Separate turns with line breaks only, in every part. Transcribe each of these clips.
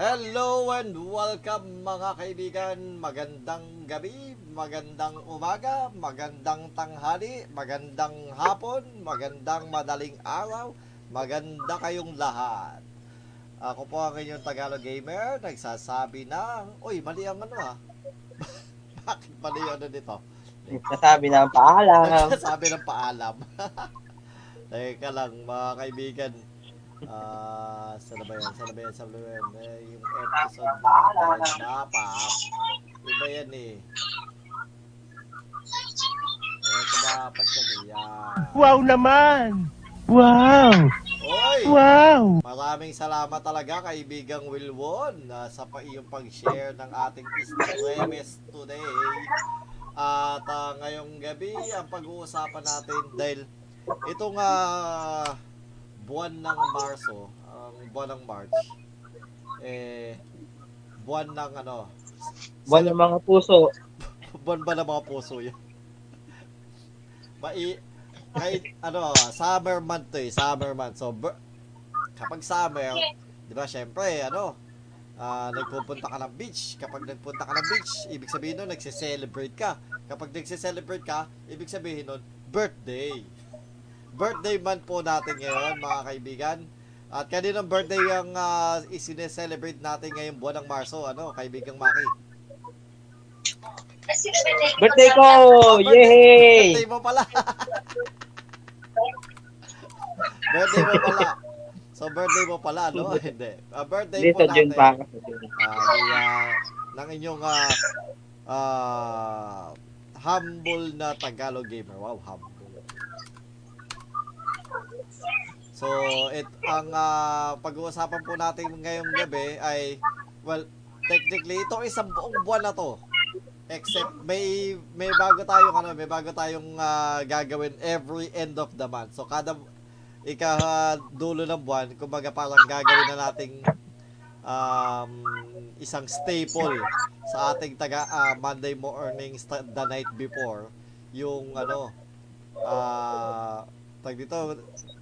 Hello and welcome mga kaibigan. Magandang gabi, magandang umaga, magandang tanghali, magandang hapon, magandang madaling araw, maganda kayong lahat. Ako po ang inyong Tagalog Gamer, nagsasabi ng, Uy, mali ang ano ha. Bakit mali yung ano nito?
Nagsasabi na ang paalam.
Sabi ng paalam. Teka lang, mga kaibigan. Ah, sana ba yan? Sana ba yan? Sana ba yan? Eh, yung episode natin dapat iba yan eh. Ito dapat yan eh. Yan.
Wow naman! Wow!
Oy!
Wow!
Maraming salamat talaga kaibigang Wilwon ah, sa pa iyong pag-share ng ating Istremes today. At ah, ngayong gabi ang pag-uusapan natin dahil itong ah, buwan ng Marso, ang buwan ng March, eh, buwan ng ano,
Buwan ng mga puso.
buwan ba ng mga puso yun? Mai, kahit, ano, summer month to eh, summer month. So, bur- kapag summer, di ba, syempre, ano, ah, nagpupunta ka ng beach. Kapag nagpunta ka ng beach, ibig sabihin nun, nagse-celebrate ka. Kapag nagse-celebrate ka, ibig sabihin nun, birthday. Birthday month po natin ngayon, mga kaibigan. At kaninong birthday ang ah, isine-celebrate natin ngayong buwan ng Marso, ano, kaibigang Maki?
Birthday ko! Oh, Yay!
Birthday mo pala. birthday mo pala. So birthday mo pala, no? Hindi. Ah, birthday
Hindi
po
sa
natin.
June pa. sa June.
Ah, di, ah, ng inyong ah, ah, humble na Tagalog gamer. Wow, humble. So, it ang ah, pag-uusapan po natin ngayong gabi ay well, technically ito ay isang buong buwan na to. Except may may bago tayong ano, may bago tayong ah, gagawin every end of the month. So kada ikadulo ng buwan, kumbaga parang gagawin na nating um, isang staple sa ating taga ah, Monday morning sta- the night before yung ano ah tag dito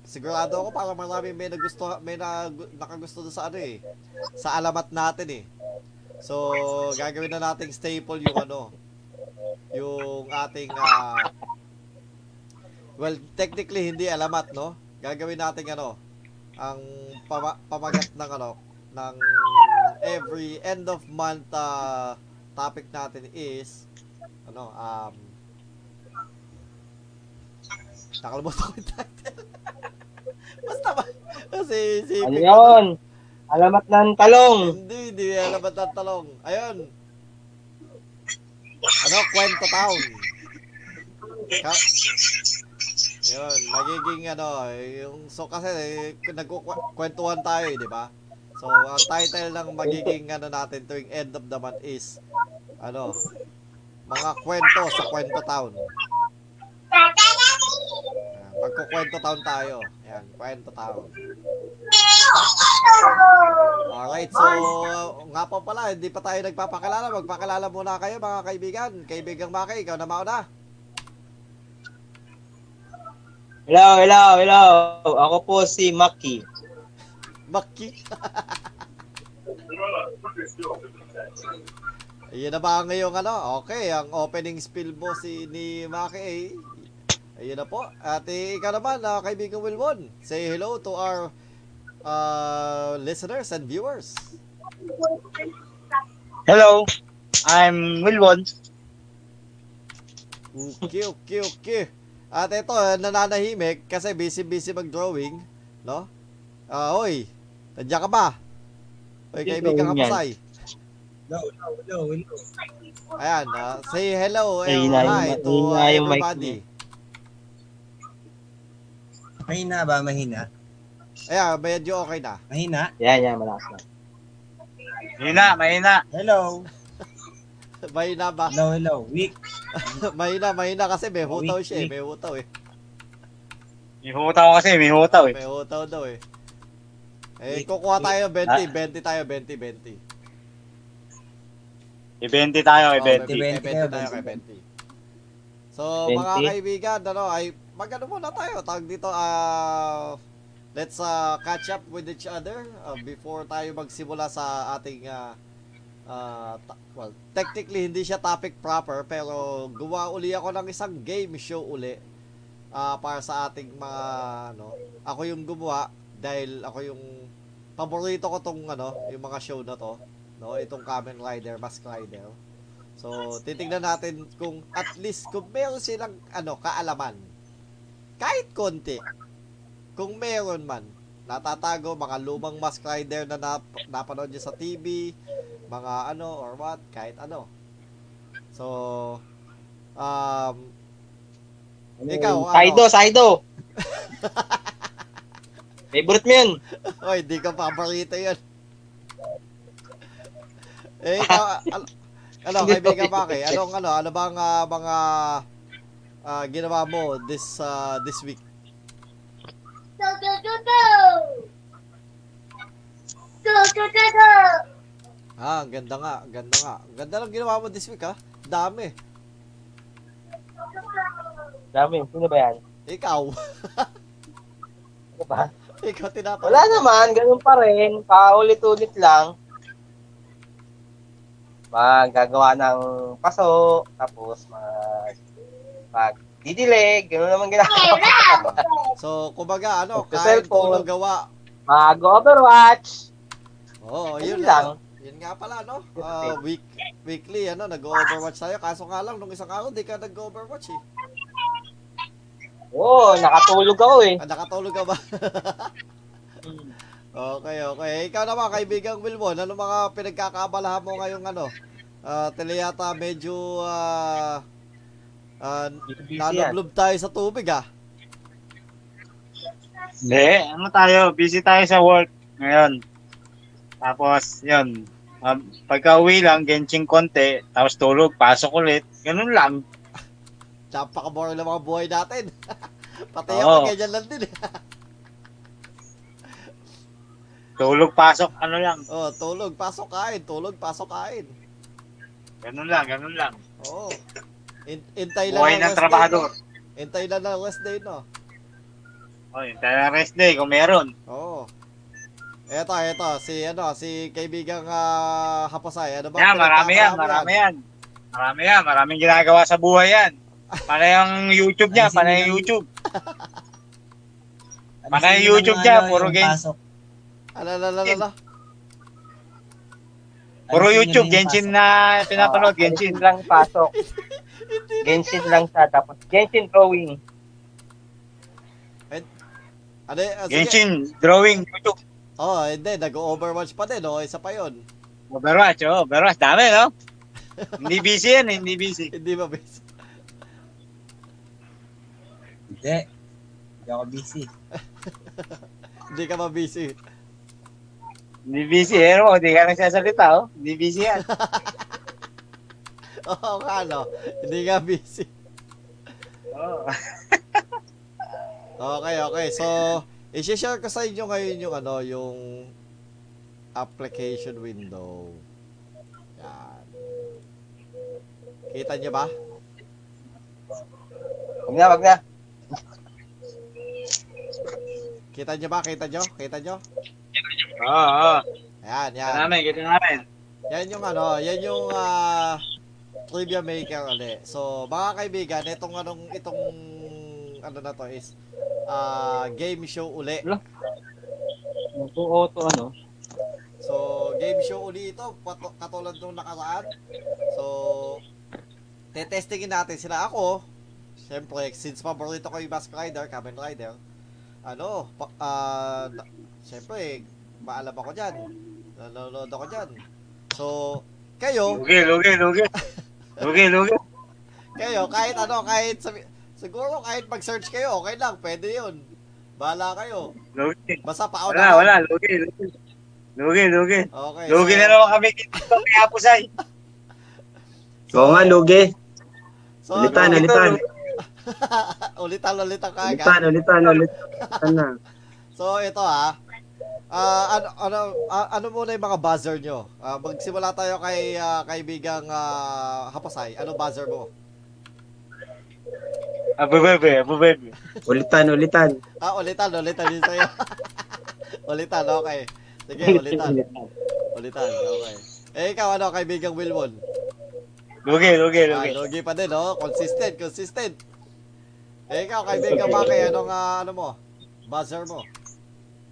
sigurado ako para marami may nagusto may na, nakagusto doon sa ano eh sa alamat natin eh so gagawin na nating staple yung ano yung ating ah, well technically hindi alamat no gagawin nating ano ang pama- pamagat ng ano ng every end of month ah, topic natin is ano um nakalimutan ko yung title basta ba kasi si
Ano yun? Alamat ng talong.
hindi hindi alam ba't ang talong ayun ano kwento town Ka- yun magiging ano yung so kasi eh, nagkukwentuhan tayo eh, di ba So, ang title ng magiging ano natin tuwing end of the month is ano, mga kwento sa kwento town. Ayan, Magkukwento town tayo. Ayan, kwento town. Alright, so nga pa pala, hindi pa tayo nagpapakilala. Magpakilala muna kayo mga kaibigan. Kaibigang Maki, ikaw na mauna.
Hello, hello, hello. Ako po si Maki.
Maki. Ayan na ba ang ngayong ano? Okay, ang opening spiel mo si ni Maki eh. Ayan na po. At eh, ikaw naman, uh, kaibigan Wilwon. Say hello to our uh, listeners and viewers.
Hello, I'm Wilwon.
Okay, okay, okay. At ito, eh, nananahimik kasi busy-busy mag-drawing. No? Ah, oy. Nandiyan ka ba? Oy,
Hindi
kaibigan ka
drawing yan.
pasay. Ayan, ah, say hello
Ay,
and
na yung-
hi to
yun na
ah,
yung mic
everybody.
Mahina ba? Mahina?
Ayan, medyo okay na.
Mahina?
Yan, yan, malakas na.
Mahina, mahina.
Hello?
Mahina ba?
Hello, hello. Weak.
mahina, mahina kasi may hutaw siya eh. May hutaw eh.
May hutaw kasi, may hutaw eh.
May hutaw daw eh. Eh,
Wait,
kukuha
wait.
tayo
Ah.
20, 20 tayo, 20, 20.
Ibente
Oh,
tayo,
may
ibente.
20,
20
tayo kay 20. So, mga
20.
kaibigan, ano, ay, magano muna tayo. Tawag dito, ah, let's uh, catch up with each other uh, before tayo magsimula sa ating uh, uh, ta- well, technically hindi siya topic proper pero gawa uli ako ng isang game show uli ah, para sa ating mga ano. Ako yung gumawa dahil ako yung paborito ko tong ano, yung mga show na to, no, itong Kamen Rider, Mask Rider. So, titignan natin kung at least kung meron silang ano, kaalaman. Kahit konti. Kung meron man. Natatago mga lumang mask rider na nap- napanood nyo sa TV, mga ano or what, kahit ano. So, um, ikaw, ano?
Saido, Saido. Favorite mo yun.
Oy, di ka paborito yun. Eh, ikaw, al- ano, kaibigan Maki, anong ano, ano bang ah, mga ah, ginawa mo this ah, this week?
Go, go, go, go! Go, go, go, go!
Ah, ang ganda nga, ang ganda nga. Ang Ganda lang ginawa mo this week, ha? Dami.
Dami, sino ba yan?
Ikaw.
Ano ba?
Ikaw tinatanong.
Wala naman, ganun pa rin. Paulit-ulit lang. Magagawa ng paso, tapos mag... mag didilig, ganun naman ginagawa.
So, kumbaga, ano,
Sa
kahit
cellphone.
kung gawa.
Mag-overwatch.
Oo,
Ayun
yun lang.
lang.
Yun nga pala, no? Ah, week, weekly, ano, nag-overwatch tayo. Kaso nga lang, nung isang araw, di ka nag-overwatch, eh.
Oo, nakatulog ako eh.
Ah, nakatulog ka ba? Okay, okay. Ikaw naman, kaibigang Wilbon, ano mga pinagkakaabalahan mo ngayong ano? Ah, teleyata medyo ah uh,
Busy yan.
tayo sa tubig ah.
Hindi, ano tayo, busy tayo sa work ngayon. Tapos, yun, um, pagka uwi lang, genshin konti, tapos tulog, pasok ulit, ganun lang.
Napaka-boring ng mga buhay natin. Pati
Oo.
ako, ganyan lang din. eh.
Tulog, pasok, ano lang,
oh, tulog, pasok, kain. Tulog, pasok, kain.
ganun lang, ganun lang.
Oo. In- intay lang
Buhay
ang
ng
rest day,
trabahador.
no? Intay lang ng rest day, no?
O, yun, tayo ng rest day kung meron.
Oo. Eto, eto. Si, ano, si kaibigang ah, Haposay. Ano ba?
Yan, marami
pinagkakaabalahan?
yan, marami yan. Marami yan, maraming ginagawa sa buhay yan. Panay ang YouTube niya, panay ang YouTube.
Alisin
Panay
mo
YouTube
yung
niya,
ano,
puro
yung
game.
pasok.
Ala, ala, ala, ala.
Puro
Alisin mo
YouTube,
yung
Genshin
pasok.
na
Ah,
pinapanood, Genshin.
Genshin lang pasok. Genshin lang siya, tapos Genshin drawing.
Ano, ah, sige.
Genshin, drawing, YouTube.
Oh, hindi. Nag-overwatch pa din, oh. Isa pa yon.
Overwatch, oh, Overwatch, dami, no? ya, hindi busy yan, hindi busy.
Hindi ba, bis?
Hindi. Hindi ako busy.
Hindi ka ba busy?
Hindi busy, eh, oh, hindi ka nagsasalita, oh. Hindi busy yan.
Oo, nga, no? Hindi ka busy.
Oh.
Okay, okay. So, isi-share ko sa inyo ngayon yung ano, yung application window. Yan. Kita niyo ba?
Huwag na, huwag na.
Kita niyo ba? Kita niyo? Kita niyo?
Oo, oo.
Ayan,
Kita
yan.
namin, kita namin.
Yan yung ano, yan yung ah, trivia maker ulit. So, mga kaibigan, itong anong itong ano na to is ah, game show uli.
Nag-auto ano?
So, game show uli ito, pato- katulad nung nakaraan. So, tetestingin natin sila ako. Siyempre, since paborito ko yung Mask Rider, Kamen Rider, ano, pa, ah, na- siyempre, maalam ako dyan. Nanonood ako dyan. So, kayo,
Lugi, lugi, lugi. Lugi, lugi.
kayo, kahit ano, kahit, sabi, siguro kahit mag-search kayo, okay lang, pwede yun. Bahala kayo.
Lugi.
Basta pa
Wala, wala, lugi, lugi. Lugi, lugi.
Okay.
Lugi
so-
na naman kami dito kay Apusay.
Oo nga, lugi.
So,
Ulitan,
ano,
ulitan.
ulitan, ulitan ka agad.
Ulitan, ulitan, ulitan na.
So, ito ha. Ah, ano, ano, ah, ano muna yung mga buzzer nyo? Ah, magsimula tayo kay ah, kaibigang ah, Hapasay. Ano buzzer mo?
Abubebe, abubebe.
Ulitan, ulitan.
Ah, ulitan, ulitan yun sa'yo. ulitan, okay. Sige, ulitan. Ulitan, okay. Eh, ikaw ano, kaibigang Wilmon?
Lugi, lugi,
Ah, logi
lugi.
pa din, oh. Consistent, consistent. Eh, ikaw, kaibigang Maki, anong, ah, ano mo? Buzzer mo?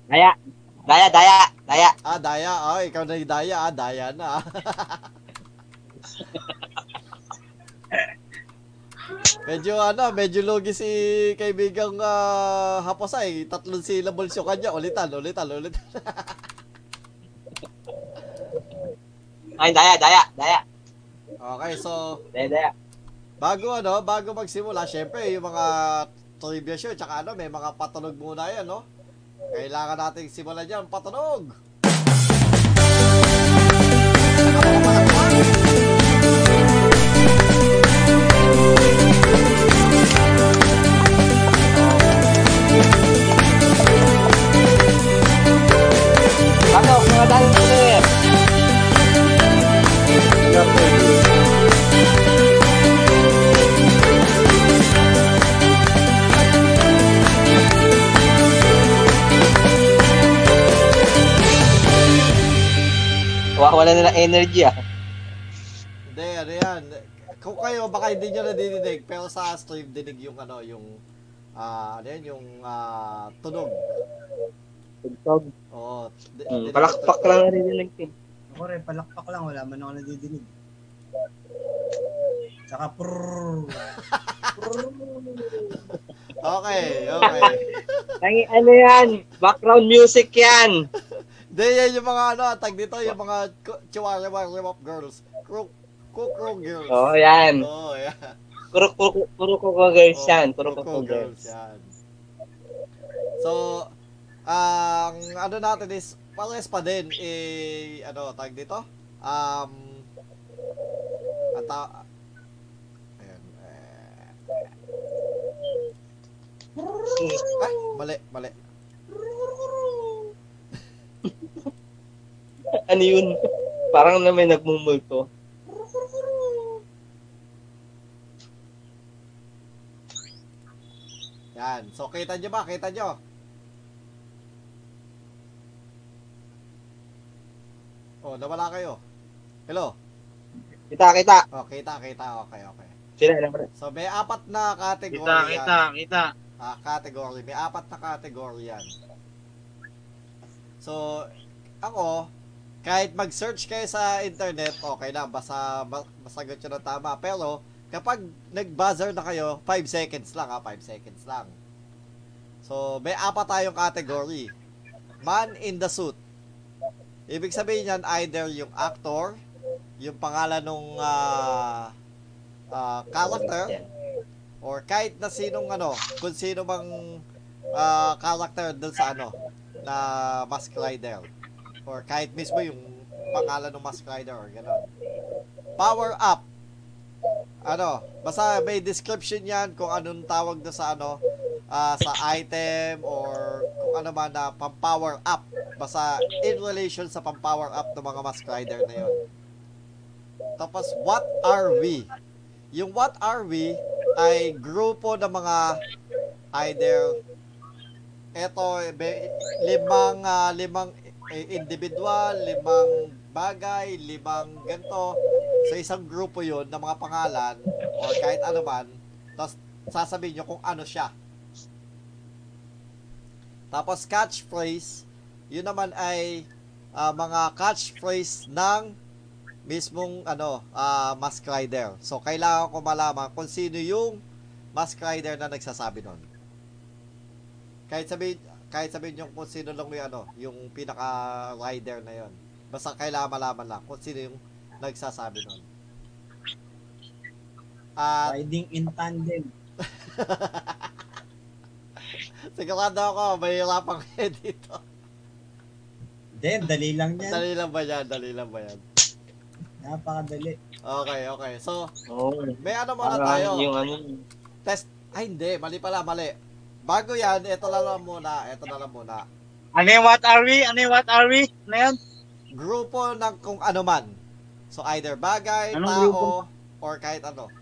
Daya. Daya, daya, daya.
Ah, Daya. Ah, ikaw na yung Daya. Ah, Daya na. medyo ano, medyo logi si kaibigang uh, Haposay. Tatlong syllables yung kanya. Ulitan, ulitan, ulitan.
Ay, daya, daya, daya.
Okay, so
Daya, daya.
bago ano, bago magsimula, syempre yung mga trivia show, tsaka ano, may mga patunog muna yan, no? Kailangan nating simulan yan, patunog!
Ano, mga dancer. Wa- Wala na ng energy ah.
Hindi, ano yan. Kung kayo, baka hindi nyo nadidinig, pero sa stream dinig yung ano, yung, ah, ano yan, yung ah, tunog. Oo. di-
Hmm,
dinig-
palakpak lang narinig ko. eh.
Ako rin, palakpak lang. Wala man ako nadidinig. Tsaka prrrr.
Okay, okay.
Ang ano yan? Background music yan.
Hindi, yan yung mga ano, tag dito, yung mga ku- chihuahua-wap girls. Crook, kukrong girls.
Oo, oh, yan.
Oo, yan.
Puro, puro, puro koko girls
Oo,
yan. Puro
kukrong
koko girls.
yan. So, ang ano natin is, pares pa din, eh, ano, tag dito? Um, ang ta- Ayan, eh. Ay, ah, mali, mali.
ano yun? Parang na may nagmumulto.
Yan. So, kita nyo ba? Kita nyo? Oh, nawala kayo. Hello?
Kita, kita.
Oh, kita, kita. Okay, okay.
Sila, alam ko na.
So, may apat na category
Kita,
yan.
kita, kita.
Ah, category. May apat na category yan. So, ako, kahit mag-search kayo sa internet, okay na, basta ma- masagot yun na tama. Pero, kapag nag-buzzer na kayo, 5 seconds lang ha, 5 seconds lang. So, may apat tayong category. Man in the suit. Ibig sabihin yan, either yung actor, yung pangalan ng ah ah, character,
Yan.
or kahit na sinong ano, kung sino bang ah, character dun sa ano na Mask Rider or kahit mismo yung pangalan ng Mask Rider or gano'n. Power up. Ano, basta may description yan kung anong tawag na sa ano ah, sa item or kung ano man na pang-power up. Basta in relation sa pang-power up ng mga Mask Rider na yon. Tapos, what are we? Yung what are we, ay grupo ng mga either eto be- limang ah, limang eh, individual, limang bagay, limang ganto sa isang grupo yon ng mga pangalan or kahit ano man tapos sasabihin nyo kung ano siya tapos catchphrase yun naman ay ah, mga catchphrase ng mismong ano ah, mask rider so kailangan ko malaman kung sino yung mask rider na nagsasabi nun. Kahit sabihin, kahit sabihin yung kung sino lang yung ano, yung pinaka rider na yon. Basta kailangan malaman lang kung sino yung nagsasabi nun. At
Riding in tandem.
sigurado ako, mahirapan kayo dito.
Then, dali lang yan.
Dali lang ba yan? Dali lang ba yan?
Napakadali.
Okay, okay. So,
Oo.
may ano muna
Ah,
Parang
Ah, tayo.
yung ano.
Test. Ay, hindi. Mali pala, mali. Bago yan, ito na lang muna. Ito na lang muna.
Ano yung what are we? Ano yung what are we? Ano yun?
grupo ng kung ano man. So either bagay,
Anong
tao,
grupo?
or kahit ano.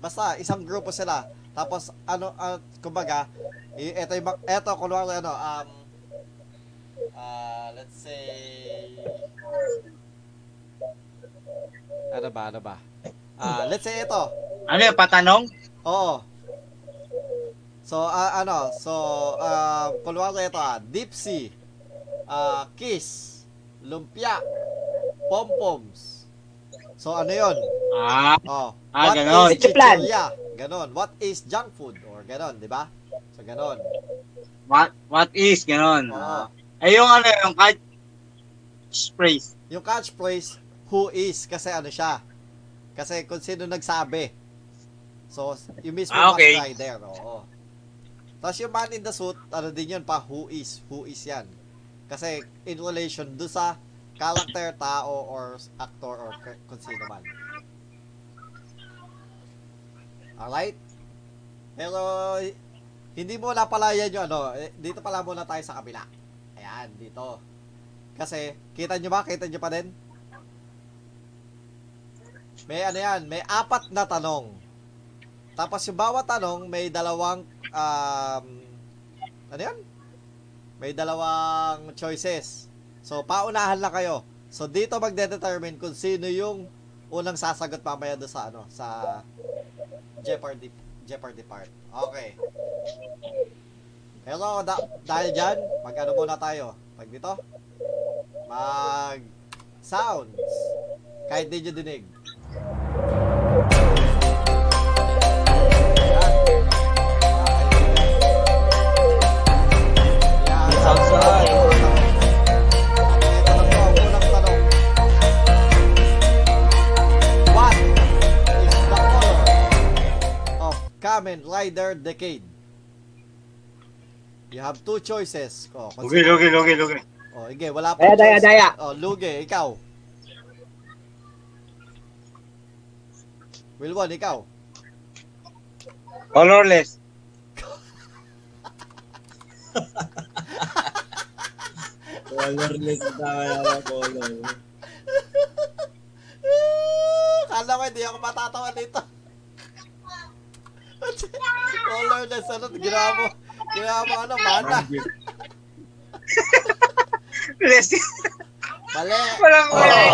Basta isang grupo sila. Tapos ano at kumbaga, i- eto yung mga- eto kunwari ano um ah, let's say ano ba ano ba? Ah, let's say ito.
Ano yun, patanong?
Oo. So, ah, ano, so, ah, kunwari ito ah, deep sea, ah, kiss, lumpia, pompoms. So, ano yun?
Ah,
Oh,
Ah,
what
ganon.
is
It's a plan.
chichirya? Ganon. What is junk food? Or ganon, di ba? So, ganon.
what, what is, ganon.
Oo.
Ay, yung ano, yung catch phrase.
Yung catchphrase, who is? Kasi ano siya? Kasi kung sino nagsabi. So, yung mismo
Ah, okay.
Mac Rider, oo. Tapos yung man in the suit, ano din yun pa, who is? Who is yan? Kasi in relation do sa character, tao, or actor, or k- kung sino man. Alright? Pero, hindi mo napalayan yung ano, eh, dito pala muna tayo sa kabila. Ayan, dito. Kasi, kita nyo ba? Kita nyo pa din? May ano yan, may apat na tanong. Tapos yung bawat tanong, may dalawang, um, ano yan? May dalawang choices. So, paunahan lang kayo. So, dito magdedetermine kung sino yung unang sasagot mamaya doon sa, ano, sa Jeopardy, Jeopardy part. Okay. Pero da- dahil dyan, mag ano muna tayo. Pag dito, mag sounds. Kahit di nyo dinig. Yan. Yan.
Sounds like.
Ito na po ang unang tanong. What is the color of Kamen Rider Decade? You have two choices. Oh,
Lugi, lugi, lugi, lugi.
Oh, ige, wala pa.
Daya, daya,
choice.
daya.
Oh, luge, ikaw. Wilwon, ikaw.
Colorless.
Colorless na wala na color.
Kala Ah, ko hindi ako matatawa dito. Colorless, ano? Ginawa mo, ginawa mo, ano, mana.
Less.
Mali,
Ah.
Walang kulay.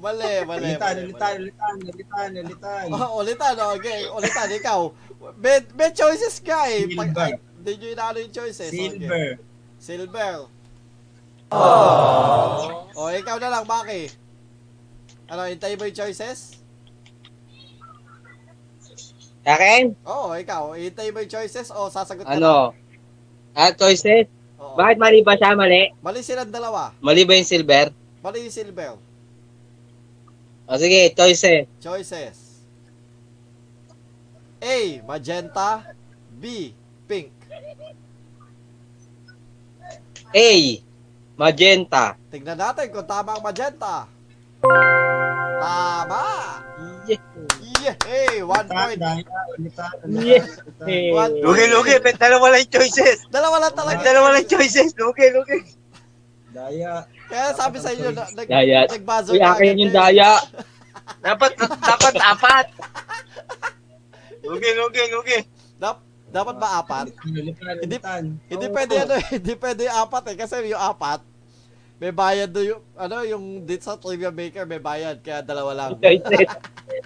mali, mali.
Ulitan,
mali,
ulitan,
mali.
ulitan, ulitan, ulitan.
Oh, ulitan, oh, okay. Ulitan, ikaw. May, may choices ka eh. Pag-
Silver.
ay, Hindi nyo inaano yung choices. okay.
Silver.
Silver. Oh. O, ikaw na lang, Maki. Ano, hintay mo yung choices?
Sa akin?
Oo, ikaw. Hintay mo yung choices o sasagot ka na?
Ano? Ah, choices?
Oo.
Bakit mali ba siya? Mali?
Mali silang dalawa.
Mali ba yung silver?
Mali yung silver.
O sige, choices.
Choices. A. Magenta. B. Pink.
A. Magenta.
Tingnan natin kung tama ang magenta. Tama!
Yeah.
Yay! One point.
Ulitan, ulitan,
Yeah.
ulitan, ulitan.
One
Lugi,
point.
lugi. May dalawa lang yung choices.
Dalawa lang
May
talaga.
dalawa lang yung choices. Lugi, lugi.
Daya.
Kaya sabi sa inyo, na- nag,
Daya.
nagbazo
Uy,
ka
akin
agad
yung
eh.
daya.
Dapat, dapat apat. Lugi, lugi, lugi.
Dap- dapat ba apat?
Ulitan,
Hindi-
ulitan.
Hindi
Oo.
pwede ano, eh, hindi pwede yung apat eh kasi yung apat may bayad do yung ano yung dit sa trivia maker may bayad kaya dalawa lang.
Choices.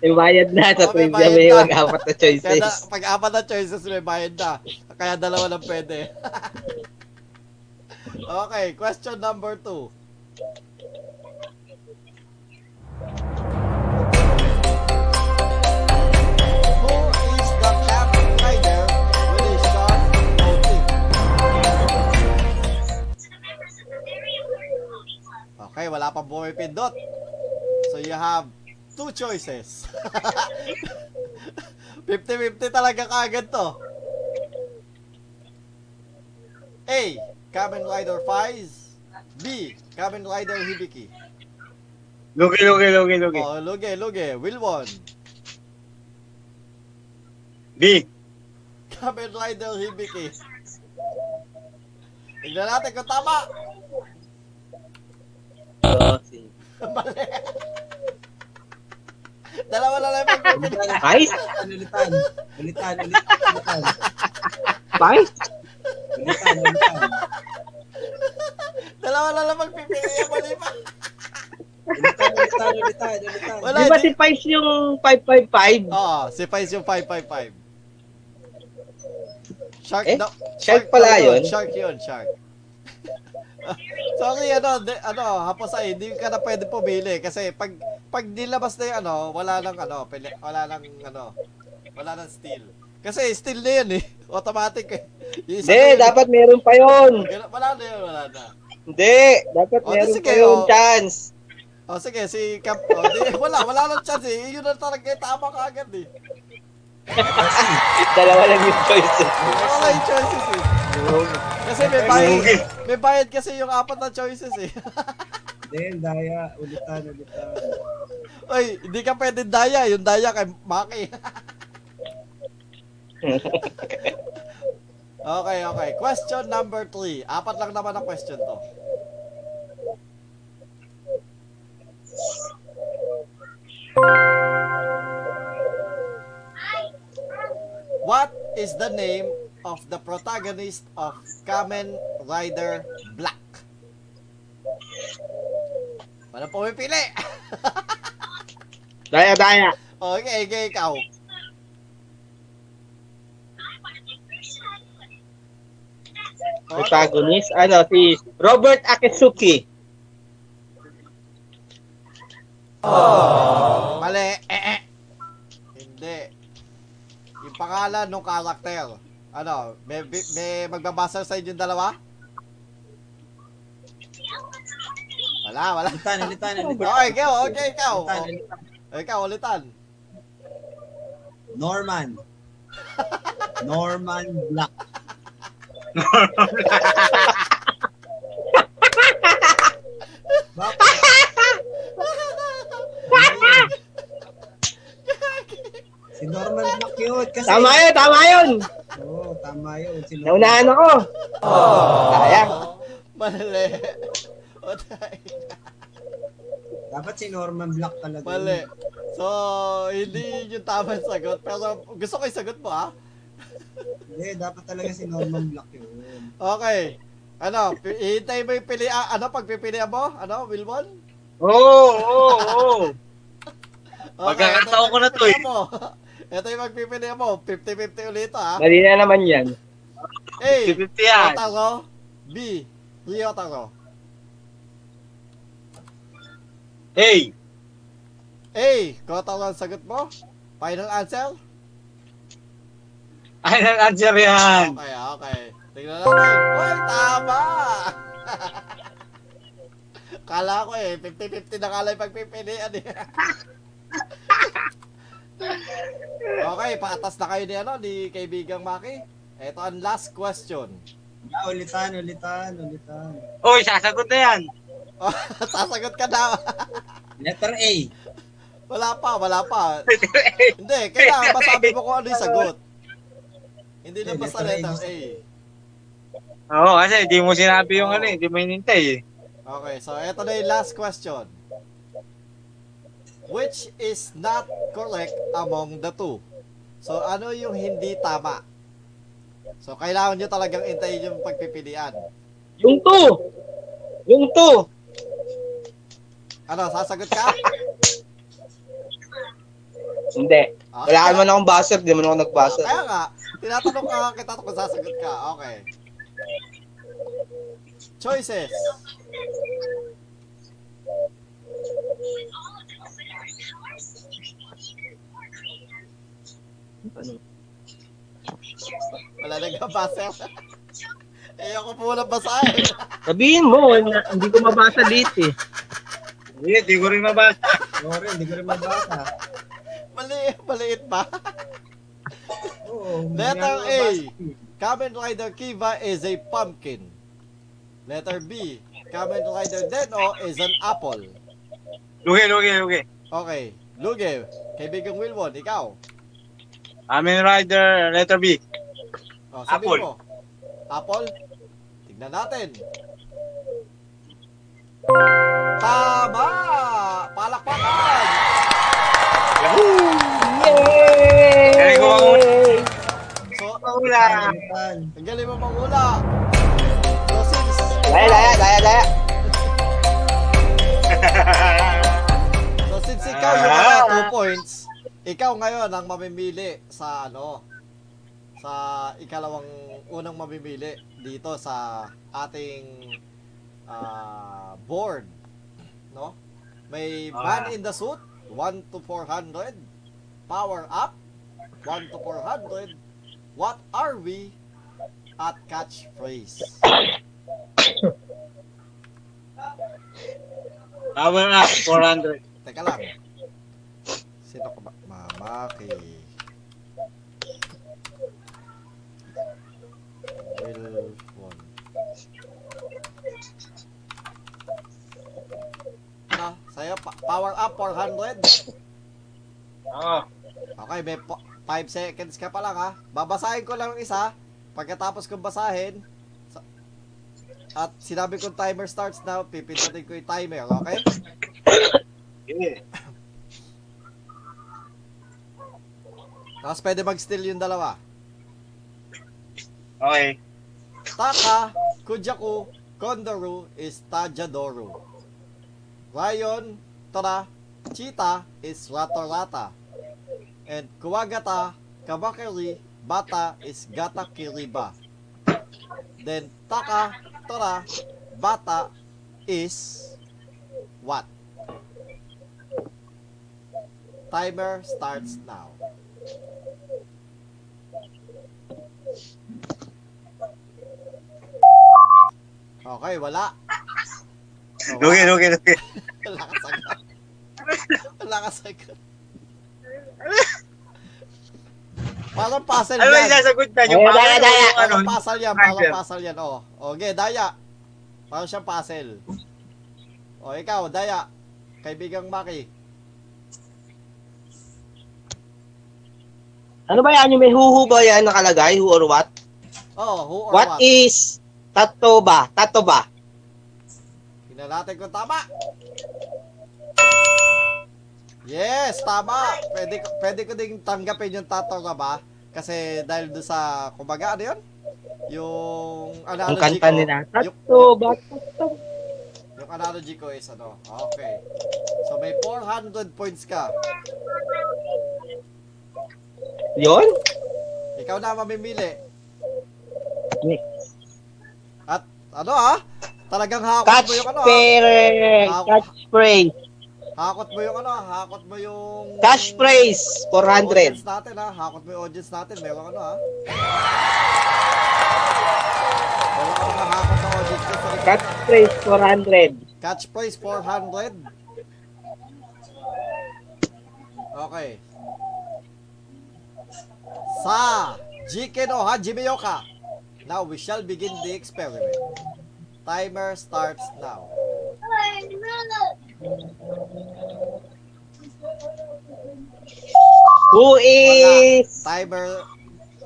May bayad na
Oh,
sa
may
tuwing
bayad
may
na.
mag-apat na
Kaya da,
choices.
pag apat na choices may bayad na kaya dalawa lang pwede. okay, question number two. Who is the Kamen Rider with a sharp motive? Okay, wala pang pumipindot. So you have two choices. 50-50 talaga kaagad to. A. Kamen Rider Fies. B. Kamen Rider Hibiki.
Lugi, lugi, lugi, lugi.
Oh, luge, luge. Wilwon.
B.
Kamen Rider Hibiki. Tignan natin kung tama.
So, sige.
Oh,
Mali. Dalawa na lang yung
Ayos!
Ulitan, ulitan, ulitan, ulitan.
Ayos!
Ulitan, ulitan.
Dalawa na lang magpipili yung mali pa.
Ulitan, ulitan, ulitan, ulitan.
Wala. Oh,
Di ba si Pais yung 555?
Oo, Ah, si Pais yung 555. Shark
Eh,
daw-
shark pala
daw
yun.
Shark yun, shark. Sorry, ano, de, ano, hapos ay, hindi ka na pwede pumili kasi pag pag nilabas na 'yung ano, wala nang ano, pili, wala nang ano, wala nang steal. Kasi steal na 'yun eh, automatic eh. Yung isa na
Hindi,
yun.
dapat meron pa yun.
Ganun- Wala na 'yun, wala na.
Hindi, dapat
O, di
meron
Oh, sige,
pa yun.
o.
Chance.
O sige, si Cap, o, di, wala, wala nang chance eh. Yun na talaga, eh, tama ka agad eh.
Dalawa lang yung choice.
Wala yung choices eh. Kasi may bayad, may bayad kasi yung apat na choices eh.
Then, Daya, ulitan, ulitan.
Oy, hindi ka pwede daya. Yung daya kay Maki. okay, okay. Question number three. Apat lang naman ang question to. What is the name of the protagonist of Kamen Rider Black? Wala pumipili!
Daya, daya.
Oh, Okay, okay, ikaw. Oh, ano?
Protagonist, ano, si Robert Akatsuki.
Mali. Eh, eh. Hindi. Yung pangalan ng karakter. Ano, may, bi- may magbabasa sa inyong dalawa? Wala, wala.
Ulitan, ulitan, ulitan.
Okay, ikaw, okay, ikaw.
Ulitan, ulitan.
Oh, ikaw, ulitan.
Norman. Norman Black. Bakit? Si Norman Black yun. Kasi...
Tama yun, tama yun.
Oo, tama yun. Si Norman
Naunahan ako. Daya.
Mali. O, tayo.
Dapat si Norman Black talaga. yun.
Mali. So, hindi yun yung tamang sagot. Pero gusto ko yung sagot mo, ha?
Hindi, dapat talaga si Norman Black yun.
Okay. Ano, pi- hihintay mo yung pili, ah, ano, pagpipilian mo? Ano, Wilbon?
Oo, oo, oo.
Okay,
Pagkakataon
ito yung
ko na to, eh.
pagpipilian mo. Ito yung magpipilian mo. 50-50 ulit ito, ha?
Mali na naman yan.
A.
50 yan.
Otaro. B. Ryotaro.
Hey,
A. Kotaro ang sagot mo? Final answer?
final answer yan.
Okay, ah, okay. Tingnan natin. Uy, tama! Kala ko eh, 50-50 na kala yung pagpipilian eh. okay, paatas na kayo ni ano, ni kaibigang Maki. Ito ang last question.
Ah, ulitan, ulitan, ulitan.
Uy, sasagot na yan.
Sasagot ka na.
Letter A.
Wala pa, wala pa. Hindi, kailangan masabi mo kung ano yung sagot. Hindi na basta letter A.
Oo, kasi Oh, di mo sinabi yung ano eh. Di mo hinintay eh.
Okay, so ito na yung last question. Which is not correct among the two? So, ano yung hindi tama? So, kailangan nyo talagang intayin yung pagpipilian.
Yung two. Yung two.
Ano, sasagot ka?
Hindi.
Ah,
Wala ka naman akong buzzer. Di naman ako nag-buzzer.
Kaya nga, tinatanong ka kita kung sasagot ka. Okay. Choices. Wala nagkabasa. Ayoko po na basahin.
Sabihin mo, na- hindi ko mabasa dito eh.
Hindi, di ko rin mabasa.
Sorry, hindi ko rin mabasa.
Mali, maliit pa.
Oo, hindi
Letter
nga
A.
mabasa.
Kamen Rider Kiva is a pumpkin. Letter B. Kamen Rider Deno is an apple.
Lugi, lugi, lugi.
Okay. Luge, kaibigang Wilwon, ikaw.
Amin Rider, letter B.
O, Oh, sabihin
Apple.
Mo. Apple? Tignan natin. Tama! Palakpakan!
Yay!
Dali mo mahula. Dosings.
Daya, daya, daya, daya.
So since ikaw yung
Ah.
naka two points, ikaw ngayon ang mamimili sa ano, sa ikalawang unang mamimili dito sa ating ah, board. No? May man in the suit, 1 to 400. Power up, 1 to 400. What are we? At catchphrase.
Power up, 400.
Teka lang. Sino ko ba? Mamaki. Wilfon. Na, Ano? sa'yo, pa- power up 400.
Oo.
Okay, may 5 seconds ka pa lang ha. Babasahin ko lang yung isa. Pagkatapos kong basahin, sa- at sinabi kong timer starts na, pipindutin ko yung timer, okay?
Sige.
Tapos pwede mag-steal yung dalawa.
Okay.
Taka, Kujaku, Kondoru is Tajadoru. Ryan, Tara, Cheetah is Ratorata. And Kuwagata, Kabakiri, Bata is Gata Kiriba. Then Taka, Tara, Bata is what? Timer starts now. Okay, wala. So,
Lugi, lugi, lugi.
Wala ka sagot. Wala ka sagot. Parang puzzle
Ano ba yung
yan.
sasagot na? Yung
Daya,
power
daya.
up, ano?
Parang puzzle yan. Parang
Answer.
puzzle yan. Oh. Okay, Daya. Parang siyang puzzle. O, ikaw, Daya. Kaibigang Maki.
Ano ba yan? Yung may huhu ba yan nakalagay? Who or what?
Oh, who or what?
What is tato ba? Tato ba?
Tingnan natin kung tama. Yes, tama. Pwede, ko- pwede ko ding tanggapin yung tato ka ba? Kasi dahil doon sa, kumbaga, ano yun? Yung
Ang
analogy
kanta
ko.
nila.
Yung,
Tato ba? Tato ba?
yung analogy ko is ano, okay. So may 400 points ka.
Yun?
Ikaw na mamimili.
Nick.
At ano ha? Talagang hakot mo yung ano ha?
Catchphrase.
Ako.
Catchphrase.
Hakot mo yung ano ha? Hakot mo yung...
Catchphrase. 400.
Audience natin ha. Hakot mo yung audience natin. Meron ano ha. Meron ano na hakot ng audience ko. Sorry.
Catchphrase 400.
Catch price 400. Okay. Sa GK no Hajime Yoka. Now we shall begin the experiment. Timer starts now.
Who is...
Timer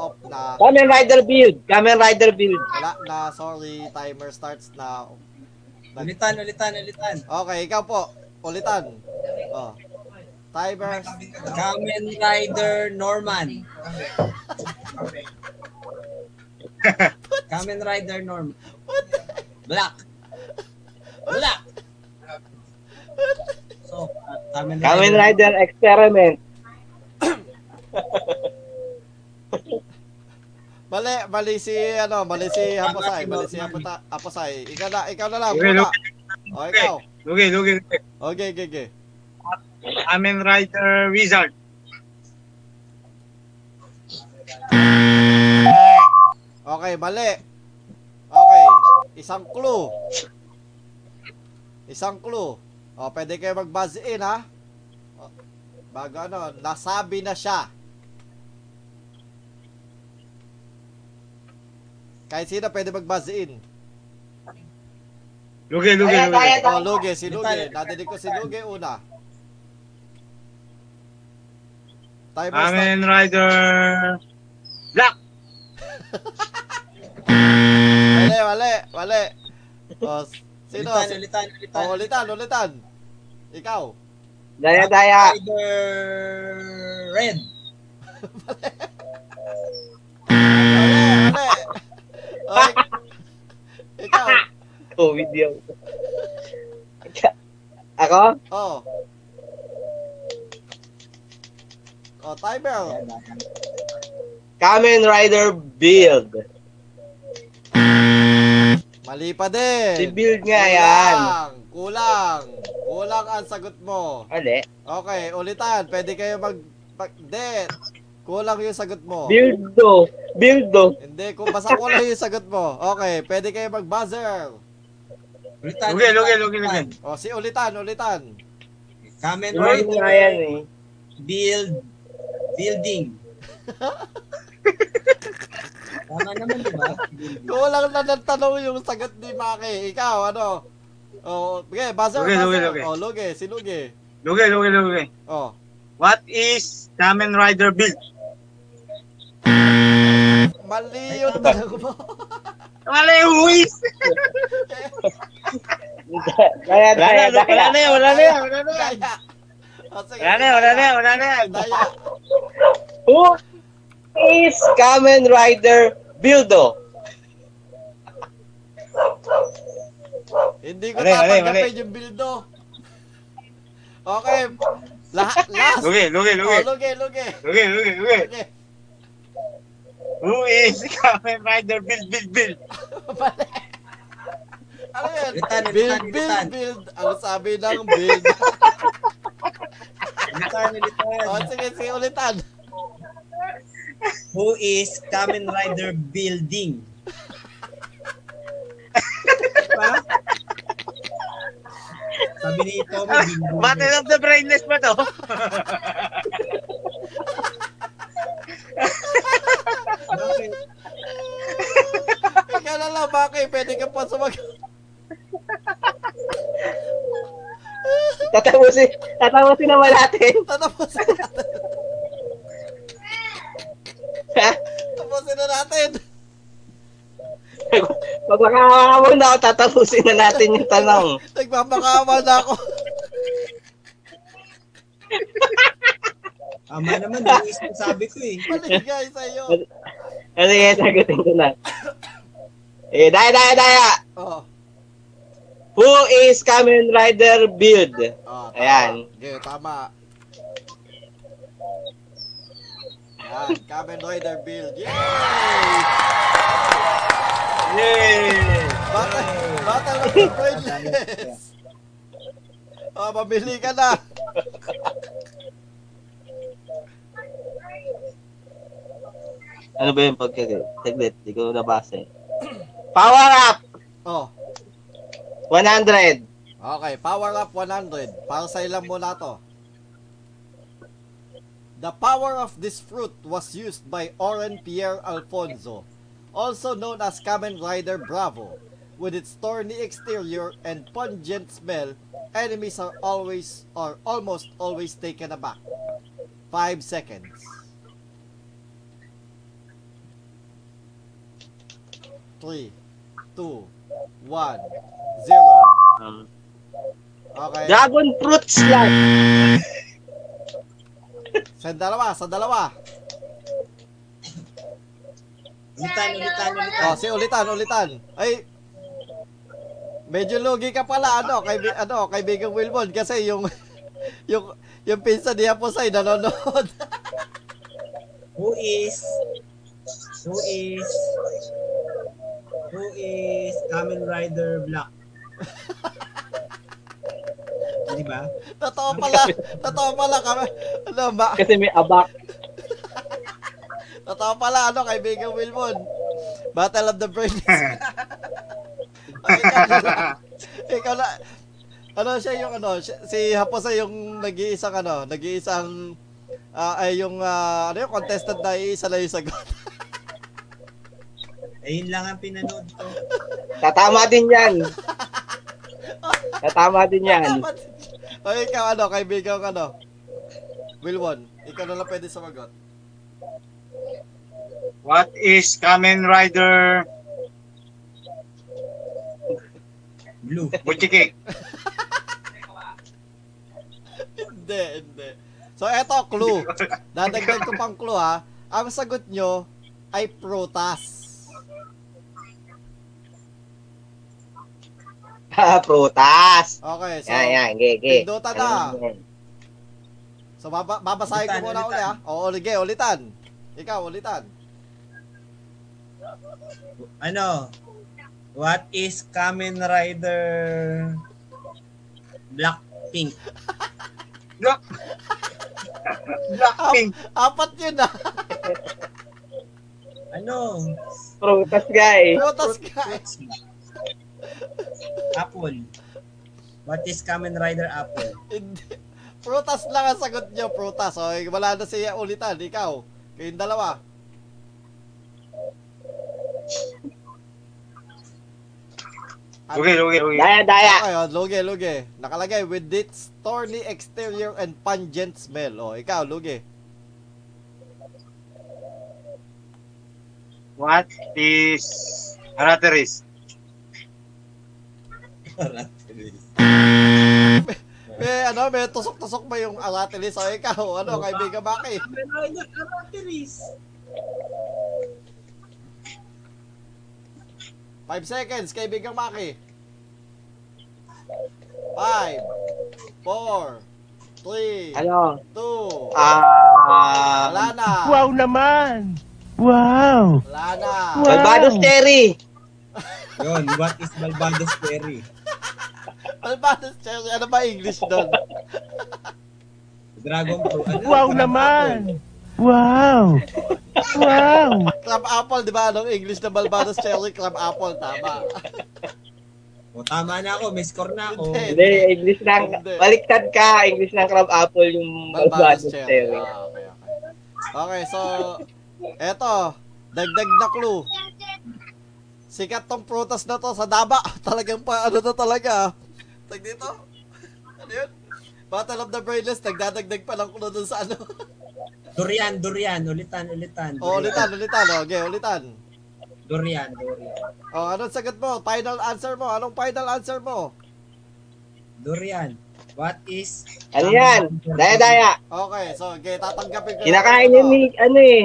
off na.
Kamen Rider build. Kamen Rider build.
Wala na, sorry. Timer starts now.
Ulitan, ulitan, ulitan.
Okay, ikaw po. Ulitan. Oh. Timer.
Kamen Rider Norman. Kamen Rider Norman. Black. Black. So, uh, Kamen Rider.
Kamen Rider experiment.
Mali, mali si, ano, mali si Haposay. Mali si Hapota- Haposay. Ikaw na, ikaw na lang.
Okay,
muna.
lugi.
Oh, ikaw.
Lugi, lugi, lugi.
Okay, okay, okay.
Kamen Rider Wizard.
Okay, mali. Okay. Isang clue. Isang clue. O, pwede kayo mag-buzz in, ha? O, bago ano, nasabi na siya. Kahit sino pwede mag-buzz in.
Lugi, lugi,
Daya,
lugi.
daya,
O,
daya.
Oh, Luge, si Luge. Nadinig ko si Luge una. Timer start.
Kamen Rider... Black.
Mali, mali, mali. O, Oh, sino?
Ulitan,
Si-
ulitan, ulitan.
O, ulitan, ulitan. Ikaw.
Daya, daya.
Rider Red.
Mali, mali. Oy, ikaw.
COVID yun. Ako?
Oh. Oh, timer.
Kamen Rider Build.
Mali pa
Si
din.
Build nga yan.
Kulang, kulang. Kulang ang sagot mo.
Ano
Okay, ulitan. Pwede kayo mag... mag hindi. Kulang yung sagot mo.
Build do. Build do.
Hindi, kung basta kulang yung sagot mo. Okay, pwede kayo mag-buzzer.
Ulitan.
Lugi, lugi, lugi, lugi.
O, si ulitan, ulitan.
Kamen
Build nga yan eh.
Build. Building. Tama naman, di ba? Building.
Kulang na ng tanong yung sagot ni Maki. Ikaw, ano? O, okay, buzzer,
Lugi, lugi,
buzzer.
lugi.
O, lugi, si Lugi.
Lugi, lugi, lugi.
O,
What is Kamen Rider build?
mali yung tanong mo.
Wala yung huwis!
Daya, daya,
Wala na, wala
daya.
Daya.
na, wala na, wala na.
O, sige,
Wala na, wala na, wala na.
Daya.
Who is Kamen Rider Buildo?
Hindi ko
Mali, mali,
tatanggapin yung bildo. Okay. Lahat, last.
Lugi, lugi, lugi.
Oh, lugi, lugi.
Lugi, lugi, lugi.
Lugi.
Who is Kamen Rider build, build, build?
Mali. Ano yan?
Ulitan,
Build,
ulitan,
build,
ulitan.
build. Ang sabi ng build.
Ulitan, ulitan.
O, Oh, sige, sige, ulitan.
Who is Kamen Rider Building? diba? Sabi ni Tommy, building.
Battle of the Brainless ba to?
Bakit?
Ikaw na lang, Maki. Pwede ka pa sumag...
Tatapusin, tatapusin naman natin.
Tatapusin na natin. Tapusin na natin.
Pag makakakamon na ako, tatapusin na natin yung tanong.
Nagmamakawa na ako.
Tama naman, yung is sabi ko eh.
Maligay sa'yo.
Ano yan, sagutin ko na. Eh, daya, daya, daya.
Oh.
Who is Kamen Rider Build?
Oh, tama.
Ayan.
Okay, tama. Ayan, Kamen Rider build. Yay!
Yay!
Battle, battle of the brainless! Oh, mabili ka na!
Ano ba yung pagkagay? Saglit, di ko nabasa eh. Power up!
Oh,
100!
okay. Power up 100. Para sa ilan muna to. The power of this fruit was used by Oren Pierre Alfonso, also known as Kamen Rider Bravo. With its thorny exterior and pungent smell, enemies are always or almost always taken aback. 5 seconds. Three, two, one, zero.
Um,
Okay.
Dragon Fruit Slime!
Sa dalawa, sa dalawa.
Ulitan, ulitan, ulitan.
Oh, si ulitan, ulitan. Ay. Medyo lugi ka pala ano, kay ano, kaibigang Wilbon kasi yung yung yung pinsan niya po sa nanonood.
Who is Who is Who is Kamen Rider Black? Di ba?
totoo pala, totoo pala kami. Ano ba?
Kasi may abak.
Totoo pala ano, kaibigang Wilbon. Battle of the Brainless. Ay, ikaw na lang. Ikaw na. Ano siya yung ano, siya- si Haposa yung nag-iisang ano, nag-iisang ah, ay yung ah, ano yung contestant na iisa na yung sagot.
Ayun lang ang pinanood ko.
Tatama din yan. Tatama din yan.
Dapat. O ikaw ano, kaibigan ko ano? Wilwon, ikaw na lang pwede sumagot.
What is Kamen Rider
Blue.
Butchikik?
Hindi, hindi. So eto, clue. Dadagdag ko pang clue ha. Ang sagot nyo ay prutas.
Ah, Prutas.
Okay, so,
Yan, Ano yan. Ge, ge.
Pindutan na. so baba, babasahin ko
Ulitan,
muna uli
ulitan.
ah. Oo, ulige, ulitan. Ikaw, ulitan.
Ano? What is Kamen Rider Blackpink?
Blackpink.
Apat yun ah.
Ano?
Prutas nga eh.
Prutas ka.
Fruits. Apple. What is Kamen Rider Apple?
Hindi. Prutas lang ang sagot niya, prutas. O, wala na siya ulitan. Ikaw, kayong dalawa.
Okay, okay, okay.
Daya, daya.
Okay, o, luge, luge. Nakalagay, with its thorny exterior and pungent smell. O, ikaw, luge.
What is Arateris?
May, ano, may tusok-tusok ba yung aratilis? O, ikaw, ano, kaibigan Maki?
Kamen Rider Aratiris.
Five seconds, kaibigan Maki. Five, four, three,
Ano?
two, wala
Ah...
na.
Wow naman! Wow!
Wala na.
Wow.
Barbados Cherry.
Yun, what is Balbados Ferry?
Albanos Cherry, ano ba English doon?
Dragon Fruit. Ano?
Wow
Dragon Apple.
naman! Wow! Wow!
Crab apple, di ba? Anong English na Balbanos Cherry? Crab apple, tama.
O, tama na ako. May score na ako.
Hindi.
Hindi, English lang.
Hindi.
Baliktad ka. English lang crab apple yung
Balbanos
Barbados
Cherry.
Cherry.
Ah, okay, okay. Okay, so, eto, dagdag na clue. Sikat tong prutas na to sa daba. Talagang pa, ano to talaga. ah. Tag dito. Ano yun? Battle of the Brainless, nagdadagdag pa ng clue dun sa ano.
Durian, durian. Ulitan, ulitan.
O, Oh, ulitan, ulitan. O, okay, ulitan.
Durian, durian.
O, Oh, anong sagot mo? Final answer mo? Anong final answer mo?
Durian. What is...
Ano yan? Daya, daya.
Okay, so, okay, tatanggapin ko na-
Kinakain niya ni, ano eh.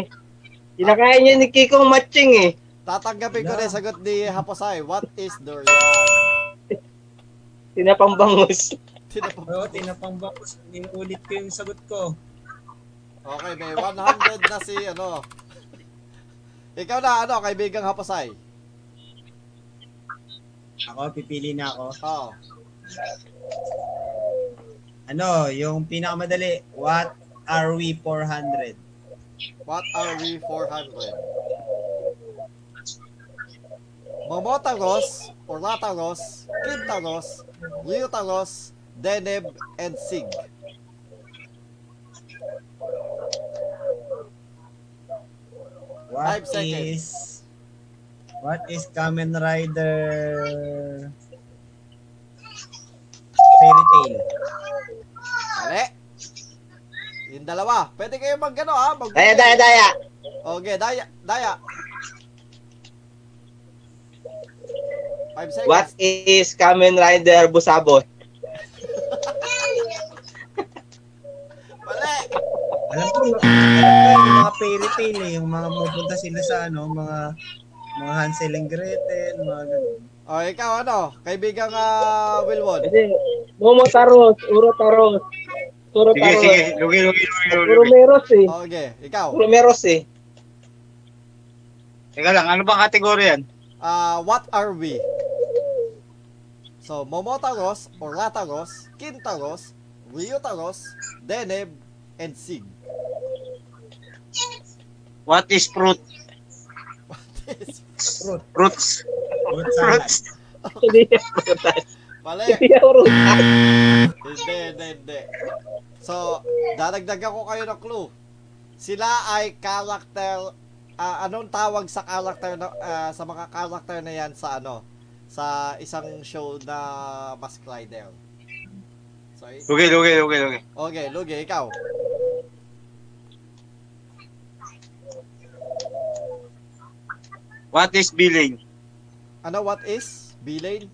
Kinakain niya ni Kikong Matching eh.
Tatanggapin ko
Wala.
na yung sagot ni Haposay. What is durian?
Sinapambangus.
Oo, tinapang bakos. Inulit ko yung sagot ko.
Okay, may 100 na si ano. Ikaw na ano, kaibigang Haposay.
Ako, pipili na ako.
Oo.
Ano, yung pinakamadali. What are we 400?
What are we 400? Momotaros, Orataros, Kintaros, Ryutaros, Deneb, and Sig.
What
Five seconds.
is... What is Kamen Rider... Fairy Tail?
Mali. Yung dalawa. Pwede kayo mag ano ha? Mag-
Daya, daya, daya.
Okay, daya, daya. Five seconds.
What is Kamen Rider Busabot?
Mali.
Alam ko, alam ko yung mga fairy tale eh, yung mga pupunta sila sa ano, mga mga Hansel and Gretel, mga ganun.
O, ikaw ano? Kaibigang ah, Wilwon.
Kasi, Momo Taros, Uro Taros, Turo
Sige,
Taros,
sige. Lugi, lugi, lugi, lugi.
Puro Meros eh.
Okay, ikaw.
Puro Meros eh.
Teka lang, ano bang kategorya yan?
Ah, what are we? So, Momotaros, Orataros, Kintaros, Ryutaros, Deneb, and Sig.
What is fruit? Fruits.
Fruit salad.
Fruits.
Hindi yan prutas.
Mali.
Hindi yan prutas.
Hindi, hindi, hindi. So, dadagdagan ko kayo ng clue. Sila ay character, ah, anong tawag sa character na, ah, sa mga character na yan sa ano, sa isang show na Mask Rider. So, i-
Lugi, lugi, lugi, lugi.
okay, Luge, ikaw.
What is billing?
Ano, what is? Bilane?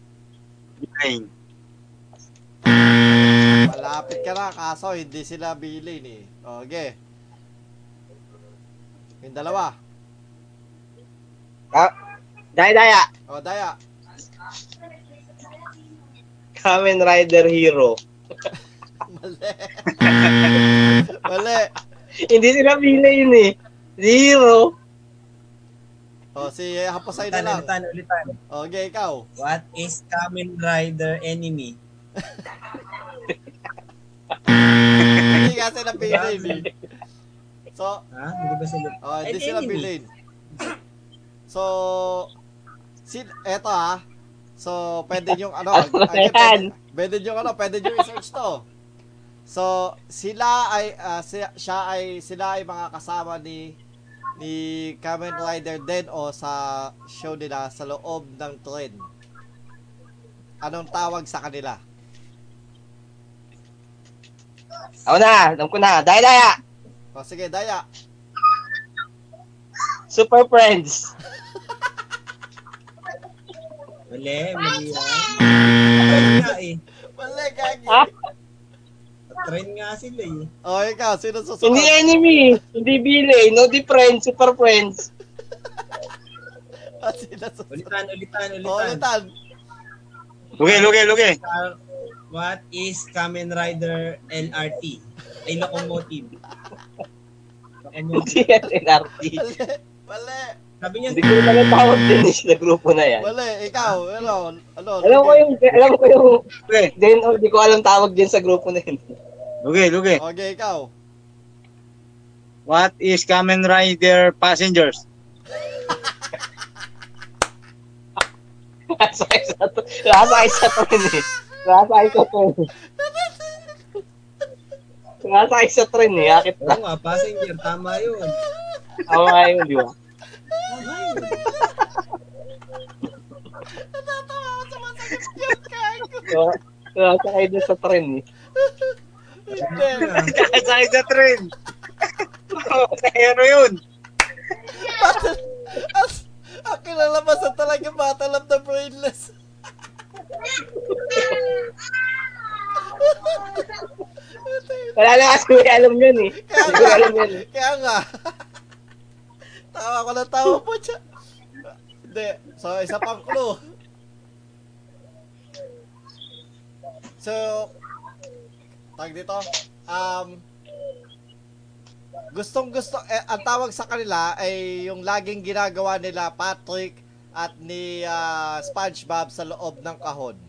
Billing.
Malapit ka na, kaso hindi sila Bilane eh. Okay. Yung dalawa.
Daya, daya.
O, Daya.
Kamen Rider Hero.
Mali. Mali.
Hindi sila villain eh. Zero.
O, Oh, si Hapasay na
Ulitan,
lang.
ulitan, ulitan.
O, okay, ikaw.
What is Kamen Rider enemy?
Hindi nga sila villain eh. So,
Ha? Hindi ba sila?
Oh, hindi
Ay,
sila
enemy.
villain. So, sin, eto ah. So, pwede nyo, ano,
Ano na
again,
yan?
pwede, pwede nyo, ano, pwede nyo i-search to. So, sila ay, ah, siya, siya ay, sila ay mga kasama ni, ni Kamen Rider Den o sa show nila sa loob ng tren. Anong tawag sa kanila?
Ako na, alam ko na. Daya daya!
O, sige, Daya.
Super Friends.
Uli, mali yan. Trend nga eh.
Mali, gagi.
Ah?
Trend nga sila eh.
O, ikaw, sino susunod?
Hindi enemy. Hindi villain. No difference. Super Friends.
Ah, sino susunod? Oh,
Ulitan, ulitan,
Oh,
O,
ulitan.
ulitan.
Lugi, lugi, lugi.
Ka- What is Kamen Rider LRT? Ay, locomotive.
Hindi
locomotive.
yan NRT.
Mali, mali.
Sabi niya,
Hindi ko lang ang tawag din eh sa grupo na yan.
Mali, ikaw, ano, ano,
Alam ko yung, alam ko yung,
Lugi,
then, oh, hindi ko alam tawag din sa grupo na yun.
lugi, lugi.
Okay, ikaw.
What is Kamen Rider Passengers?
Nasa isa to, nasa isa to yun eh. Nasa isa to yun eh. Nasa isa to rin eh, akit
oo
lang.
nga, passenger, tama yun.
Tama nga yun, di ba?
Tama yun.
Natatawa ako sa mga sagot ko.
So, Nasa kayo dun sa tren eh.
Hindi.
Sakay sa train. Pero yun.
As, ang kinalabasan talaga Battle of the Brainless.
Wala na kasi may alam yun eh.
Kaya
Hindi ko alam
nga,
yun eh.
kaya nga. Tawa ko na tawa po siya. Hindi, so isa pang clue. So, tag dito, um, gustong gusto, eh, ang tawag sa kanila ay yung laging ginagawa nila Patrick at ni ah, SpongeBob sa loob ng kahon.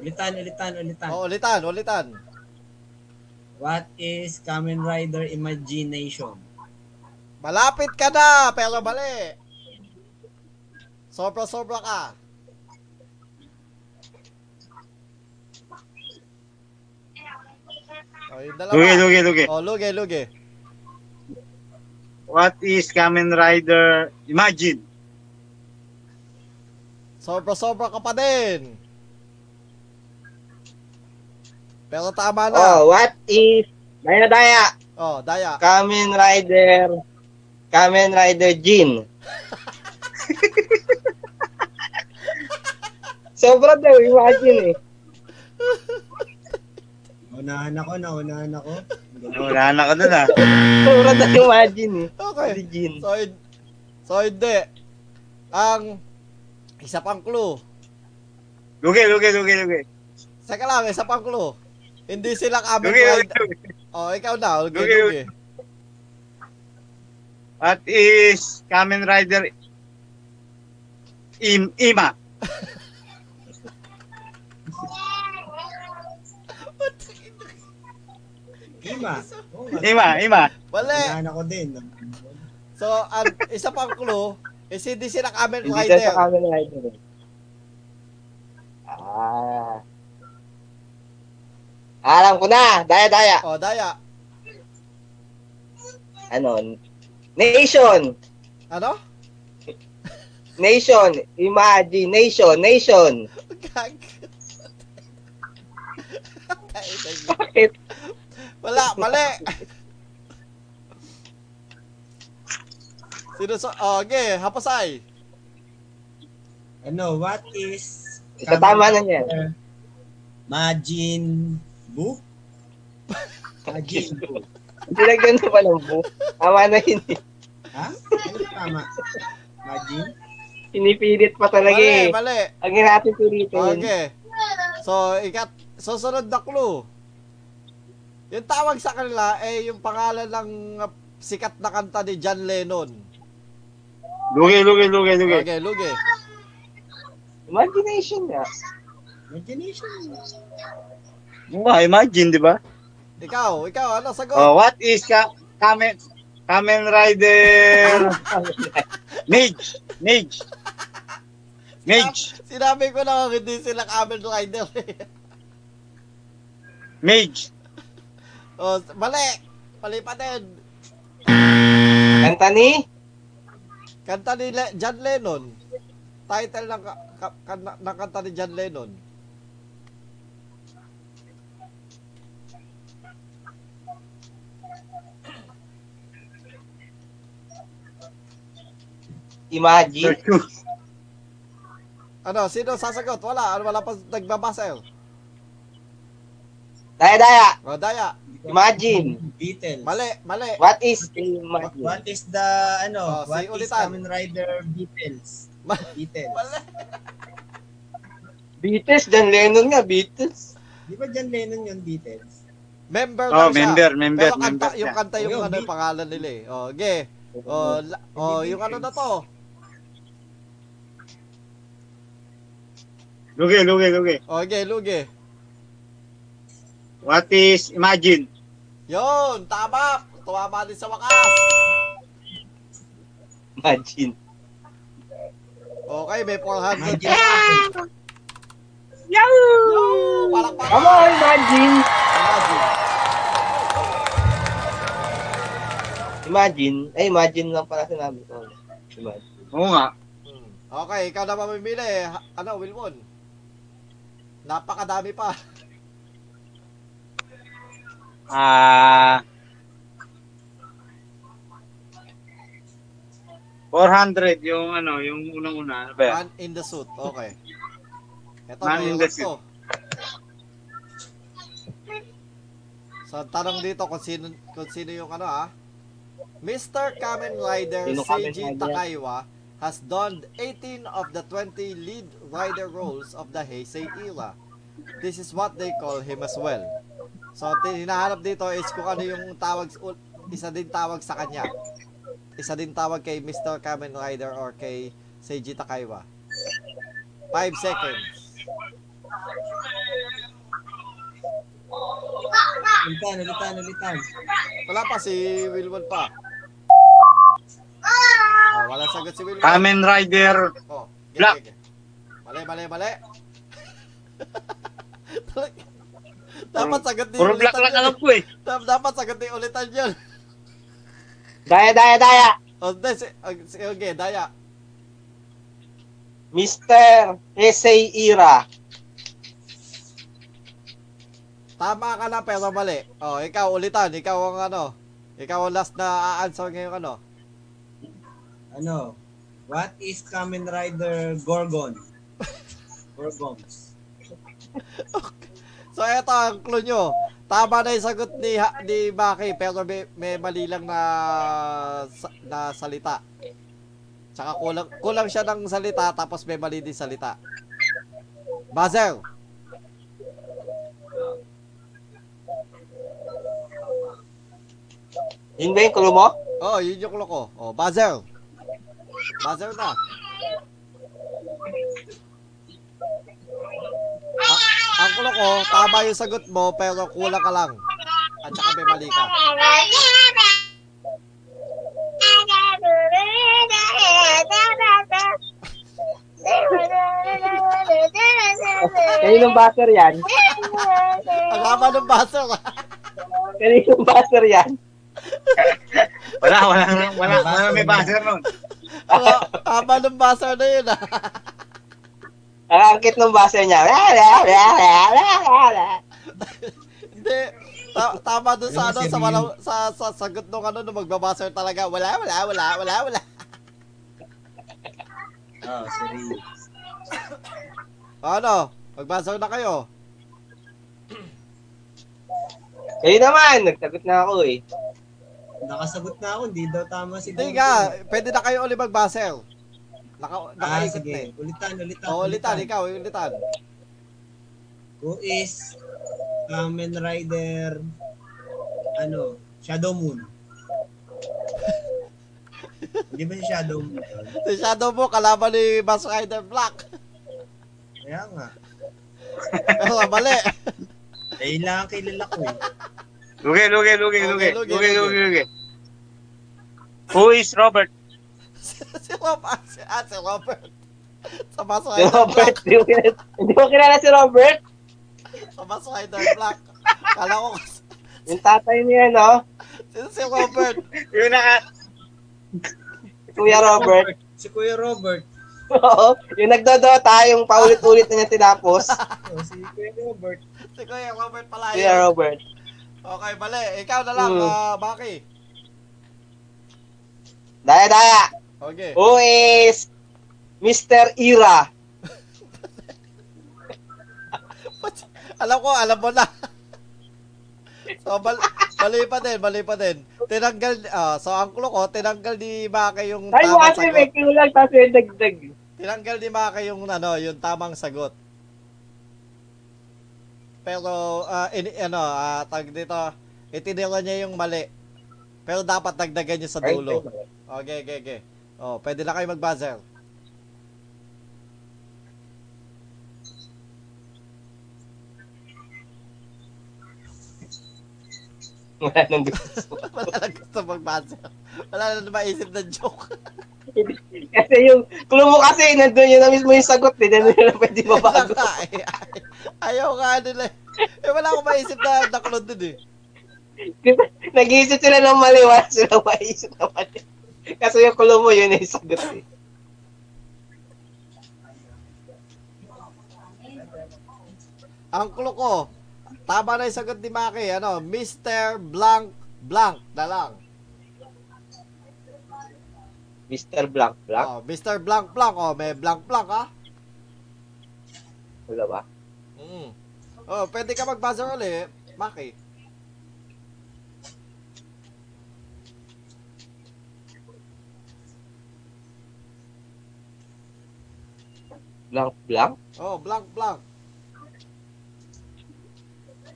Ulitan, ulitan, ulitan.
O, ulitan, ulitan.
What is Kamen Rider Imagination?
Malapit ka na, pero mali. Sobra-sobra ka. O, Oh, yung dalawa.
Lugi, lugi, lugi.
O, lugi, lugi.
What is Kamen Rider Imagine?
Sobra-sobra ka pa din. Pero tama na.
Oh, what is, daya daya,
Oh, daya.
Kamen Rider, Kamen Rider Jin. Sobra daw, imagine eh.
Naunahan ako, naunahan ako.
Wala na ka dun ah.
Sobra daw, imagine eh.
Okay.
Si Jin.
So, hin- so hindi. Ang isa pang clue.
Lugi, lugi, lugi, lugi.
Saka lang, isa pang clue. Hindi sila Kamen
Lugi, lugi,
Rider.
lugi.
Oh, ikaw na. Lugi,
Lugi,
lugi.
What is Kamen Rider Im Ima?
Ima. Oo nga,
Ima, Ima.
Mali.
Naunahan ako din.
So, ang isa pang clue is hindi sila Kamen
Hindi siya sa
Rider.
Kamen Rider eh. Ah. Alam ko na, daya daya.
O, Oh, Daya.
Ano? Nation,
Ano?
nation, imagination, nation.
Gag. Tayo, tayo.
Bakit?
Wala, mali. Sino sa... Oh, okay, hapasay.
Ano, what is
Ito tama na niya.
Rider Majin Buu? Majin Buu.
Nilagyan na pa ng bu. Tama na yun. eh.
Ha? Ano tama? Majin?
Pinipilit pa talaga
Mali,
eh.
mali.
Ang hirapin ko rito. yun.
Okay. So, ikat, susunod na clue. Yung tawag sa kanila, eh, yung pangalan ng uh, sikat na kanta ni John Lennon.
Lugi, lugi, lugi, lugi.
Okay, lugi.
Imagination nga.
Imagination.
Ba, imagine, di ba?
Ikaw, ikaw, ano sagot?
Oh, what is ka Kamen Kamen Rider? Midge, Midge. Midge,
Sinabi ko na hindi sila Kamen Rider. eh.
Midge.
oh, mali. Palipatin.
Kanta ni?
Kanta ni Le- John Lennon. Title ng, ka- ka- kan- ng kanta ni John Lennon.
Imagine.
Search ko.
Ano, sino sasagot? Wala, ano, wala pa eh. nagbabasel.
Daya, daya.
O, Oh, Daya.
Imagine.
Beatles.
Mali, mali.
What is imagine?
What is the, ano,
Oh,
what
sige,
is
ulitan.
Kamen Rider Beatles?
Ma-
Beatles.
Mali.
Beatles. John Lennon nga, Beatles.
Di ba John Lennon yung Beatles?
Member daw
Oh,
siya.
member, member,
Pero kanta,
member
yung
siya.
kanta yung
Yung
ano,
beat.
yung pangalan nila eh. O, okay. O, la- o, yung ano na to.
Lugi, lugi, lugi.
O, okay, Oh, lugi.
What is imagine?
Yun, tama. Tumama din sa wakas.
Imagine.
Okay, may 400.
Imagine.
Parang
Come
parang.
on, imagine. Imagine. Ay, imagine lang pala sinabi ko. Imagine.
Oo nga.
Hmm. Okay, ikaw na mamimili. Ha- Ano, Wilmon? Napakadami pa.
Ah 400 yung ano, yung unang-una. Ano ba yan?
Man in the suit. Okay. Ito,
Man
may
in the
utos to. So, tanong dito kung sino, kung sino yung ano ah. Mr. Kamen Rider
Sino Kamen
Seiji
Rider?
Takaiwa has donned 18 of the 20 lead rider roles of the Heisei era. This is what they call him as well. So, tinahanap dito is kung ano yung tawag, isa din tawag sa kanya. Isa din tawag kay Mr. Kamen Rider or kay Seiji Takaiwa. 5 seconds. Ah!
Ulitan, ulitan, ulitan.
Wala pa si Wilwon pa. Oh, wala sagot si Wilwon.
Kamen Rider
Oh, ge-
Black.
ge- ge. Mali, mali, mali. Dapat sagot ni
Puro black lang alam ko eh.
Dapat sagot ni ulitan yun.
Daya, daya, daya.
Oh, then, si, oh, si- okay, daya.
Mr. Hesey Ira.
Tama ka na pero mali. Oh, ikaw ulitan. Ikaw ang ano. Ikaw ang last na answer ngayong ano.
Ano? What is Kamen Rider Gorgon? Gorgons.
So, eto ang clue nyo. Tama na yung sagot ni, ha, ni Maki, pero may, may mali lang na, sa- na salita. Tsaka kulang, kulang siya ng salita, tapos may mali din salita. Buzzer!
Yun ba yung kulo mo?
Oh, yun yung clue ko. Oh, buzzer! Buzzer na. A- Ah, ang clue ko, tama yung sagot mo, pero kulang ka lang. At saka may mali ka.
Kaninong buzzer yan?
Ang haba ng buzzer.
Kaninong buzzer yan?
Wala, wala, wala, wala may buzzer nun.
Ang ha- haba ng buzzer na yun. ah.
Ang angkit ng buzzer niya.
Hindi. Ta- tama dun sa ano, sa, walang, sa, sa sagot nung ano, nung magbabuzzer talaga. Wala, wala, wala, wala, wala.
Oh, sorry.
Ano? Magbuzzer na kayo.
Kayo naman, nagtagot na ako eh.
Nakasagot na ako, hindi daw tama si
Hindi
Gorgon.
nga, pwede na kayo ulit magbuzzer. Naka,
Ah,
nakaikot na eh.
sige. Ulitan, ulitan.
Oo, ulitan, ikaw, ulitan.
Who is Kamen Rider ano, Shadow Moon? Hindi ba si Shadow Moon? yun?
Si Shadow mo, kalaban ni Mask Rider Black.
Kaya nga.
Pero mali.
Eh, yun lang ang kilala ko eh.
Luge, luge, luge,
Okay,
luge.
luge,
Luge,
luge.
luge, luge. Who is Robert?
si, si Rob, ah, si, ah, si Robert. Sa Mask
Si
Rider Black.
Robert, di mo kilala, hindi mo kilala si Robert?
Sa Mask Rider Black. Kala ko kasi-
Yung tatay niya, no?
sino si Robert.
Yung naka...
Kuya Robert.
Si Kuya Robert.
Oo, yung nagdodota, yung paulit-ulit na niya tinapos.
Oh, si Kuya Robert.
Si Kuya Robert pala
Kuya
yun.
Robert.
Okay, mali. Ikaw na lang,
Hmm.
ah, Baki.
Daya, daya.
Okay.
Who is Mr. Ira?
Alam ko, alam mo na. so, bal mali pa din, mali pa din. Tinanggal, ah, so ang clue ko, tinanggal ni Maki yung
Ay,
tamang
wala
sagot.
may kill lang, tapos may dagdag.
Tinanggal ni Maki yung, ano, yung tamang sagot. Pero, ah, ini- ano, ah, tag dito, itinira niya yung mali. Pero dapat dagdagan niya sa dulo. Okay, okay, okay. Oh, pwede na kayo mag-buzzer.
Wala nang gusto.
Wala na gusto mag-buzzer. Wala na maisip na joke.
Kasi yung clue mo kasi, nandun yun na mismo yung sagot, eh. Nandun yun na pwede mabago.
Ay- eh, ay- Ayaw nga nila. eh. Eh, wala akong maisip na naklod din eh.
Nag-iisip sila ng mali, wala sila maisip na mali. Kasi yung clue mo, yun na yung sagot, eh.
Ang kulo ko, tama na yung sagot ni Maki, ano, Mr. Blank Blank na lang.
Mr. Blank Blank?
Oh, Mr. Blank Blank, oh, may Blank Blank ah.
Wala ba?
Mm. Oh, pwede ka mag-buzzer ulit, Maki.
Blank Blank?
Oh, Blank Blank.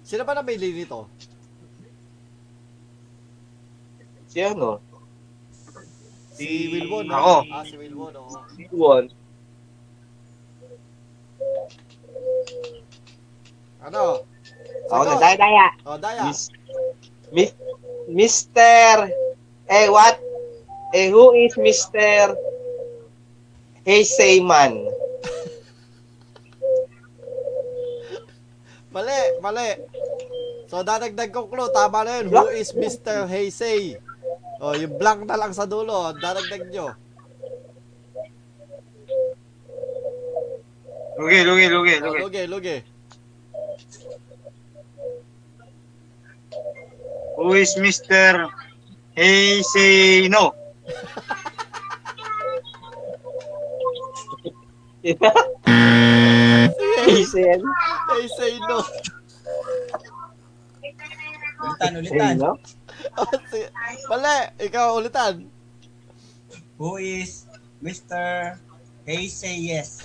Sino ba namili nito?
Si ano?
Si Wilbon.
Ako.
oh. Ah, si Wilbon, oo.
Si Juan.
Ano?
Ako na,
Sagot.
daya, daya.
Oh, Daya.
Mis, mis, Mr. Eh, what? Eh, who is Mr. Heiseyman?
Mali, mali. So, dadagdag kong clue. Tama na yun. Who is Mr. Heisei? Oh, yung blank na lang sa dulo. Dadagdag nyo.
Luge, luge, luge,
Oh,
luge.
luge, luge.
Who is Mr. Heiseno?
Heisey, ano?
Heisei no.
Ulitan, ulitan.
Heisey, no?
Oh, si- mali. Ikaw ulitan.
Who is Mr. Hey Say Yes?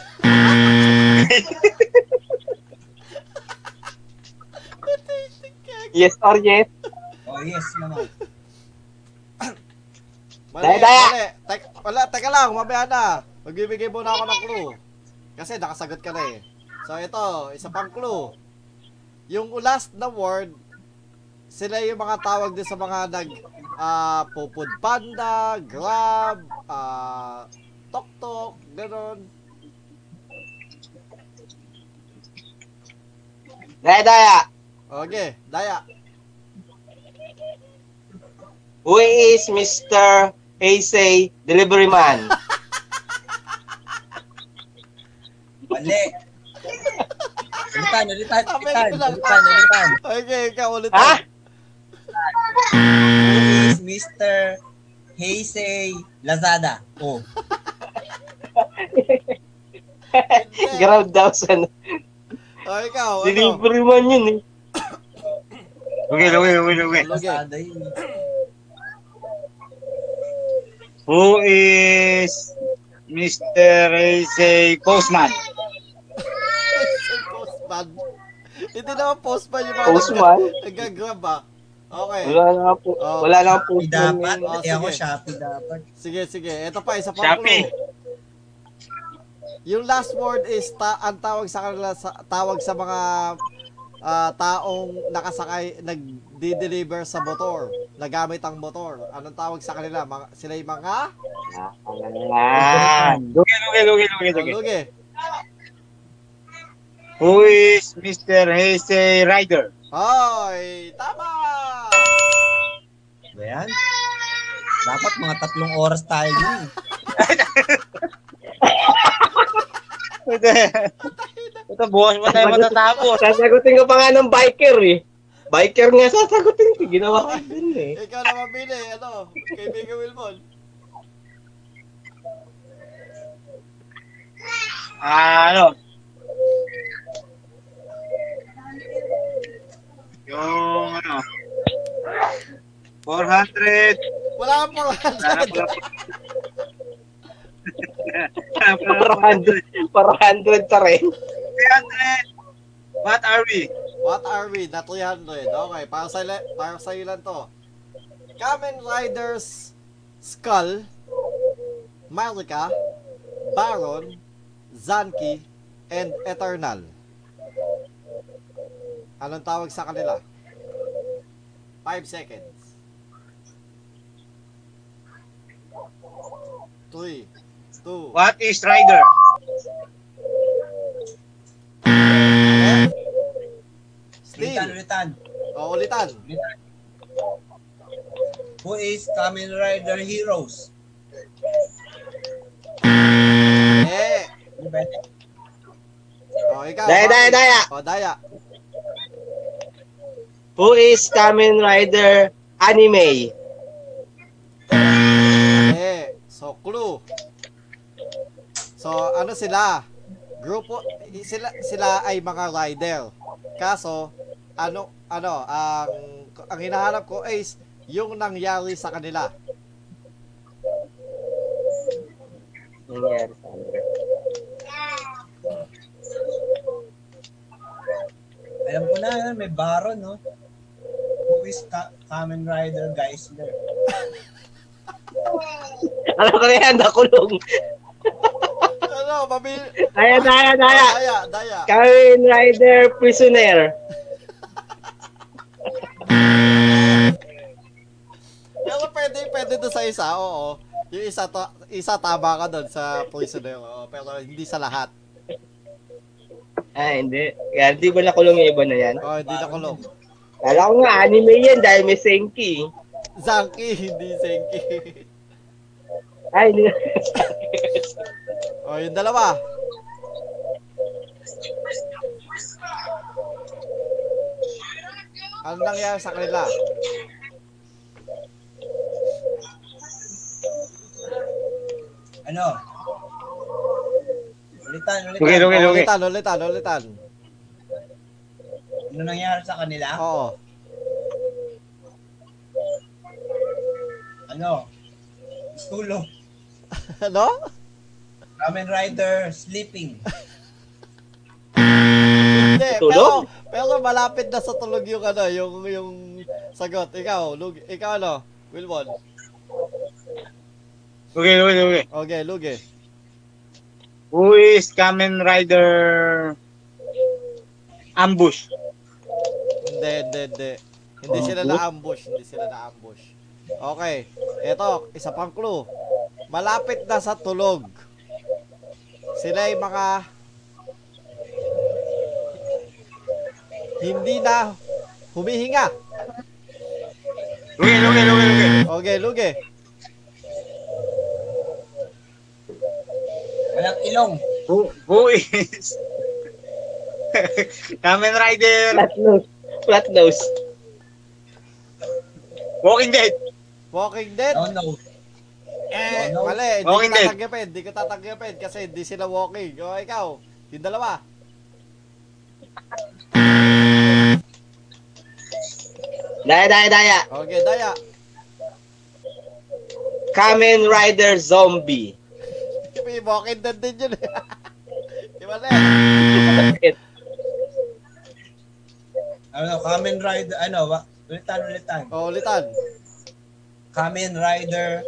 Yes or yes?
Oh, yes naman.
Mali,
Daya, daya.
mali. Tek, wala, teka lang. Mamaya na. Magbibigay muna ako ng clue. Kasi nakasagot ka na eh. So, ito. Isa pang clue. Yung last na word, sila yung mga tawag din sa mga nag ah Pupud Panda, Grab, ah Tok Tok, gano'n.
Daya, daya.
Okay, Daya.
Who is Mr. Heisey Delivery Man?
Mali. Ulitan, ulitan,
Sabi ko
ulitan,
lang.
ulitan, ulitan.
Okay, ikaw ulit.
Ha?
Who is Mr. Hey Say Lazada? Oh.
Grab daw sa ano.
Oh, ikaw. Ano?
Delivery man yun eh.
Luge, luge, luge, luge.
Lazada yun.
Who is Mr. Ace Postman.
postman. Hindi naman postman yung mga
Postman?
nag- nagagrab ah. Okay.
Wala na nga po.
Oh.
Wala na nga po.
Dapat,
Oh,
eh ako
sige.
Shopee dapat.
Sige, sige. Ito pa, isa pa
Shopee.
clue. Yung last word is ta- ang tawag sa kanila sa, tawag sa mga ah, taong nakasakay nagdi-deliver sa motor, nagamit ang motor. Anong tawag sa kanila? Mga, sila yung mga
Ah, lugi, lugi, lugi, lugi, lugi.
Lugi.
Who is Mr. Ace Rider?
Hoy, tama.
Ayan. Dapat mga tatlong oras tayo yun.
Ito, bukas pa tayo matatapos.
Oh, Sasagutin ko pa nga ng biker eh. Biker nga sasagutin ko. Ginawa ko din eh.
Ikaw na mabili, ano? Kaibigan Wilbon.
Ah, ano? Yung ano? 400.
Wala kang
Sana
400.
pala. Sana
Para
pala-
100, para 100 sa rin.
300. What are we?
What are we? Na 300. Okay, para sa para sa iyo lang to. Kamen Riders Skull, Malika, Baron, Zanki, and Eternal. Anong tawag sa kanila? 5 seconds. 3, 2,
What is Rider?
Ulitan,
Steel.
ulitan.
O, ulitan.
Who is Kamen Rider Heroes?
Eh.
Di ba?
O, ikaw.
Daya, daya,
Maki.
daya.
O, daya.
Who is Kamen Rider anime?
Eh, so clue. So ano sila? Grupo sila sila ay mga rider. Kaso ano ano ang ang hinahanap ko is yung nangyari sa kanila.
Nangyari sa amin.
Alam ko na yun, may Baron, no? Who is Ka- Kamen Rider Geisler?
Alam ko na yan, Ano nakulong.
Ano, mabili.
Daya, daya, daya.
Daya, daya.
Kamen Rider Prisoner.
Pero pwede, pwede doon sa isa, oo. Yung isa, to, isa tama ka doon sa prisoner, oo. Pero hindi sa lahat.
Ah, hindi. Kaya di ba nakulong yung iba na yan?
Oo, hindi nakulong.
Kala ko nga anime yan dahil may Senki.
Zanki, hindi Senki.
Ay, hindi.
O, Oh, yung dalawa. Ano nangyari sa kanila?
Ano? Ulitan, ulitan.
Lugi, lugi, lugi.
Oh, Ulitan, ulitan, ulitan.
Ano nangyari sa kanila?
Oo.
Ano? Tulog.
Ano?
Kamen Rider Sleeping.
Hindi, pero,
Tulog?
pero malapit na sa tulog yung ano, yung, yung sagot. Ikaw, lug, ikaw ano, Wilbon.
Okay, okay, okay.
Okay, lugi.
Who is Kamen Rider Ambush?
Hindi, hindi, hindi. Hindi sila na-ambush, hindi sila na-ambush. Okay, eto, isa pang clue. Malapit na sa tulog. Sila ay mga hindi na humihinga.
Okay, okay, okay, okay.
Okay, lugi.
Walang ilong.
Who, who is Kamen Rider
Flat nose. Flat nose.
Walking Dead?
Walking Dead.
No, no.
Eh,
Oh, no.
mali. Hindi
Walking
ko
Dead.
tatanggapin. Hindi ko tatanggapin kasi hindi sila walking. O, ikaw. Yung dalawa.
Daya, daya, daya.
Okay, daya.
Kamen Rider Zombie.
eh. Walking dead din yun eh. Di ba, Le?
Ano, Kamen Rider, ano, wa- ulitan, ulitan.
O, Oh, ulitan.
Kamen Rider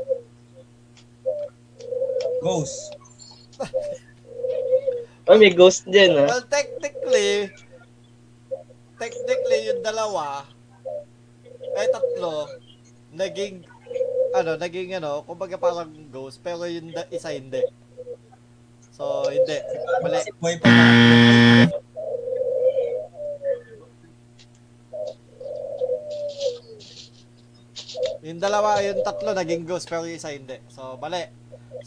Ghost.
Oh, may ghost dyan, ha?
Well, technically, technically, yung dalawa, ay tatlo, naging, ano, naging ano, kumbaga parang ghost, pero yung da- isa hindi. So, hindi. Mali.
Si Boy pa na.
Yung dalawa, yung tatlo, naging ghost, pero yung isa hindi. So, mali.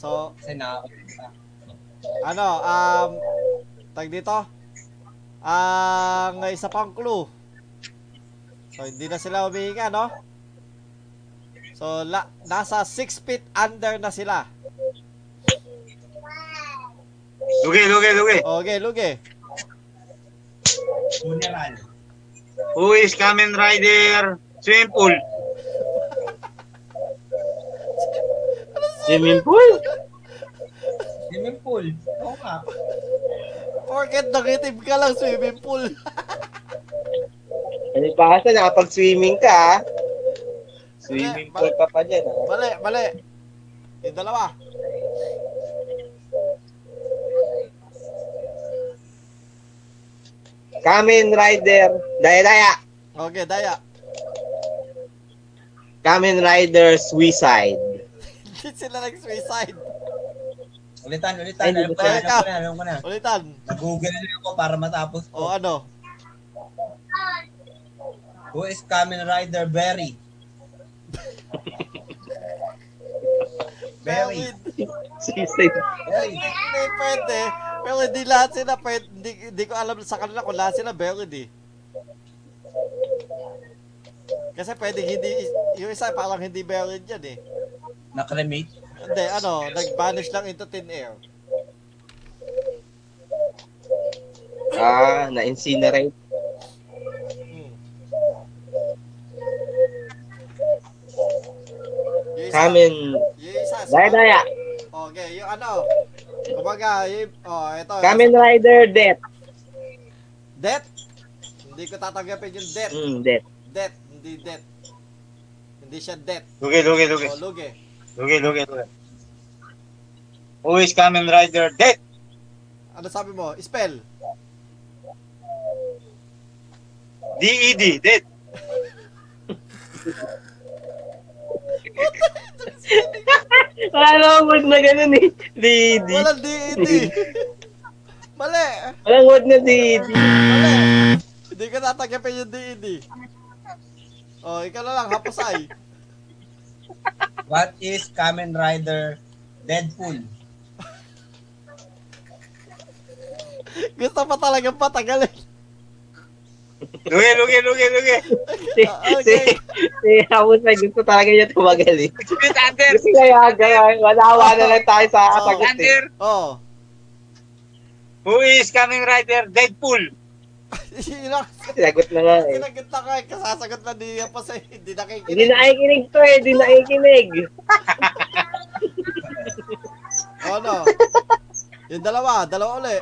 So,
Kasi na,
ano, um, tag dito, ang isa pang clue. So, hindi na sila humihinga, no? So, la, nasa 6 feet under na sila.
Lugi, lugi, lugi.
Okay, luge.
funeral.
Who is Kamen Rider? Swimming pool.
Swimming pool?
Swimming pool. Oo nga.
Forget negative ka lang, swimming pool.
Ano pa kasi nakapag-swimming ka, ha? Swimming
Mali,
pool ka pa dyan, ah. ha?
Mali, mali. Yung dalawa.
Kamen Rider, daya-daya!
Okay, daya.
Kamen Rider Suicide.
Hindi sila nag-suicide.
Ulitan, ulitan.
Ay,
Alam ko na,
ulitan.
alam ko na, alam ko na.
Ulitan.
Nag-google na ako para matapos
O
ko.
ano?
Who is Kamen Rider Berry? Berry.
Suicide.
Berry.
Hindi pwede. Pero hindi lahat sila pwede. Hindi, hindi ko alam sa kanila kung lahat sila buried eh. Kasi pwede hindi, yung isa parang hindi buried yan eh.
Nakremate.
Hindi, ano, nag-vanish lang into thin air.
Ah, na-incinerate.
Hmm. Yung isa-
Kamen...
Yung isa,
Daya-daya!
Okay, yung ano, kumbaga, yung, oh, ito.
Kamen Rider Death.
Death? Hindi ko tatanggapin yung death.
Hmm, Death.
Death, hindi death. Hindi siya Oh, death.
Lugi, lugi, lugi.
O, luge.
Lugi, lugi, lugi. Who is Kamen Rider? Death.
Ano sabi mo? Spell.
D-E-D. Death.
Wala akong word na ganun, eh. DD.
Walang D.E.D. Mali.
Walang word na DD.
Mali. Hindi ko tatanggapin yung D.E.D. O, Oh, ikaw na lang, hapusay.
What is Kamen Rider Deadpool?
Gusto pa talaga patagalin.
Lugi, lugi, lugi, lugi.
Si,
Ah,
si, si Hamusay, Eh, gusto talaga niya tumagal, eh.
Spit under.
Gusto kaya, kaya, wala na lang tayo sa
Oh.
sagot, eh.
Under.
O.
Who is Kamen Rider? Deadpool.
Yun ang
Sinagot na nga, eh.
sinagot na ko eh. Kasasagot na ni hapusay. Hindi nakikinig.
Hindi nakikinig to eh, hindi nakikinig.
O, ano? Yung dalawa, dalawa uli.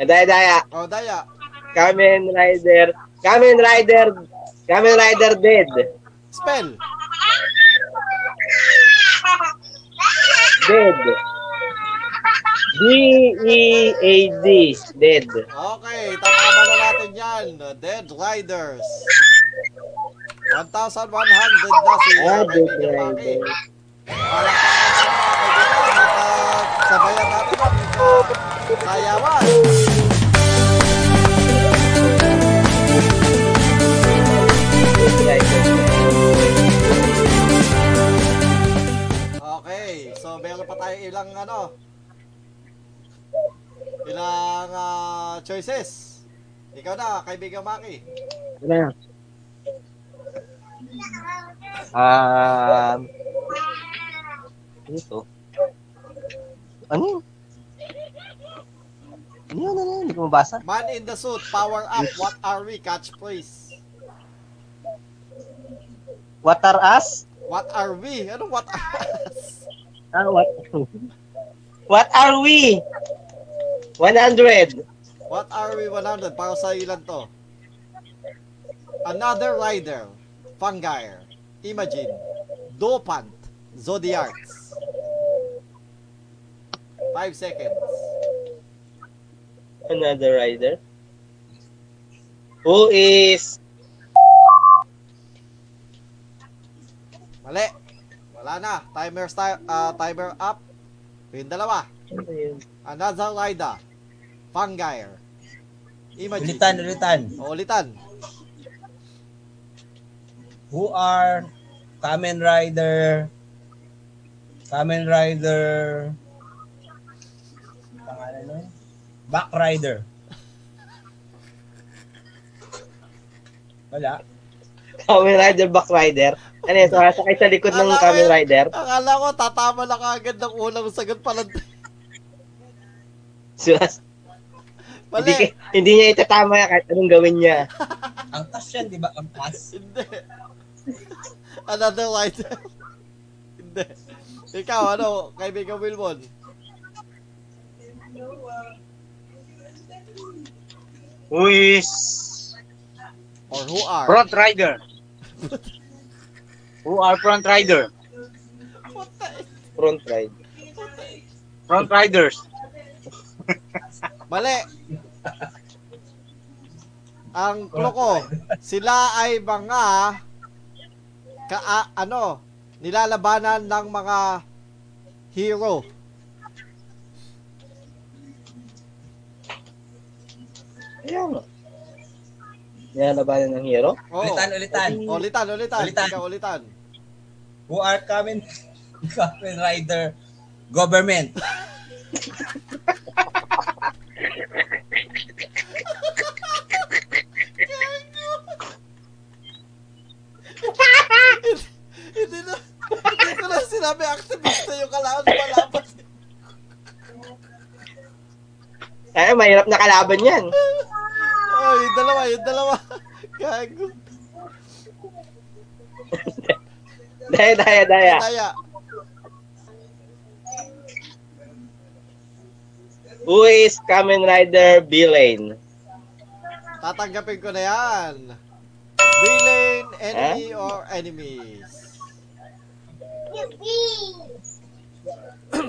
Daya-daya,
O, daya.
Ah, Kamen Rider, Kamen Rider, Kamen Rider dead.
Spell.
Dead. D-E-A-D, dead.
Okay, tatama na natin yan. Dead Riders. 1,100 na si
Ah, Dead
kaibigan Maki.
Rider.
Palakpakan natin mga kaibigan at sabayan natin ang isang sayawan.
Dead Rider.
Okay, so meron pa tayo ilang ano, ilang ah, choices. Ikaw na, kaibigan Maki.
Ano? Um, ano to? Ano yun? Ano yun? Ano yun? Hindi ko mabasa.
Man in the suit, power up, what are we? Catchphrase.
What are us?
What Ano, are we? Anong what are us?
Ah, what? What are we? 100.
What are we 100? Para sa ilan to? Another Rider, Fangire, Imagine, Dopant, Zodiacs. 5 seconds.
Another rider. Who is...
Mali. Wala na. Timer sti- ah, timer up. Yung dalawa.
Ano yun?
Another Rider, Fangire, Imagine.
Ulitan, ulitan.
O, ulitan.
Who are Kamen Rider, Kamen Rider, pangalan nun? Back Rider. Wala.
Kamen Rider, Back Rider. Ano yun? Sa, sakay sa likod ng
Akala ko
Kamen
yun-
Rider.
Akala ko tatama lang agad ng unang sagot pala.
Sus,
Mali.
hindi, ki- hindi niya itatama kahit anong gawin niya.
Ang tas yan, di ba? Ang tas.
Hindi. Another lighter. Hindi. Ikaw, ano, kaibigan Wilbon?
Who is
Or who are?
front rider? Who are front rider?
What the-
Front ride.
Front riders.
Mali. Ang kloko, sila ay mga ka a- ano, nilalabanan ng mga hero.
Ayan. Nilalabanan ng hero?
Oo.
Ulitan, ulitan.
Ulitan, ulitan.
Ulitan.
Ikaw, ulitan.
Who are Kamen, Kamen Rider Government?
Hindi na, hindi ko na sinabi activist na yung kalaan palapas.
Ay, mahirap na kalaban yan.
Oh, yung dalawa, yung dalawa. Gago.
Daya, daya, daya.
Taya.
Who is Kamen Rider B-Lane?
Tatanggapin ko na yan. Villain, enemy, or enemies.
Yippee!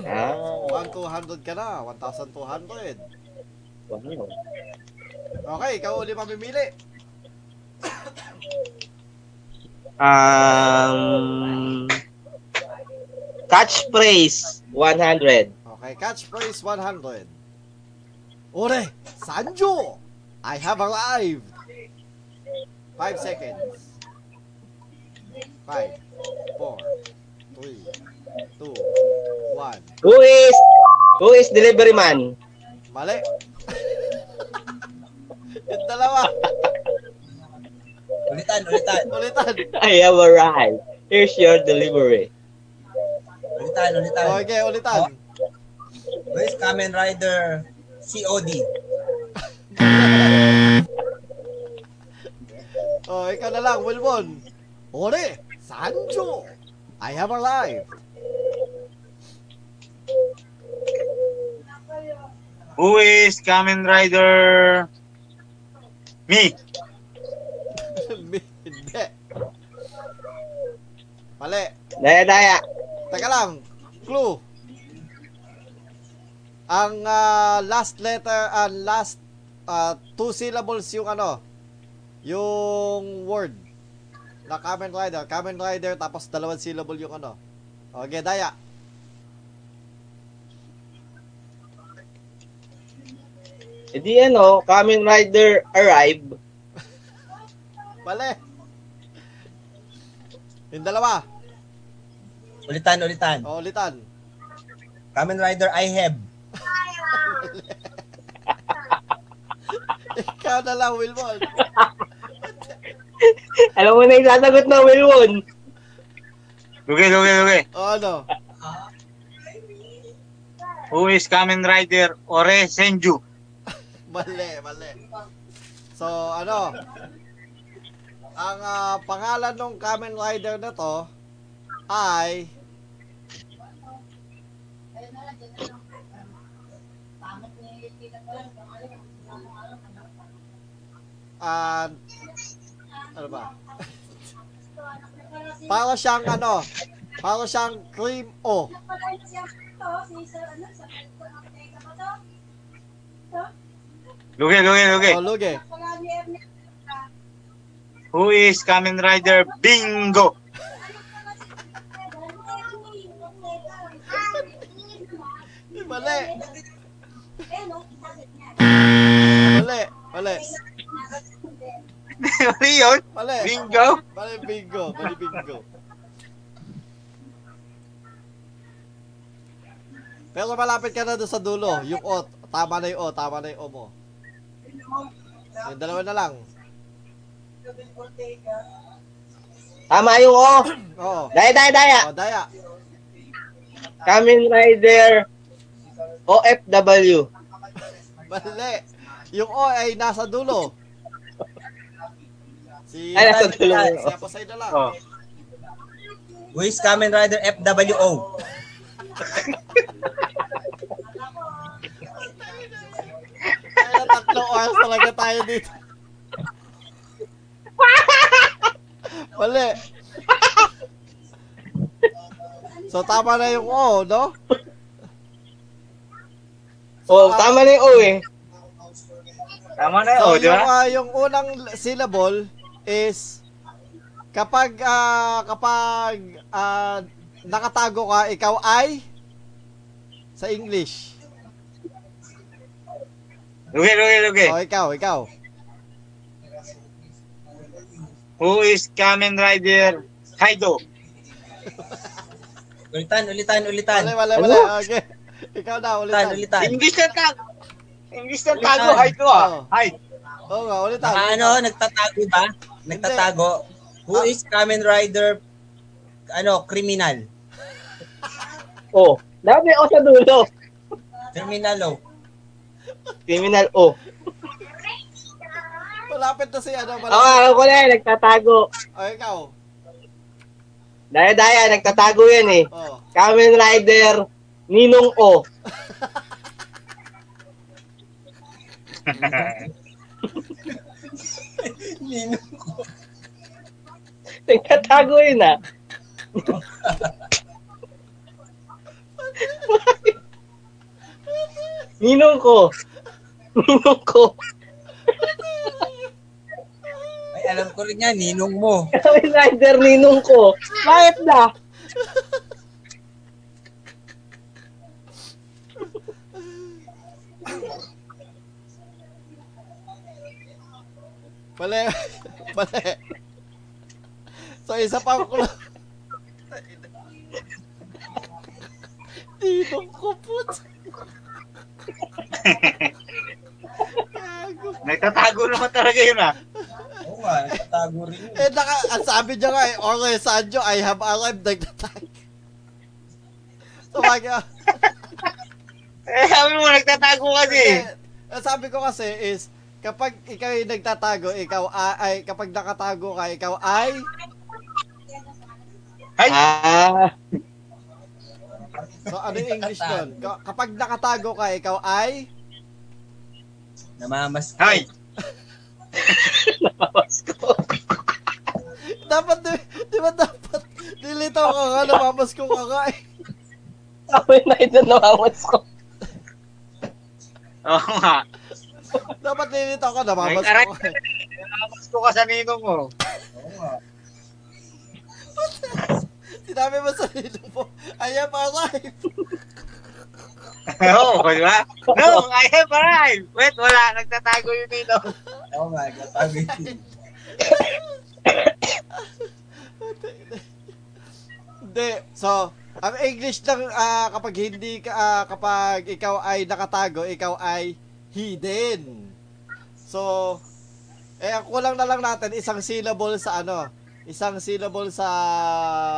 Ah,
1,200 ka na. 1,200.
wow.
Okay, ikaw uli mamimili.
Um, catchphrase 100.
Okay, catchphrase 100. Ore, Sanjo! I have arrived! 5 seconds. 5, 4, 3, 2, 1.
Who is Who is delivery man?
Mali. Yung dalawa.
Ulitan, ulitan.
Ulitan.
I have arrived. Here's your delivery.
Ulitan, ulitan.
Okay, ulitan.
Who is Kamen Rider COD?
Oh, ikaw na lang, Wilbon. Ore, Sanjo. I have arrived.
Who is Kamen Rider? Me.
Hindi. Mali.
Daya daya.
Teka lang. Clue. Ang ah, last letter, ang last ah, two syllables yung ano, yung word na Kamen Rider. Kamen Rider, tapos dalawang syllable yung ano. Okay, Daya.
E di ano, Kamen Rider arrive.
Mali. Yung dalawa.
Ulitan, ulitan.
O, Oh, ulitan.
Kamen Rider I E have.
Ikaw na lang, Wilbon.
Alam mo na yung sasagot na Wilwon.
Lugi, lugi, lugi.
O, ano?
Who is Kamen Rider Ore Senju?
Mali, mali. So, ano? Ang ah, pangalan ng Kamen Rider na to ay Ah, ano ba? Para siyang ano, para siyang cream o.
Lugi, lugi, lugi.
O, lugi.
Who is Kamen Rider Bingo?
Mali. Mali. Mali.
Ano yun?
Mali.
Bingo?
Mali bingo. Mali bingo. Pero malapit ka na doon sa dulo. Yung O. Tama na yung O. Tama na yung O mo. Yung dalawa na lang.
Tama yung O.
Oo.
Daya, daya, daya.
O, daya.
Kamen Rider OFW.
Mali. Yung O ay nasa dulo. Si,
Ay, nasa dulo.
Si Apasay na lang.
Oh.
Who is Kamen Rider FWO?
Kaya tatlong oras talaga tayo dito. Mali. So tama na yung O, no?
Oh, tama na yung O eh.
Tama na,
So
oh, di
yung,
ba?
ah, yung unang syllable is kapag ah, kapag ah, nakatago ka, ikaw ay sa English.
Lugi, lugi, lugi.
O Oh, ikaw, ikaw.
Who is Kamen Rider Kaido?
Ulitan, ulitan, ulitan.
Mali, mali, mali. Okay. Ikaw na,
Ulitan,
ulitan.
ulitan.
English na tag. English na tago, Kaido ah.
Oo.
Hide.
Oo nga, ulitan.
Baka ano, nagtatago ba? Nagtatago. Who
Ah.
is Kamen Rider ano, criminal?
O. Oh, Dapat may O sa dulo.
Criminal oh. law.
Criminal O.
Malapit na si ano,
Oo, oh,
malapit.
alam ko na yan. Nagtatago.
O ikaw.
Daya, daya. Nagtatago yan eh.
Oh.
Kamen Rider Ninong O. Nagtatago yun ah. Ninong ko. Ninong ko.
Ay, alam ko rin yan, ninong mo.
Kamen Rider Ninong ko. Bakit na?
Mali. Mali. So, isa pa ako. Tinong ko put. Gago.
Nagtatago naman talaga yun ah.
Oo nga, nagtatago rin yun.
Eh, naka, ang sabi niya nga, eh, Oro Sanjo, I have arrived, nagtatag. So, baga,
Eh, sabi mo, nagtatago kasi.
eh, ang sabi ko kasi is, kapag ikaw ay nagtatago, ikaw a- ay, kapag nakatago ka, ikaw ay,
Ah.
so ano yung English nun? Ka- Kapag nakatago ka, ikaw ay,
Namamas.
Hide.
Dapat, di, di ba dapat nilitaw ka nga, namamas ko ka nga eh.
Kamen Rider nawawas ko.
Oo nga.
Dapat nilitaw ka, namamas
Ay, aray.
ko ka eh.
Nakapas ko ka sa ninong mo.
Sinabi mo sa sarili mo, I am alive.
Oo, di ba? No, I have arrived. Wait, wala. Nagtatago yun dito.
Oo nga, nagtatago yun.
Hindi, so, ang English ng ah, kapag hindi ka, ah, kapag ikaw ay nakatago, ikaw ay hidden. So, eh, ang kulang na lang natin, isang syllable sa ano, isang syllable sa...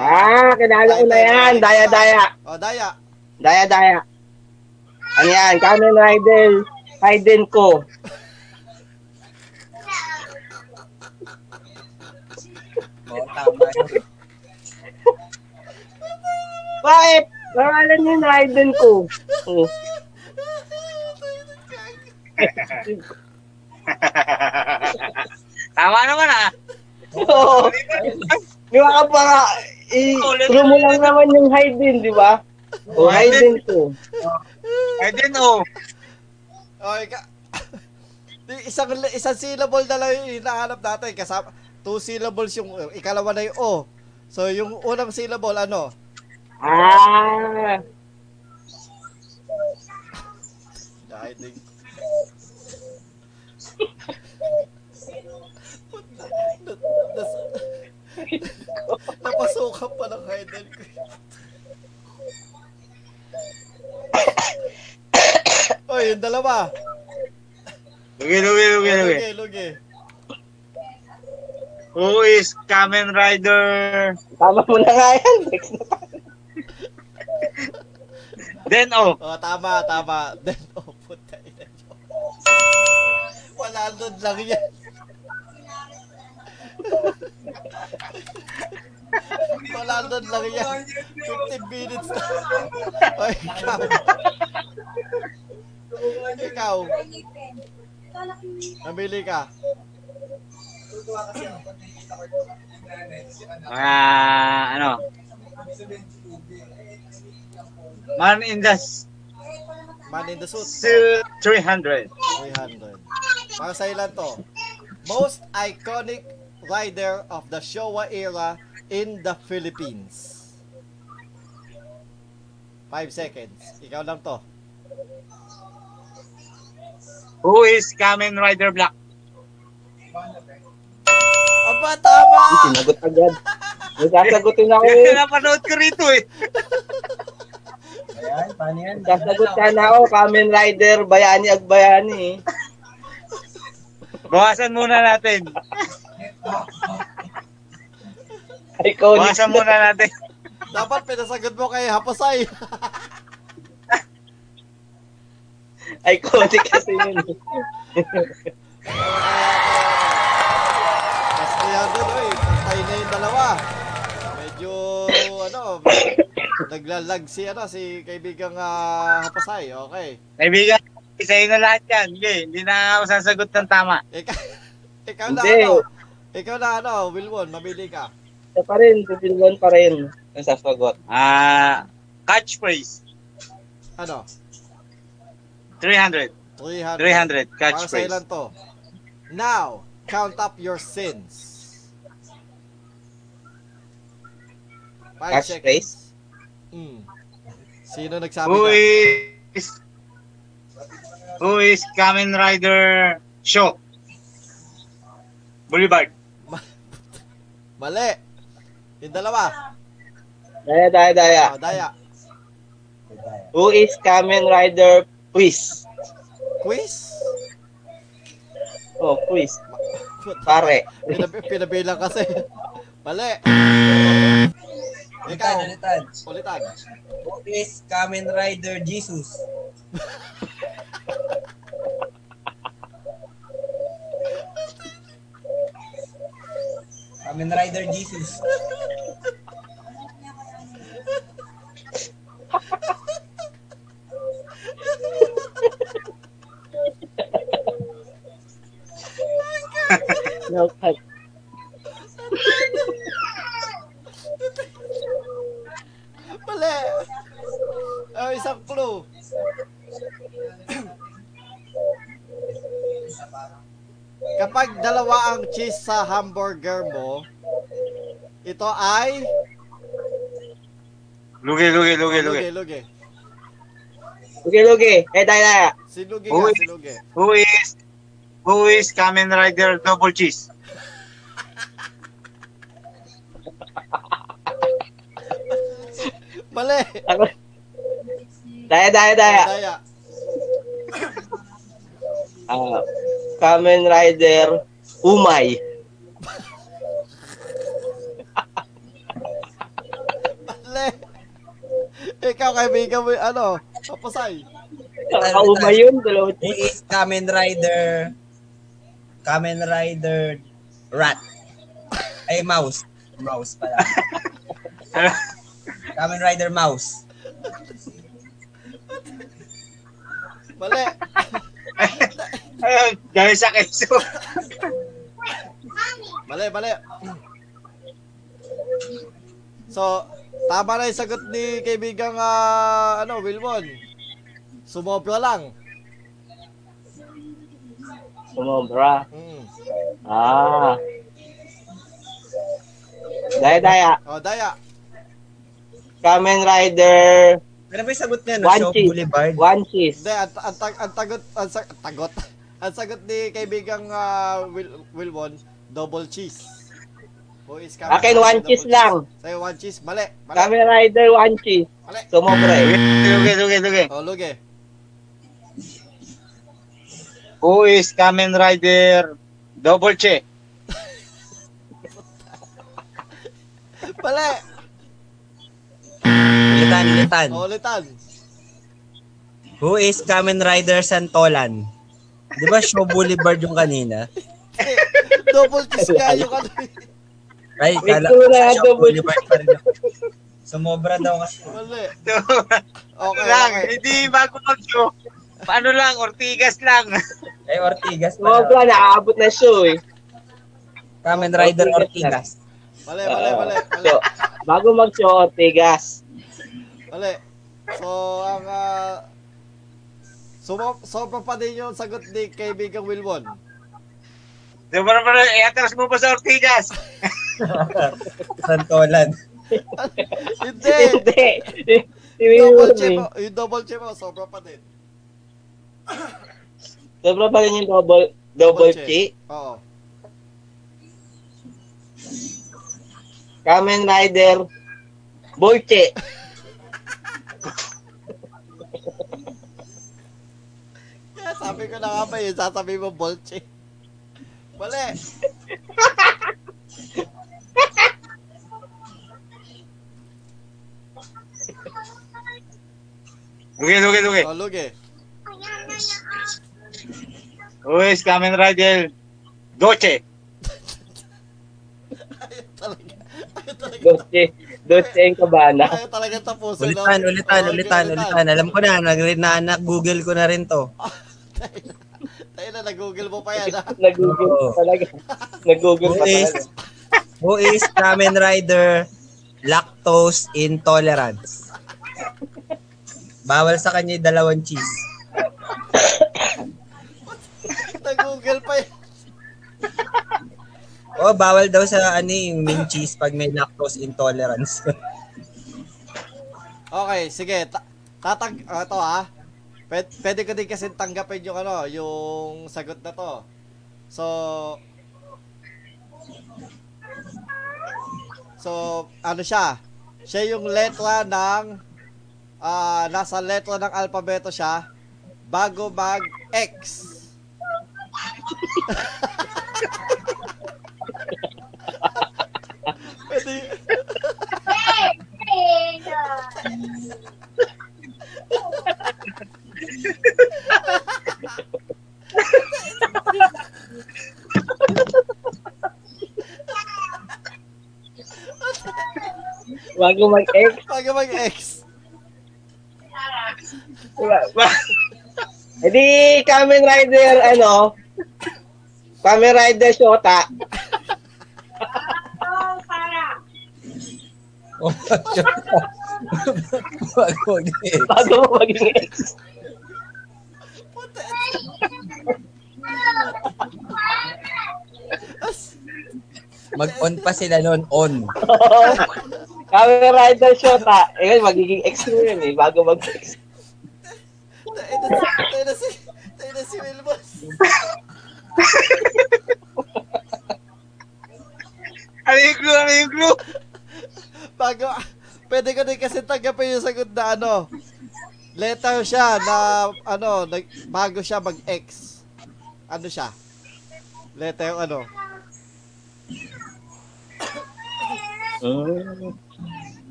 Ah, kinala ko na yan. Daya, daya.
O, Oh, Daya.
Daya, daya. Ano yan? Kamen Rider Raiden ko.
Oo, tama yun.
Bakit? Nawalan yung Raiden ko. Oh.
Tama naman ah.
Oo. Oh. Di ba ka para, i- throw mo lang naman yung hide din, di ba? Oh, O hide din to.
Eh din oh.
Okay ka. isang, isang syllable na lang yung hinahanap natin. Kasama, two syllables yung, ikalawa na yung O. So, yung unang syllable, ano?
Ah.
Dahil Napasukan pa ng hidden ko. Oy, yung dalawa.
Lugi, lugi, lugi, lugi.
Lugi, lugi.
Who is Kamen Rider?
Tama mo na nga yan. Next na tayo.
Then oh.
Oh, tama, tama. Then, oh, puta ina nyo. Wala nun lang yan. Wala nun lang yan. 15 minutes na. Oh, ikaw. ikaw, namili ka.
Ah, ano? Man in the
Man in the suit.
suit 300.
300. Para sa ilan to? Most iconic rider of the Showa era in the Philippines. 5 seconds. Ikaw lang to.
Who is Kamen Rider Black?
Aba, tama!
Sinagot agad. May sasagutin ako.
Kasi napanood ko rito eh.
Ayan, paano yan? oh.
Sasagot ka na ako. Kamen Rider, bayani ag bayani.
Bawasan muna natin.
Iconic.
Bawasan muna natin.
Dapat pinasagot mo kay Hapasay.
Iconic kasi yun.
Mas kaya doon, oy. Pantay na yung dalawa. Medyo, ano, naglalag si, ano, si kaibigang ah, Hapasay. Okay.
Kaibigan, isa na lahat yan. Okay, hindi na ako sasagot ng tama.
Ikaw, ikaw na,
Hindi.
ano, ikaw na, ano, Wilwon, mamili ka.
Ito pa rin. Si Pilbon pa rin. Ang sasagot.
Ah, catchphrase.
Ano?
300.
300. Para sa ilan
300 catchphrase.
to? Now, count up your sins. Five
Catchphrase?
seconds. Mm. Sino nagsabi
Who
na?
is Who is Kamen Rider Show? Boulevard.
Mali. Yung dalawa.
Daya, daya, daya.
Oh, daya.
Who is Kamen Rider Quiz?
Quiz?
Oh, quiz. Pare.
Pinab- pinabilang kasi. Mali. Ikaw.
Ulitan, ulitan.
Ulitan.
Who is Kamen Rider Jesus? Kamen Rider Jesus.
No, cut.
Mali. Oh, isang clue. Kapag dalawa ang cheese sa hamburger mo, ito ay...
Lugi, lugi, lugi, lugi.
Lugi, lugi.
Lugi, lugi. Eh, daya, daya.
Silugi
Uy.
ka, silugi.
Who is Who is Kamen Rider Double Cheese?
Mali.
Ako. Daya, daya, daya.
Daya.
Ah, Kamen Rider Umay.
Mali. Ikaw kaibigan mo, ano, kapasay.
Ah, Umay yun, dalawa.
Who is Kamen Rider? Kamen Rider Rat. Ay, mouse. Mouse pala. Kamen Rider Mouse.
Mali.
Ayun, dahil sa keso.
Mali, mali. So, tama na yung sagot ni kaibigang ah, ano, Wilmon. Sumobra lang.
Sumobra.
Mm.
Ah. Daya, daya.
O, Oh, Daya.
Kamen Rider.
Ano ba yung sagot niya? No?
One
Shop
cheese.
Boulevard.
One cheese.
Hindi, ang, ang, tag- ang tagot, ang sag- tagot. ang sagot ni kaibigang ah, Wil- Wilmon, double cheese. Who is coming
Akin,
sa
one
double
cheese lang.
Sa'yo, one cheese. Mali, mali.
Kamen Rider, one cheese.
Mali.
Sumobra eh.
Hmm. Luge, luge, luge.
O, Luge.
Who is Kamen Rider Double Che?
Mali.
Litan, litan.
O, oh, ulitan.
Who is Kamen Rider Santolan? Di ba Show Boulevard yung kanina?
Eh, double cheese nga yung ano. eh.
Ay,
Wait,
kala
wala,
Show
double-
Boulevard pa rin ako. Sumobra daw kasi.
Mali.
Okay,
Okay,
lang,
okay.
hindi bago mag-show. Paano lang, Ortigas lang.
Ay, Ortigas pala.
Sumobra, nakaabot na show eh.
Kamen Rider
Ortigas
Ortigas.
Mali, mali, mali. Mali.
So, bago eh, mag-show, Ortigas.
Mali. So, ang... ah, sumo, sobra pa din yung sagot ni kaibigang Wilwon.
Sobrang pa rin, iatras eh, mo pa sa Ortigas.
Santolan.
Hindi!
Hindi.
double
Double oh.
check
eh.
mo. Yung double check mo, sobra pa din.
Sobra pa rin yung double, double check.
Oo.
Kamen Rider, Bolche.
Kaya Eh, sabi ko na nga ba yun, sasabi mo bolche. Mali!
Luge, luge, luge.
O, luge.
Who is Kamen Rider Doche?
Ayun talaga. Ayun talaga.
Dolce. Dolce ang kabana.
Ayun talaga tapusin. no? Oh,
Ulitan, ulitan,
Oo,
ulitan, ulitan. Alam ko na, nag-read na, nag-google ko na rin to.
Tayo na- Tayo na, nag-google mo pa yan. ha?
Nag-google
Oo.
pa talaga. Nag-google pa
Who is,
talaga.
who is Kamen Rider lactose intolerance? Bawal sa kanya yung dalawang cheese.
Nag-google pa yan.
Oh, bawal daw sa ano eh, yung main cheese pag may lactose intolerance.
Okay, sige. Ta- tatag ah, to ha. Pwede, pwede ko din kasi tanggapin yung ano, yung sagot na to. So So, ano siya? Siya yung letra ng ah nasa letra ng alpabeto siya bago mag X. pwede,
Bago eh, mag-ex,
bago mag X.
edi diba? Kamen Rider, ano, Kamen Rider Shota.
Oh, bago eh.
Bago mo maging ex.
Mag-on pa sila noon, on.
Kamen Rider Shota. Eh, magiging ex mo yun eh. Bago mag-ex.
Tayo na si, tayo na si, tayo na si Wilbos.
Ano yung clue? Ano yung clue?
Bago, pwede ko din kasi tanggapin yung sagot na ano, letter siya na, ano, nag, bago siya mag-X. Ano siya? Letter ano?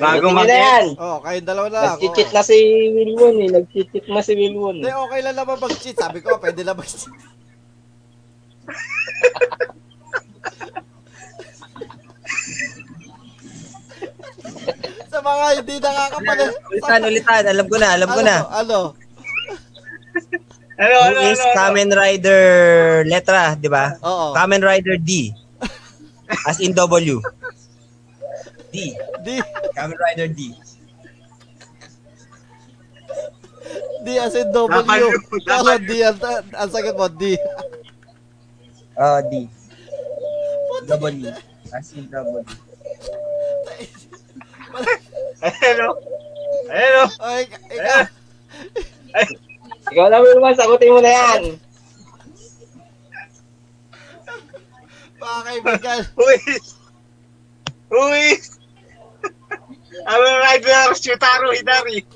Bago
Tingnan na
mag-ex.
yan.
Oh, kayong dalawa na lang.
Nag-cheat
oo.
na si Wilwon eh. Nag-cheat na si Wilwon.
Hindi, okay lang naman mag-cheat. Sabi ko, pwede lang mag-cheat. sa mga hindi nakakapanood.
Ulitan, ulitan. Alam ko na, alam ko
Ano,
na.
Ano?
Ano, ano,
Who is
ano? ano?
Kamen Rider letra, di ba?
Oo.
Kamen Rider D. As in W. D.
Di,
Kamen Rider D.
di as in W.
Napanood ko,
Kala
napanood.
D, ang, ang sagot mo, D.
Ah, D. W. As in W.
Ano? Ano?
Ay, ikaw.
Ikaw na, Wilma, sagutin mo na yan.
Mga kaibigan.
Who is? Who is? Ang Ano rider, Shutaro Hidari.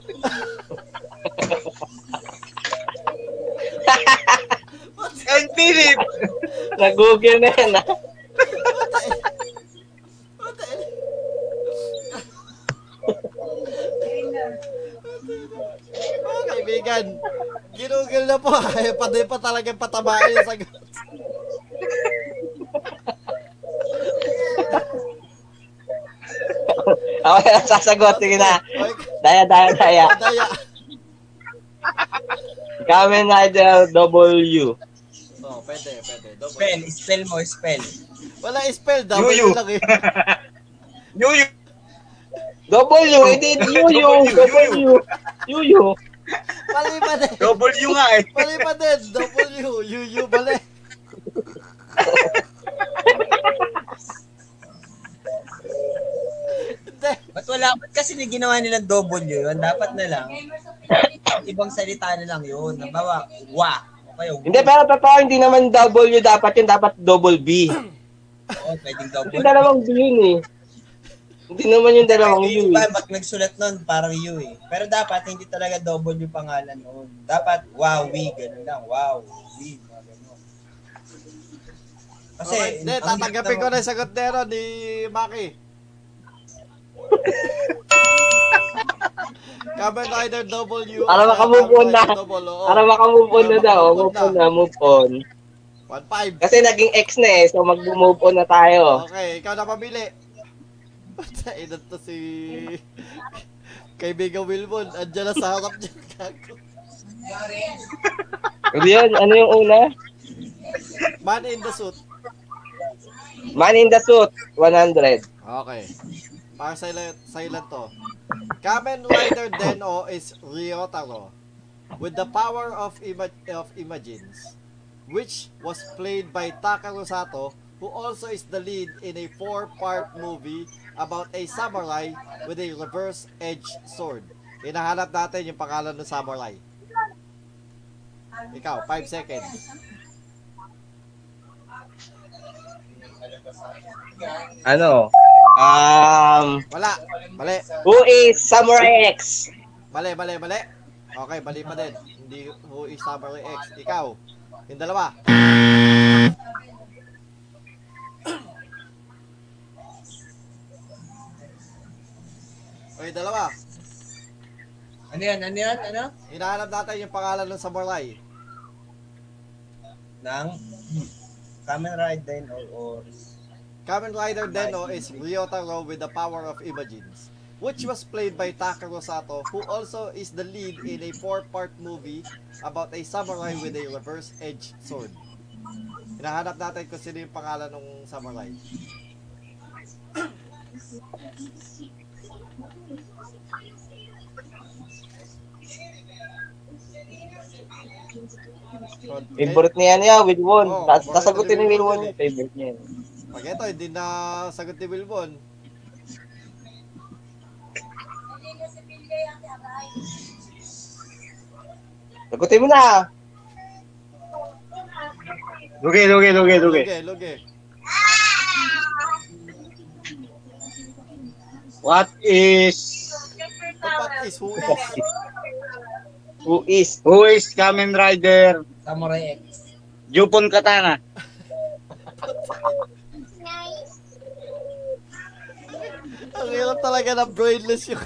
And Philip.
Nag-google na yan, ah.
Mga kaibigan. Ginugol na po. Ay, pati pa talagang patabain yung sagot.
Ako na lang sasagot. Sige na.
Ay,
Daya, daya, daya.
daya.
Kamen Rider W.
Oo, pwede, pwede. Double.
Spell, spell mo, spell.
Wala spell, double
Yuyu.
lang eh.
Yuyu.
W, hindi Yuyu. W. Yuyu.
Mali pa din.
W nga eh.
Mali pa din. W. Yuyu, mali. Hindi.
Ba't wala? Ba't kasi ni- ginawa nilang double yun? Dapat na lang. Ibang salita na lang yun. Nabawa, wa. O kaya,
Hindi, pero totoo, hindi naman W dapat yun. Dapat double B.
Oo, Oh, pwedeng
Kasi
double.
dalawang B yun eh. Hindi naman yung dalawang U
Iba,
eh.
pag nagsulat nun, parang U eh. Pero dapat, hindi talaga double yung pangalan nun. Dapat, wow, we, ganun lang. Wow, we, mga ganun. Kasi,
Okay, hindi,
ang-
tatanggapin ko na yung sagot nero ni Maki. Kamen Rider W.
Para makamove on na.
Double O.
Para makamove on na daw. Move on na, move on.
1-5.
Kasi naging X na eh, so mag-move on na tayo.
Okay, ikaw na pamili. Tainan to si... Kaibigan Wilbon, andyan na sa harap niya. Gago.
Rion, ano yung una?
Man in the suit.
Man in the suit, 100.
Okay. Para silent, silent to. Kamen Rider Deno is Ryotaro with the power of, ima- of Imagines, which was played by Takaru Sato, who also is the lead in a four-part movie about a samurai with a reverse edge sword. Hinahanap natin yung pangalan ng samurai. Ikaw, 5 seconds.
Ano? Um,
Wala. Mali.
who is Samurai X?
Mali, mali, mali. Okay, mali pa din. Hindi who is Samurai X. Ikaw. Yung dalawa. Okay, dalawa.
Ano yan, ano yan, ano?
Hinahanap natin yung pangalan ng samurai.
Nang, hmm, Kamen Rider or, or
Kamen Rider Deno is Ryotaro with the power of Imagines, which was played by Takaru Sato, who also is the lead in a four-part movie about a samurai with a reverse edge sword. Hinahanap natin kung sino yung pangalan ng samurai. Okay.
Favorite niya niya, Wilwon.
Oo,
Tas-
favorite
Nasagutin ni
ni Wilwon
Wilwon
yun
yung favorite niya.
Pag ito, hindi na sagot ni Wilbon.
Sagutin mo na.
Lugi, lugi, lugi, lugi.
Luge, luge.
What is...
What is who is?
Who is?
Who is Kamen Rider
Samurai X.
Jupon Katana?
Ang hirap talaga na brainless yung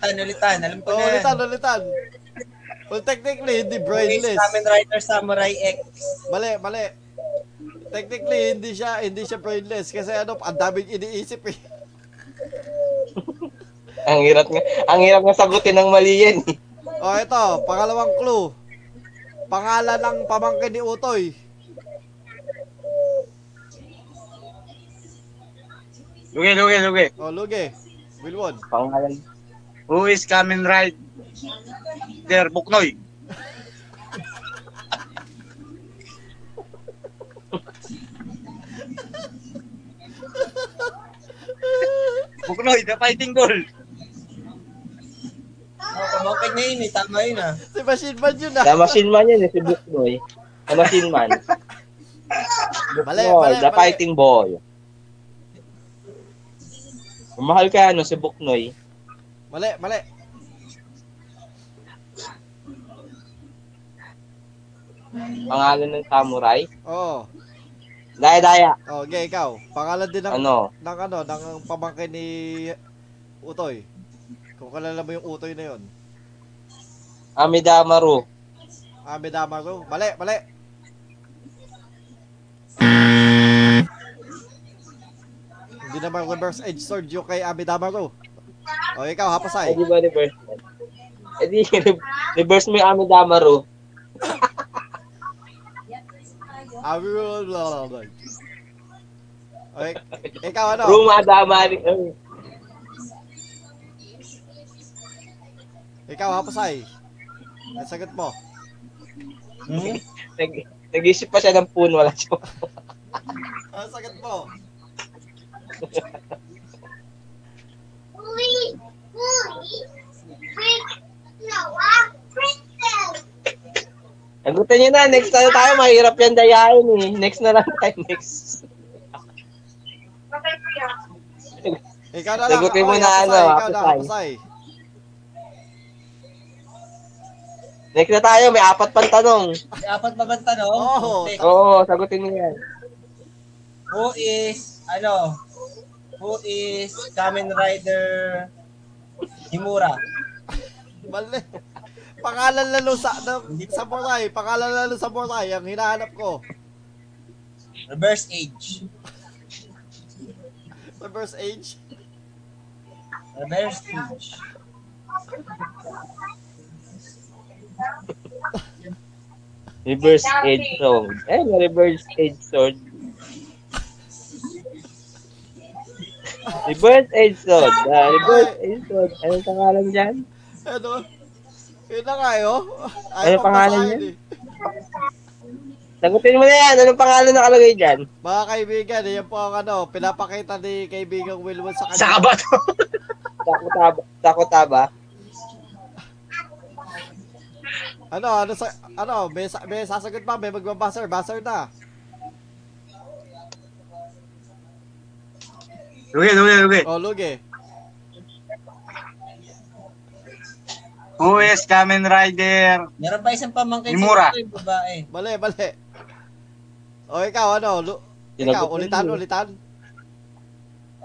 Ulitan, ulitan. Alam ko
Oh,
na yan.
ulitan, ulitan. Well, technically, hindi
Who is
brainless.
Kamen Rider Samurai X.
Mali, mali. Technically, hindi siya, hindi siya brainless. Kasi ano, ang daming iniisip eh.
Ang hirap nga. Ang hirap nga sagutin ng mali yan. eh.
Oh, ito, pangalawang clue. Pangalan ng pamangkin ni Utoy.
Lugi, lugi, lugi.
Oh, Luge. Wilwon.
Pangalan. Who is Kamen Rider Buknoy? Buknoy, the fighting goal.
Oh, okay niya yun eh. Tama yun ah.
Si Machine Man yun ah.
Damasin man yan eh, si Buknoy. Damasin man.
Mali,
Buknoy,
mali,
the
mali.
fighting boy. Umahal ka ano si Buknoy.
Mali, mali.
Pangalan ng samurai.
Oo.
Daya daya.
Oh, okay, ikaw. Pangalan din ng,
Ano?
ng ano, ng pamangkin ni Utoy. Kung kalala mo yung Utoy na yun.
Amidamaru.
Amidama ko. Mali, mali. Hindi naman reverse edge sword yung kay Amidama ko. O ikaw,
Ay,
hapasay.
di ba reverse mo? Eh di, re- reverse mo yung Amidamaru.
Amidama. Okay. Ikaw ano?
Rumadama.
Ikaw, hapasay. Ang sagot mo.
Hmm?
Nag, nag-isip pa siya ng puno. Wala siya.
Ang sagot mo.
Uli, uli, freak, nawa, princess.
Sagutin niyo na. Next na tayo. Mahirap yan dayain eh. Next na lang tayo. Next.
Ikaw na lang.
Sagutin
Okay,
mo na
hapasay.
ano,
Ikaw na,
hapasay.
hapasay.
Next na tayo. May apat pang tanong.
May Apat pa bang tanong?
Oo.
Teka,
Oo, sagutin niyo yan.
Who is, ano, who is Kamen Rider Himura?
Mali. Pangalan lalo sa, ng, sa Moray. Pangalan lalo sa Moray. Ang hinahanap ko.
Reverse age.
Reverse age.
Reverse age.
Reverse edge sword. Eh, may reverse edge sword. Reverse edge sword. Ah, reverse edge sword. Anong pangalan dyan?
Ano? Yun na nga, oh. yo.
Ano pangalan niya?
niya?
Sagutin mo na yan. Anong pangalan nakalagay dyan?
Mga kaibigan, yan po ang ano, pinapakita ni kaibigang Wilwon sa kanya.
Saka ba to?
Takotaba. Takotaba.
Ano, ano, sa, ano, may, sa- may sasagot pa, may magbabuzzer, buzzer na.
Lugi, lugi, lugi.
O, Oh, lugi.
Who is Kamen Rider?
Meron pa isang pamangkin
Himura.
Utoy, babae.
Mali, mali. O, ikaw, ano, lu- ikaw,
Sinagot mo
ulitan,
yun.
ulitan.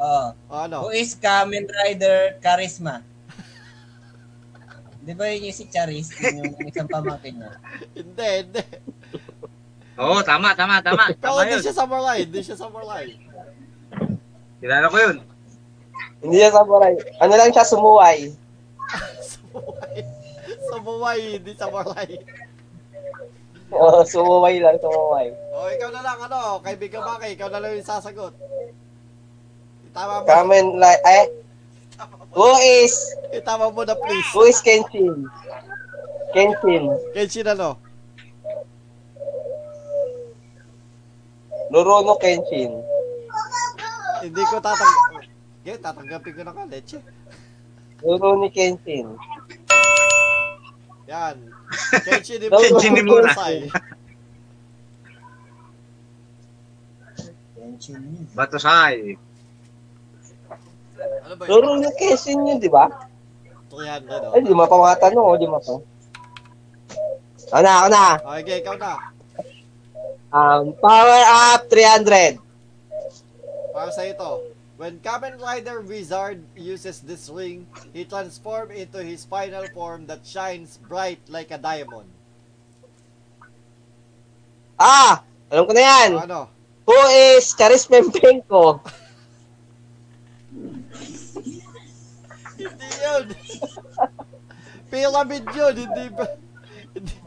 Oo.
O, ano?
Oh. Who is Kamen Rider Charisma? Di ba yun yung si Charis? Yun yung isang pamangkin niya.
Hindi, hindi.
Oo, tama, tama, tama.
Pero hindi siya samurai, hindi siya samurai.
Kilala ko yun.
Hindi siya samurai. Ano lang siya sumuway.
Samurai. Samurai, hindi samurai.
Oo, sumuway lang. Sumuway.
O, ikaw na lang, ano, kaibigan Maki, ikaw na lang yung sasagot. Itama mo,
Kamen like eh. Who is?
itama mo na, please.
Who is Kenshin? Kenshin.
Kenshin, ano?
Rurono Kenshin.
Hindi ko tatanggap. Okay, tatanggapin ko na ka, leche.
Rurouni Kenshin.
Yan. Kenshin ni
Kenshin ni
Mura.
Mura.
Kenshin yun.
Batusay.
Ano ba yun?
Rurouni Kenshin yun, di ba?
300,
Ay,
oh.
lima pa mga tanong, oh, lima pa. Ako na, ako na.
Okay, ikaw na.
Um, power up 300.
Para sa ito. When Kamen Rider Wizard uses this ring, he transforms into his final form that shines bright like a diamond.
Ah, alam ko na yan.
O, Ano?
Who is Charis Mempenko?
Hindi yun. Pyramid yun, hindi ba? Hindi-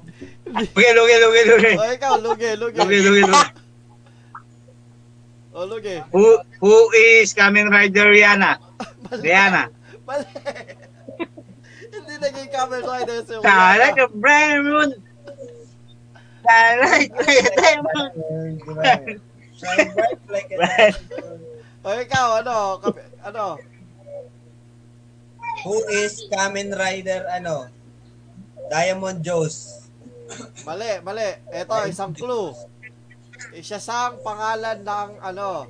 hindi-
Luge, luge, luge, luge.
O ikaw, luge, luge.
Luge, luge, luge.
O luge.
Who, who is Kamen Rider Rihanna? Rihanna.
Mali. Hindi naging Kamen Rider si
I
Rihanna.
like a bright moon. I like a diamond.
Di ba? Shine bright like a diamond.
O ikaw, ano? Kap- ano?
Who is Kamen Rider, ano? Diamond Joes.
Mali, mali. Ito, isang clue. Isa siyang pangalan ng ano,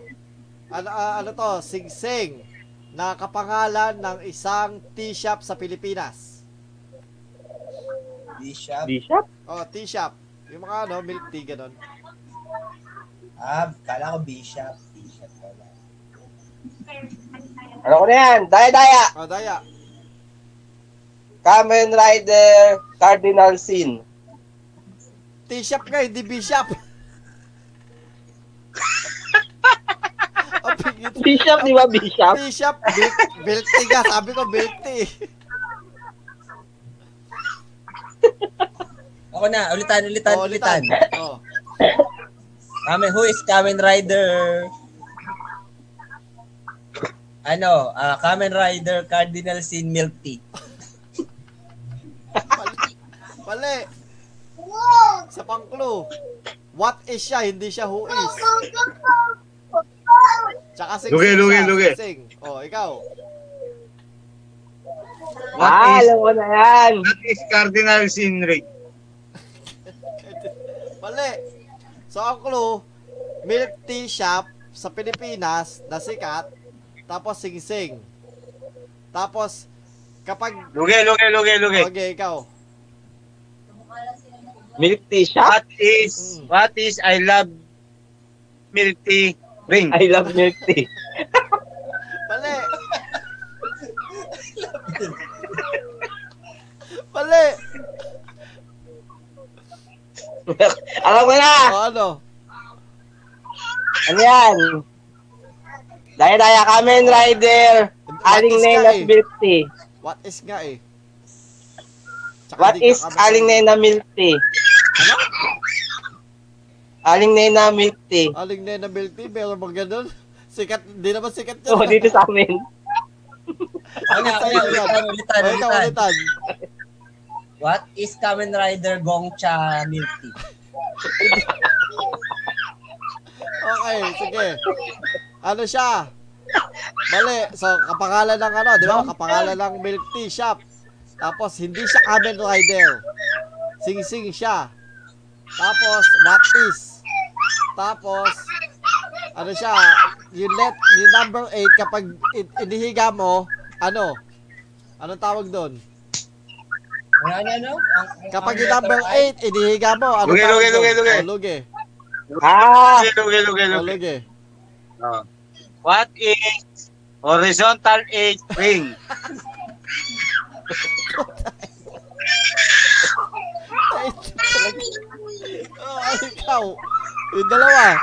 ano, ah, ano to, Sing Sing, na kapangalan ng isang tea shop sa Pilipinas.
Bishop.
Bishop?
O, tea shop. Yung mga ano, milk tea, ganun.
Ah, kala ko Bishop. Bishop pala.
Ano ko na yan? Daya, daya.
O, Daya.
Kamen Rider Cardinal Sin.
Tea shop nga, hindi bishop. Ang pigit.
Bishop, di ba? Bishop?
Tea shop, milk, milk tea ka. Sabi ko, milk tea.
Ako na, ulitan, ulitan,
O,
ulitan.
Oh, ulitan. O,
Kamen, who is Kamen Rider? Ano, ah, Kamen Rider Cardinal Sin Milk Tea.
mali. Mali. Sa pang clue. What is siya, hindi siya who is. Tsaka sing
Luge,
sing
luge,
siya,
luge.
sing sing. Oh, ikaw.
What
ah,
is
alam ko na yan.
What is Cardinal Sinrig?
Mali. So ang clue, milk tea shop sa Pilipinas na sikat, tapos sing sing. Tapos kapag
Luge, luge, luge, luge.
Okay, ikaw.
Milk tea shop?
What is What is I love milk tea ring?
I love milk tea.
Mali. Mali.
alam ko na.
O ano?
Ano yan? Daya, daya. Kamen Rider Aling
What is nga eh? What is nga eh?
Nena's milk tea.
Tsaka
What
di ka
is
kami-
Aling Nena milk tea? Ano? Aling Nena milk tea.
Aling Nena milk tea, meron bang ganun? Sikat, di naman sikat yun.
Oh, dito sa amin.
Ako na, ako na, ulitan, ulitan,
O, ikaw
ulitan.
ulitan.
What is Kamen Rider Gongcha Milk Tea?
Okay, sige. Ano siya? Mali. So, kapangalan ng ano, di ba? Kapangalan ng milk tea shop. Tapos, hindi siya Kamen Rider. Sing-sing siya. Tapos, what is? Tapos, ano siya? You let, yung number 8, kapag in- inihiga mo, ano? Anong tawag doon?
Ano, ano, ano? Ang- ang
Kapag
ang
yung number
letter I?
8, inihiga mo, ano
Luge,
tawag
luge,
doon?
luge, luge.
O, luge.
Ah,
Luge, luge, luge,
O,
luge.
luge.
Oh. What is horizontal eight ring?
Oh, ikaw. Yung dalawa.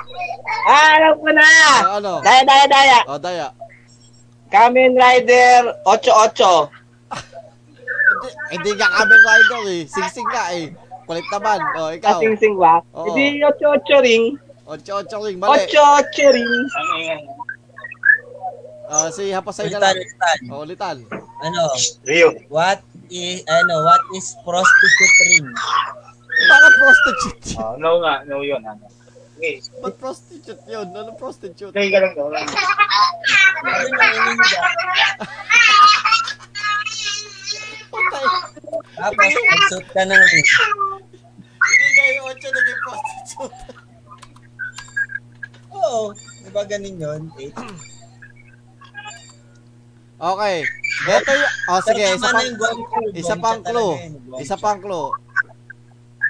ah alam ko na.
O, ano?
Daya, daya, daya.
O, daya.
Kamen Rider 88.
Hindi, hindi ka Kamen Rider eh. Singsing ka eh. Kulit naman. O,
Ah,
ikaw.
Kasing-sing ba?
Oo.
Hindi 88 ring.
Ocho-ocho ring. Mali.
88 ring.
O, si Hapasay na
Ulitan,
lang. Oh.
ulitan.
O, ulitan.
Ano?
Rio.
What is, ano, what is prostitute ring?
Bakit prostitute yun?
Oh, no nga, no yun. Ano. Okay,
Ba't prostitute yun? Ano prostitute?
play ka lang daw.
Ano yung inihiga?
Patay.
Tapos, nagsuot ka ng ring.
Hindi kayo ocho naging prostitute.
Oo. Di ba ganun yun? Eh,
Ah, Okay. Ito yung... O, sige. Isa
pero tama na
pang...
yung guwang clue.
isa
Gongcha
pang
talaga eh,
clue.
yun, gongcha.
Isa pang clue.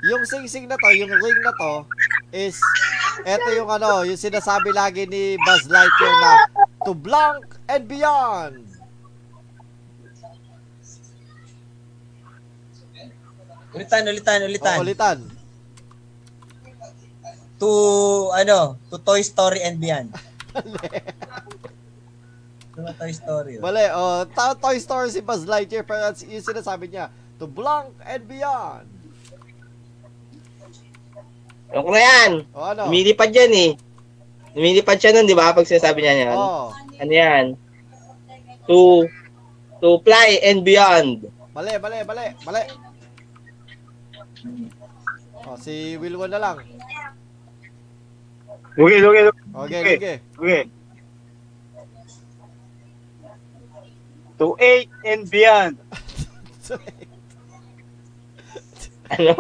Yung sing-sing na to, yung ring na to, is, eto yung ano, yung sinasabi lagi ni Buzz Lightyear na, to blank and beyond.
Ulitan, ulitan, ulitan.
O, ulitan.
to, ano, to Toy Story and Beyond. Mali. Toy Story. oh.
Mali, o, ta- Toy Story si Buzz Lightyear, pero that's- yung sinasabi niya, to Blank and Beyond.
Yung na yan.
O ano?
Lumilipad yan eh. Lumilipad siya nun, di ba? Pag sinasabi niya yan.
Oh,
Ano yan? To, to fly and beyond.
mali, mali, mali, mali. Oh, si Wilwon na lang.
Lugi, lugi, lugi.
Okay,
Okay.
okay.
lugi. To eight and beyond.
Ano?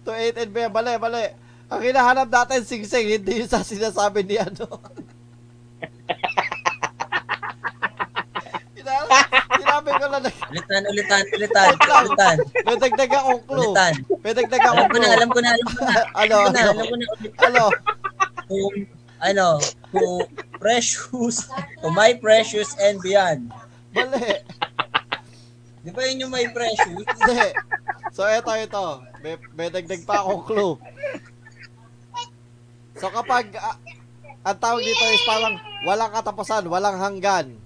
to 8 and Beyond, mali, mali. Ang hinahanap natin sing-sing, hindi yung sa sinasabi ni ano. Hinahanap- Sinabi ko lang, na-
Ulitan, ulitan, ulitan,
Wait lang.
ulitan,
may dagdag akong clue.
ulitan.
May dagdag akong
Alam ko na,
clue.
alam ko na, alam ko na.
Ano,
Alam ko na,
ano,
alam ko na. ulit.
ano.
Kung, ano, kung precious, kung my precious and beyond.
Mali.
Di ba yun yung my precious?
Hindi. So, eto, eto. May, may dagdag pa akong clue. So, kapag... ah, ang tawag dito is parang walang katapusan, walang hanggan.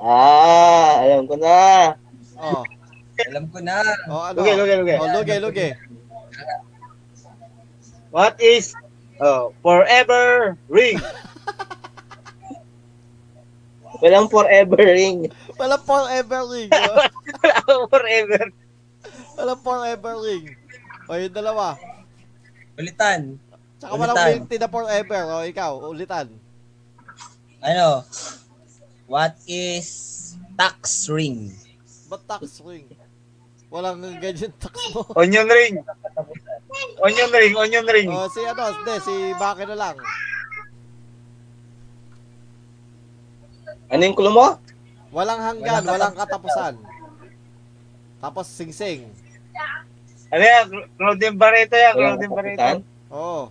Ah, alam ko na.
Oh,
Alam ko na.
oh ano?
Lugi, lugi, lugi.
Oh, luge, luge.
What is oh, forever ring?
Walang forever ring.
Walang forever ring.
forever.
Walang forever ring. O, yung dalawa.
Ulitan.
Tsaka walang
Ulitan.
milk tea na forever. O, ikaw, ulitan.
Ano? What is tax ring?
Ba't tax ring? Walang ganyan tax mo.
Onion ring. Onion ring, onion ring.
O, si ano, hindi, si Baki na lang.
Ano yung clue mo?
Walang hanggan, walang
Walang
katapusan. Tapos sing-sing.
Ano yan? Claudine Barreto yan,
Walang
Claudine Barreto.
kapitan.
Oo.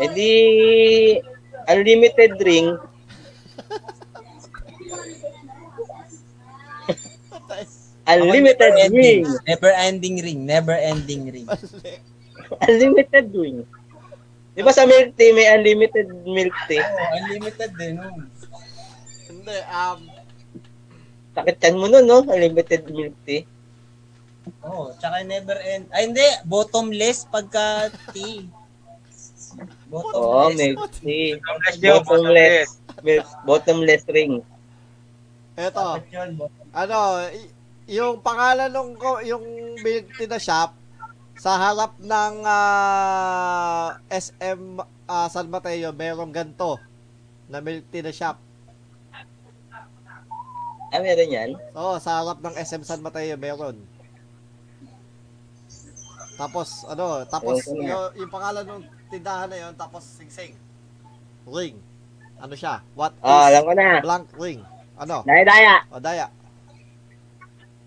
E di, unlimited ring. Unlimited
Never ending.
ring.
Never ending ring. Never ending ring.
Mali.
Unlimited ring. Di ba sa milk tea, may unlimited milk tea?
Oo, unlimited din. oh.
Hindi, um,
Sakit yan mo nun, no? Unlimited milk tea.
Oo, tsaka never end. Ay, hindi. Bottomless pagka tea.
Oo,
Bottomless.
milk tea.
Bless you,
Bottomless. Milk, bottomless ring.
eto.
Dapat yun, bottomless.
Ano, y- yung pangalan ng ko, yung milk tea na shop, sa harap ng ah, SM ah, San Mateo, merong ganto na milk tea na shop.
Ah, meron yan?
Oo, sa harap ng SM San Mateo, meron. Tapos, ano, tapos,
Ayun,
yung, yung pangalan ng tindahan na yun, tapos sing-sing. Ring. Ano siya? What
Ah,
is
alam ko na.
blank ring? Ano?
Daya, daya.
O, daya.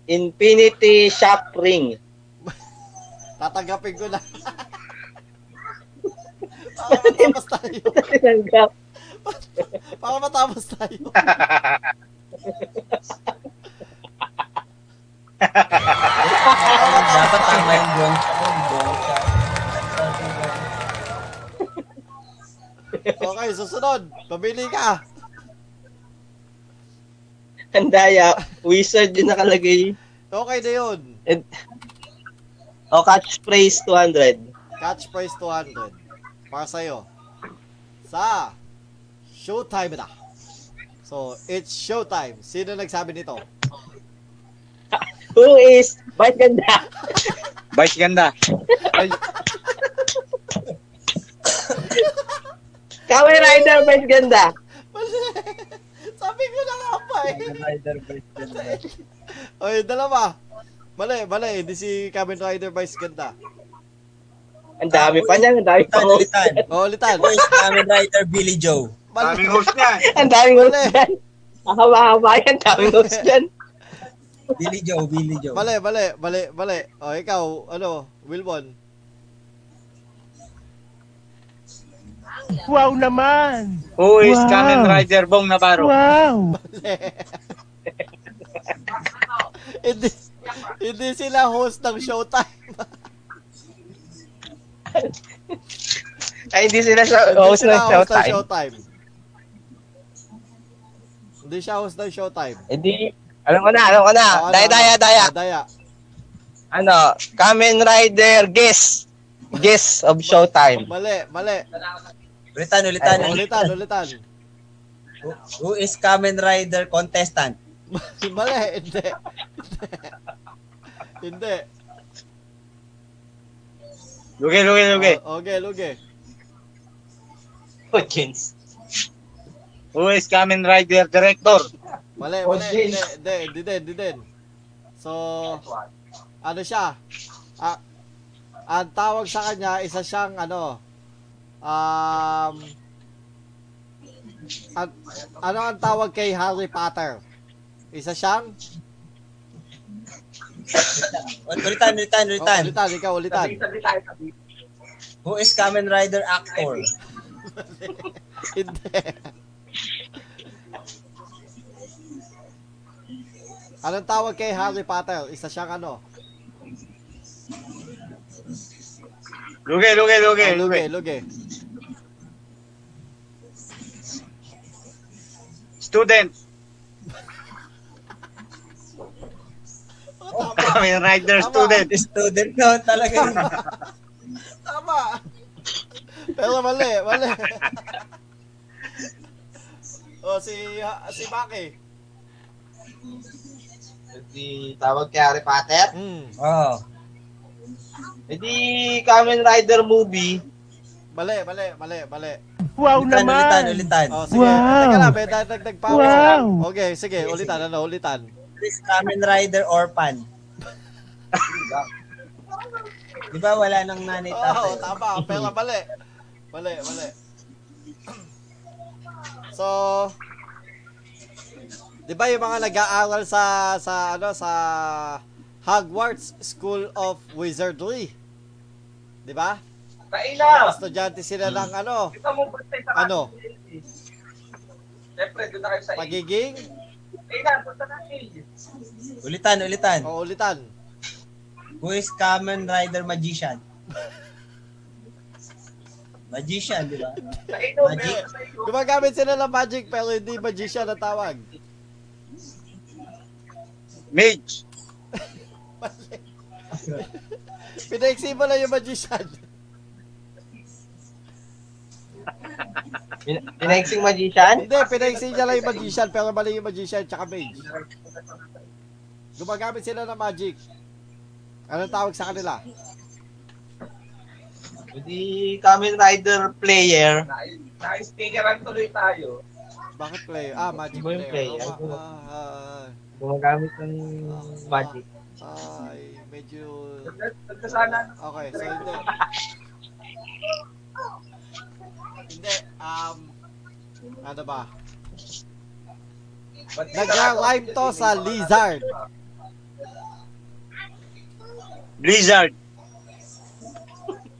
Infinity Shop Ring.
Tatanggapin ko na. Para matapos tayo.
Tinanggap.
Para matapos tayo.
Dapat tama yung buong siya. Yung buong siya.
Okay, susunod. Pabili ka.
Ang daya. Wizard yung nakalagay.
Okay na yun.
O, Oh, catchphrase 200.
Catch price 200. Para sa'yo. Sa showtime na. So, it's showtime. Sino nagsabi nito?
Who is Ba't Ganda?
Vice ganda.
Kamen Rider Ba't Ganda?
Mali. Sabi ko na nga pa eh.
Rider Vice Ganda.
Oy, dalawa. Mali, mali. Hindi si Kamen Rider Vice ganda.
Ang dami pa niya. Ang dami pa.
Ulitan, ulitan.
O, ulitan.
Who is Kamen Rider Billy Joe?
Mali.
Daming host niyan.
Ang daming host dyan. Ang haba-haba yan. Ang daming host dyan.
Billy Joe, Billy Joe.
Mali, mali, mali, mali. O, ikaw, ano, Wilbon.
Wow naman!
Who is
Wow.
Kamen Rider Bong Navarro?
Wow!
hindi, hindi sila host ng showtime.
Ay, hindi sila sa
Hindi
host
sila
ng
host ng
Oh, Showtime.
showtime. Di siya host ng Showtime.
Hindi. Alam ko na, alam ko na.
Oh, ano,
daya,
ano?
daya, daya.
Ah, daya.
Ano, Kamen Rider guest. Guest of Showtime.
Mali, mali.
Ulitan, ulitan.
Ulitan, ulitan.
Who- Who is Kamen Rider contestant?
mali, hindi. hindi.
Lugi, lugi, lugi.
O- Oh, okay, lugi.
Audience.
Who is Kamen Rider Director?
Mali,
Oh,
mali.
James.
Hindi, hindi, hindi din, hindi din. So, ano siya? Ah, ang tawag sa kanya, isa siyang ano, um, an- ano ang tawag kay Harry Potter? Isa siyang?
Ulitan, ulitan,
Oh,
ulitan.
ulitan, ikaw ulitan.
Who is Kamen Rider actor?
Hindi. Anong tawag kay Harry Potter? Isa siyang ano?
Lugi, lugi, lugi,
Oh,
lugi.
lugi, lugi.
Student.
Oh, tama.
Kamen Rider
Tama.
Student.
Student noon talaga. yun.
Tama. Pero mali, mali. o Oh, si si Maki.
Si tawag kay Harry Potter.
Hmm,
Oh.
E di Kamen Rider movie.
mali, mali, mali, mali.
Wow
Ulitan, ulitan,
naman!
ulitan.
O sige,
Wow.
teka lang, may dagdag pa ako.
Wow.
Okay, sige, ulitan ano, ulitan.
Who is Kamen Rider orphan? Di ba Diba wala nang nanay
Oo,
tatay?
Oh, tama. Pero mali. Mali, mali. So, 'di ba yung mga nag-aaral sa sa ano sa Hogwarts School of Wizardry? 'Di ba? Mga Estudyante sila ng ano? Ano? Pagiging?
Ulitan, ulitan.
O ulitan.
Who is Kamen Rider magician? Magician, diba? di ba? Magic.
Gumagamit sila ng magic pero hindi magician na tawag.
Mage.
Pinaiksi mo lang yung magician.
Pinagsing magician?
Hindi, pinaiksi niya lang yung magician, pero mali yung magician tsaka mage. Gumagamit sila ng magic. Anong tawag sa kanila?
E di Kamen Rider player.
Bakit player? Ah, magic
Iba yung
player.
player.
Ah, ah,
Gumagamit ng magic.
ah, ay, medyo... Okay, so hindi. Hindi, um... Ano ba? Nag-rhyme to sa lizard.
Blizzard.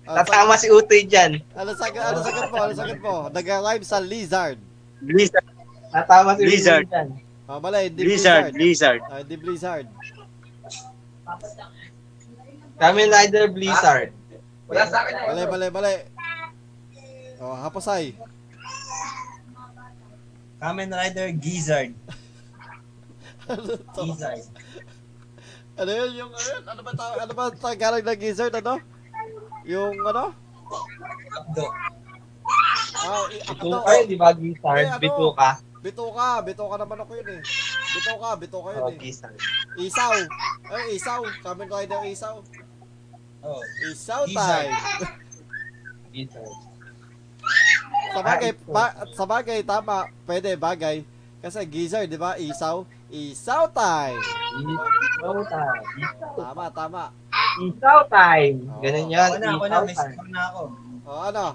Ano sa-
Tatama si Utoy dyan.
Ano sagot, ano sagot po? Ano sagot po? Nag-rhyme sa lizard.
Blizzard.
Tatama si
Blizzard.
Utoy dyan.
Ah, mala, hindi
Blizzard.
blizzard.
Blizzard.
Ah, hindi blizzard.
Kamen Rider Blizzard.
Mali, mali, mali. Oh, hapasay.
Kamen Rider Gizzard.
ano to?
Gizzard.
Ano yun? Yung, ano yun? Ano ba tawag? Ano ba tagalog ng gizzard? Ano? Yung ano?
Abdo.
Ah, i- ano?
Bituka yun, di ba? Blizzard.
Eh, ano?
Bituka.
Bituka. Bituka naman ako yun eh. Bituka. Bituka yun
Oh,
eh.
Blizzard.
Isaw. Ay, isaw. Kamen Rider isaw.
Oh.
Isaw
Gizzard.
time.
Blizzard.
Sabagay, ba, sabagay, tama. Pwede, bagay. Kasi gizzard, di ba? Isaw. Isaw time.
Isaw time.
Tama, tama.
Isaw time.
Ờ,
Ganun yun.
Ako na, ako na.
Isaw
May
time.
score na ako.
O, ano?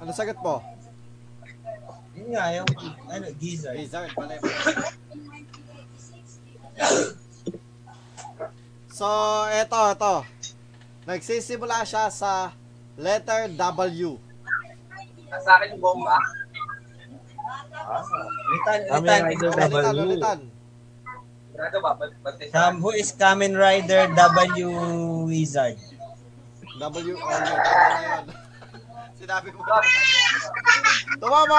Ano sagot mo?
Yun nga, yung ano, Gizzard.
Blizzard, mali. So, eto, eto. Nagsisimula siya sa letter W.
Ulitan,
Kamen Rider
ulitan.
Ulitan,
W.
Ano ulitan.
Um, who is Kamen Rider W Wizard?
W, okay, tama na yun. Sinabi mo. Tumama,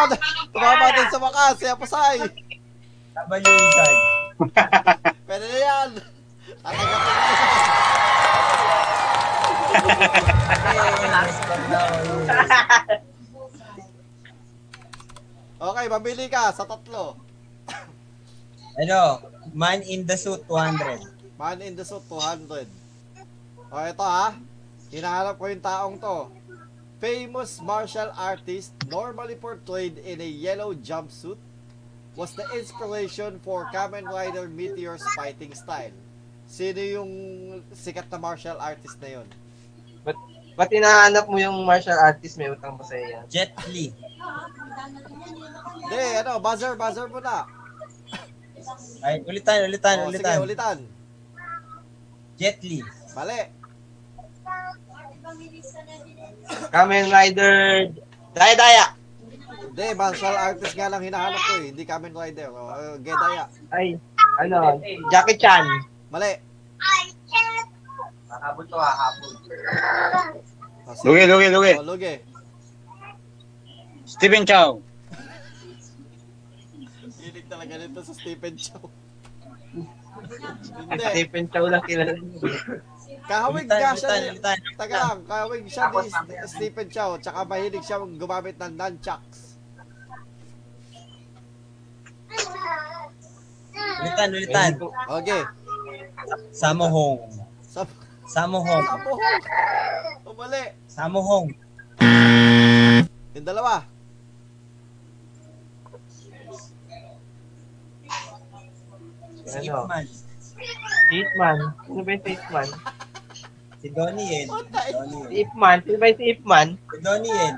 tumama din sa wakas, siya pasay.
Laban yung isag.
Pwede na yan. Tatanggapin ko
Yes, pagla ko, yes.
Okay, mamili ka sa tatlo.
Ano? Man in the suit, 200.
Man in the suit, 200. O, ito ha. Hinahanap ko yung taong to. Famous martial artist normally portrayed in a yellow jumpsuit was the inspiration for Kamen Rider Meteor's fighting style. Sino yung sikat na martial artist na yun?
Ba't hinahanap mo yung martial artist may utang pa sa'yo yan?
Jet Li.
Hindi, ano, buzzer, buzzer mo na.
Ay, ulitan, ulitan,
O, Oh, sige,
ulitan.
ulitan.
Jet Li.
Mali.
Kamen Rider... Daya, daya!
Hindi, martial artist nga lang hinahanap ko eh. Hindi Kamen Rider. O, uh, Gedaya.
Ay, ano, Jackie Chan.
Mali.
Hahabol to, hahabol.
O, sige.
Lugi, lugi, lugi.
O, lugi.
Steven Chow.
Hilig talaga nito sa Stephen Chow. Hindi,
Stephen Chow lang kilala niyo.
kahawig
Ulitan,
nga siya
ulitan,
ni...
ulitan.
Taga lang, kahawig siya ni S- Stephen Chow, tsaka mahilig siya gumamit ng nunchucks.
Ulitan, ulitan.
Okay.
Samohong.
Sa
Samohong.
sa buhok. Umali.
Samohong.
Yung dalawa.
Ano?
Si Ip Man.
Ip Man. Sino ba yung si Ip Man?
Si Donnie Yen.
What the-
Si
Donnie Yen.
Ip Man? Sino ba yung si Ip Man?
Si Donnie Yen.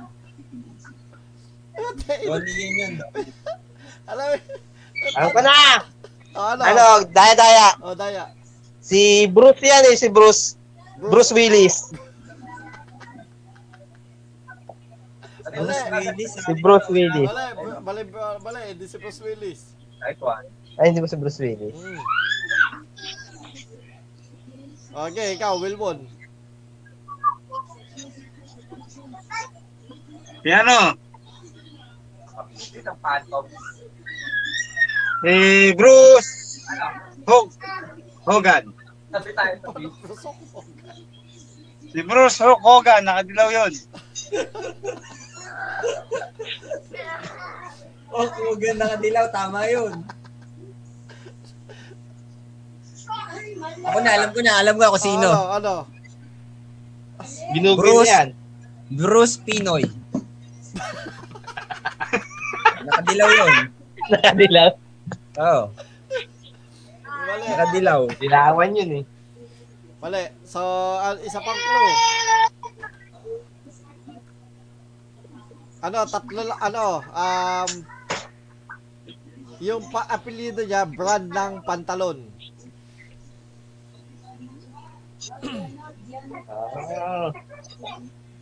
Putain.
Donnie Yen yun.
eh. Alam mo.
Alam ko na!
Ano?
Ano, daya, daya.
O, Daya.
Si Bruce yan eh, si Bruce. Bruce Willis.
Bruce Willis.
Si Bruce Willis.
Mali, br- mali, br- mali, hindi si Bruce Willis.
Ay, hindi ba si Bruce Willis?
Mm. Okay, ikaw, Wilbon.
Piano. Si Eh, Bruce Hog Hogan.
Pusok mo.
Si Eh, Bruce Hog Hogan, nakadilaw yun.
Oh, kung ganda ka dilaw, tama yun. Ako na, alam ko na, alam ko ako sino.
Ano, ano?
Ginugil Oh.
Bruce.
yan.
Bruce Pinoy. Nakadilaw yun.
Nakadilaw.
Oo, oh,
Mali.
nakadilaw.
Dilawan yun eh.
Mali. So, ah, isa pang clue. Ano, tatlo, la- ano, um, yung pa apelyido niya, brand ng pantalon.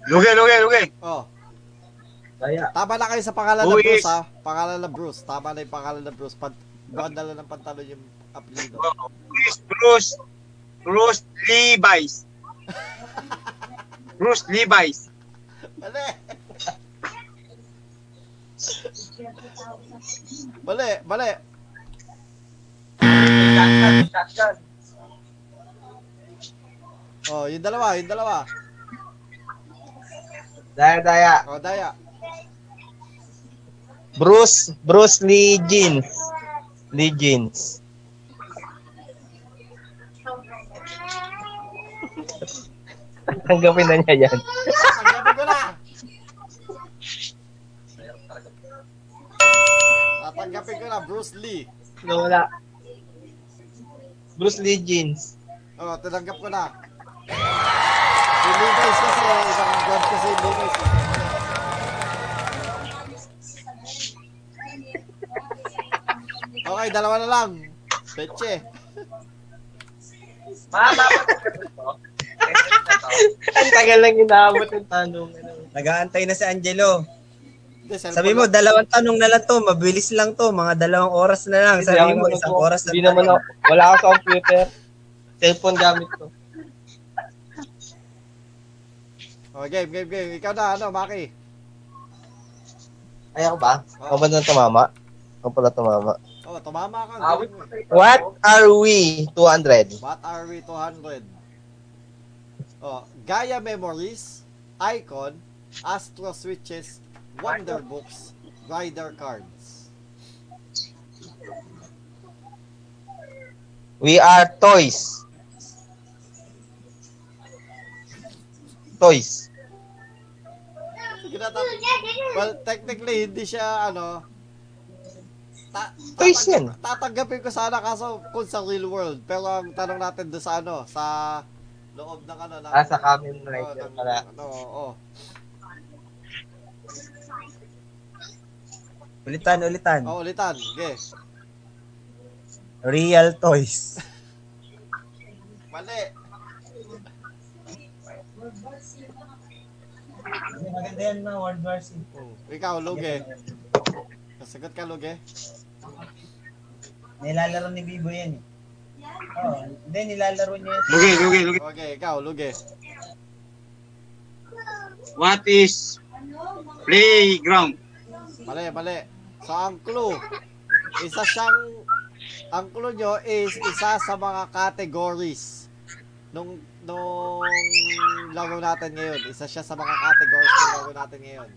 Lugi, lugi, lugi.
Oh,
Daya.
tama na kayo sa pangalan ng
Uy.
Bruce, ha? Pangalan ng Bruce. Tama na yung pangalan ng Bruce. Pan brand na lang ng pantalon yung apelyido.
Bruce, Bruce, Bruce Levi's. Bruce Levi's.
Mali! Mali, mali. Oh, yung dalawa, yung dalawa.
Daya, daya.
Oh, Daya.
Bruce, Bruce Lee Jeans. Lee Jeans. Tanggapin na niya yan.
Tanggapin ko na! Tatanggapin ko na, Bruce Lee.
Wala. Bruce Lee Jeans.
Oh, tinanggap ko na. Yung Levi's kasi, isang brand kasi yung Levi's. Okay, dalawa na lang. Peche.
Ang tagal lang inaabot yung tanong.
Nagaantay na si Angelo.
Hindi, cellphone
Sabi mo,
lang.
dalawang tanong na lang to. Mabilis lang to. Mga dalawang oras na lang. Sabi mo, isang oras na
Hindi naman ako. Wala ako sa computer. Cellphone gamit ko.
Oh, game, game, game. Ikaw na, ano, Maki?
Ay, ako ba? Ako ba na tumama? Ako pala tumama.
Oh, tumama ka. galing mo eh.
What are we? 200.
What are we 200? Oh, Gaia Memories, Icon, Astro Switches, Wonder Books, Rider Cards.
We are toys. Toys.
Ginatap- Well, technically, hindi siya, ano, ta-
Toys
tatanggap-
yan.
Tatanggapin ko sana kaso kung sa real world. Pero ang tanong natin doon sa ano, sa loob ng ano. Ng,
Ah, sa Kamen
ano,
Rider
ng-
pala.
Ano, oo.
Ulitan, ulitan.
Oh, ulitan. Okay.
Real toys.
Mali.
Maganda yan na World War Z.
Hmm.
Ikaw, Luge. Nasagot ka, Luge.
Nilalaro ni Bibo yan eh. Oo, hindi, nilalaro niya yan.
Lugi, lugi, lugi.
Okay, ikaw, Luge.
What is playground?
Mali, mali. So, ang clue, isa siyang, ang clue nyo is isa sa mga categories nung, nung laro natin ngayon. Isa siya sa mga categories ng laro natin ngayon.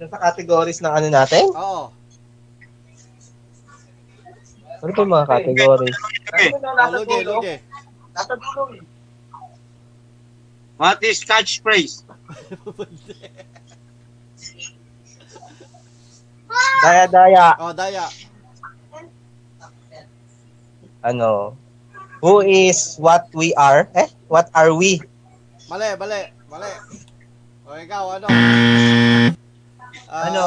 Sa categories ng ano natin?
Oo.
Ano pa mga categories?
Okay.
Oh, luge, luge.
What is catchphrase?
Daya-daya.
oh, Daya.
Ano? Who is what we are? Eh? What are we?
Mali, mali, mali. O, ikaw, ano? Ah,
Ano?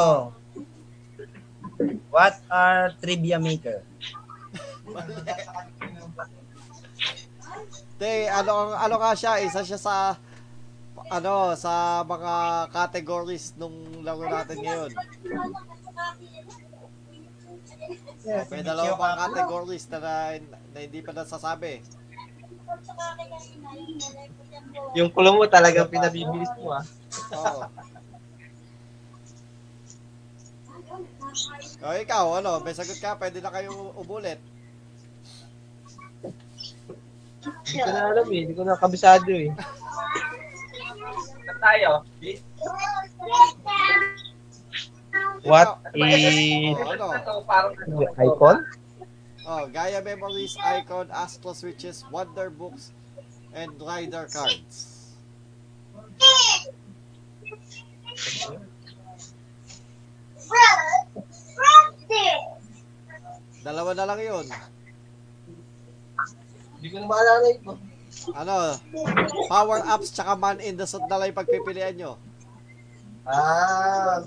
What are trivia maker?
Te, ano ano ka siya, isa siya sa ano sa mga categories nung laro natin ngayon. May dalawa pang categories na, na, na hindi pa nasasabi.
Yung kulo mo talagang pinabibilis mo ah.
Oo. O ikaw, ano, may sagot ka, pwede na kayo umulit.
Hindi ko na alam eh. Hindi ko na kabisado eh. tayo? What is...
Oh, ano?
Eh, Icon?
Oh, Gaia Memories, Icon, Astro Switches, Wonder Books, and Rider Cards. Dalawa na lang yun.
Hindi ko na maalala ito.
Ano, Power Ups tsaka Man in the Suit na lang yung pagpipilian nyo.
Ah.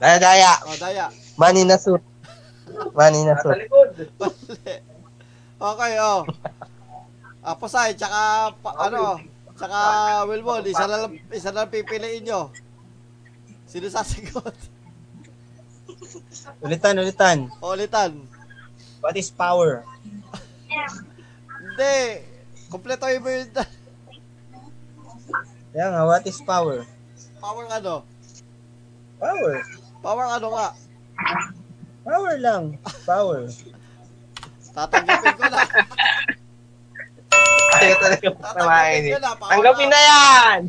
Daya-daya.
O, Daya.
Money na suit. Money na suit.
Okay, oh. Ah, Posay, tsaka, pa, ano, tsaka Wilbon, isa na lang, isa na lang pipiliin nyo. Sino sasagot?
Ulitan, ulitan.
O, ulitan.
What is power?
Hindi. Kompleto mo yung
Kaya nga, what is power?
power ano.
Power.
Power ano nga.
Power lang. Power.
Tatanggapin ko na.
Ayaw talaga
Tatanggapin ko na. Power
eh.
up.
Tanggapin na yan!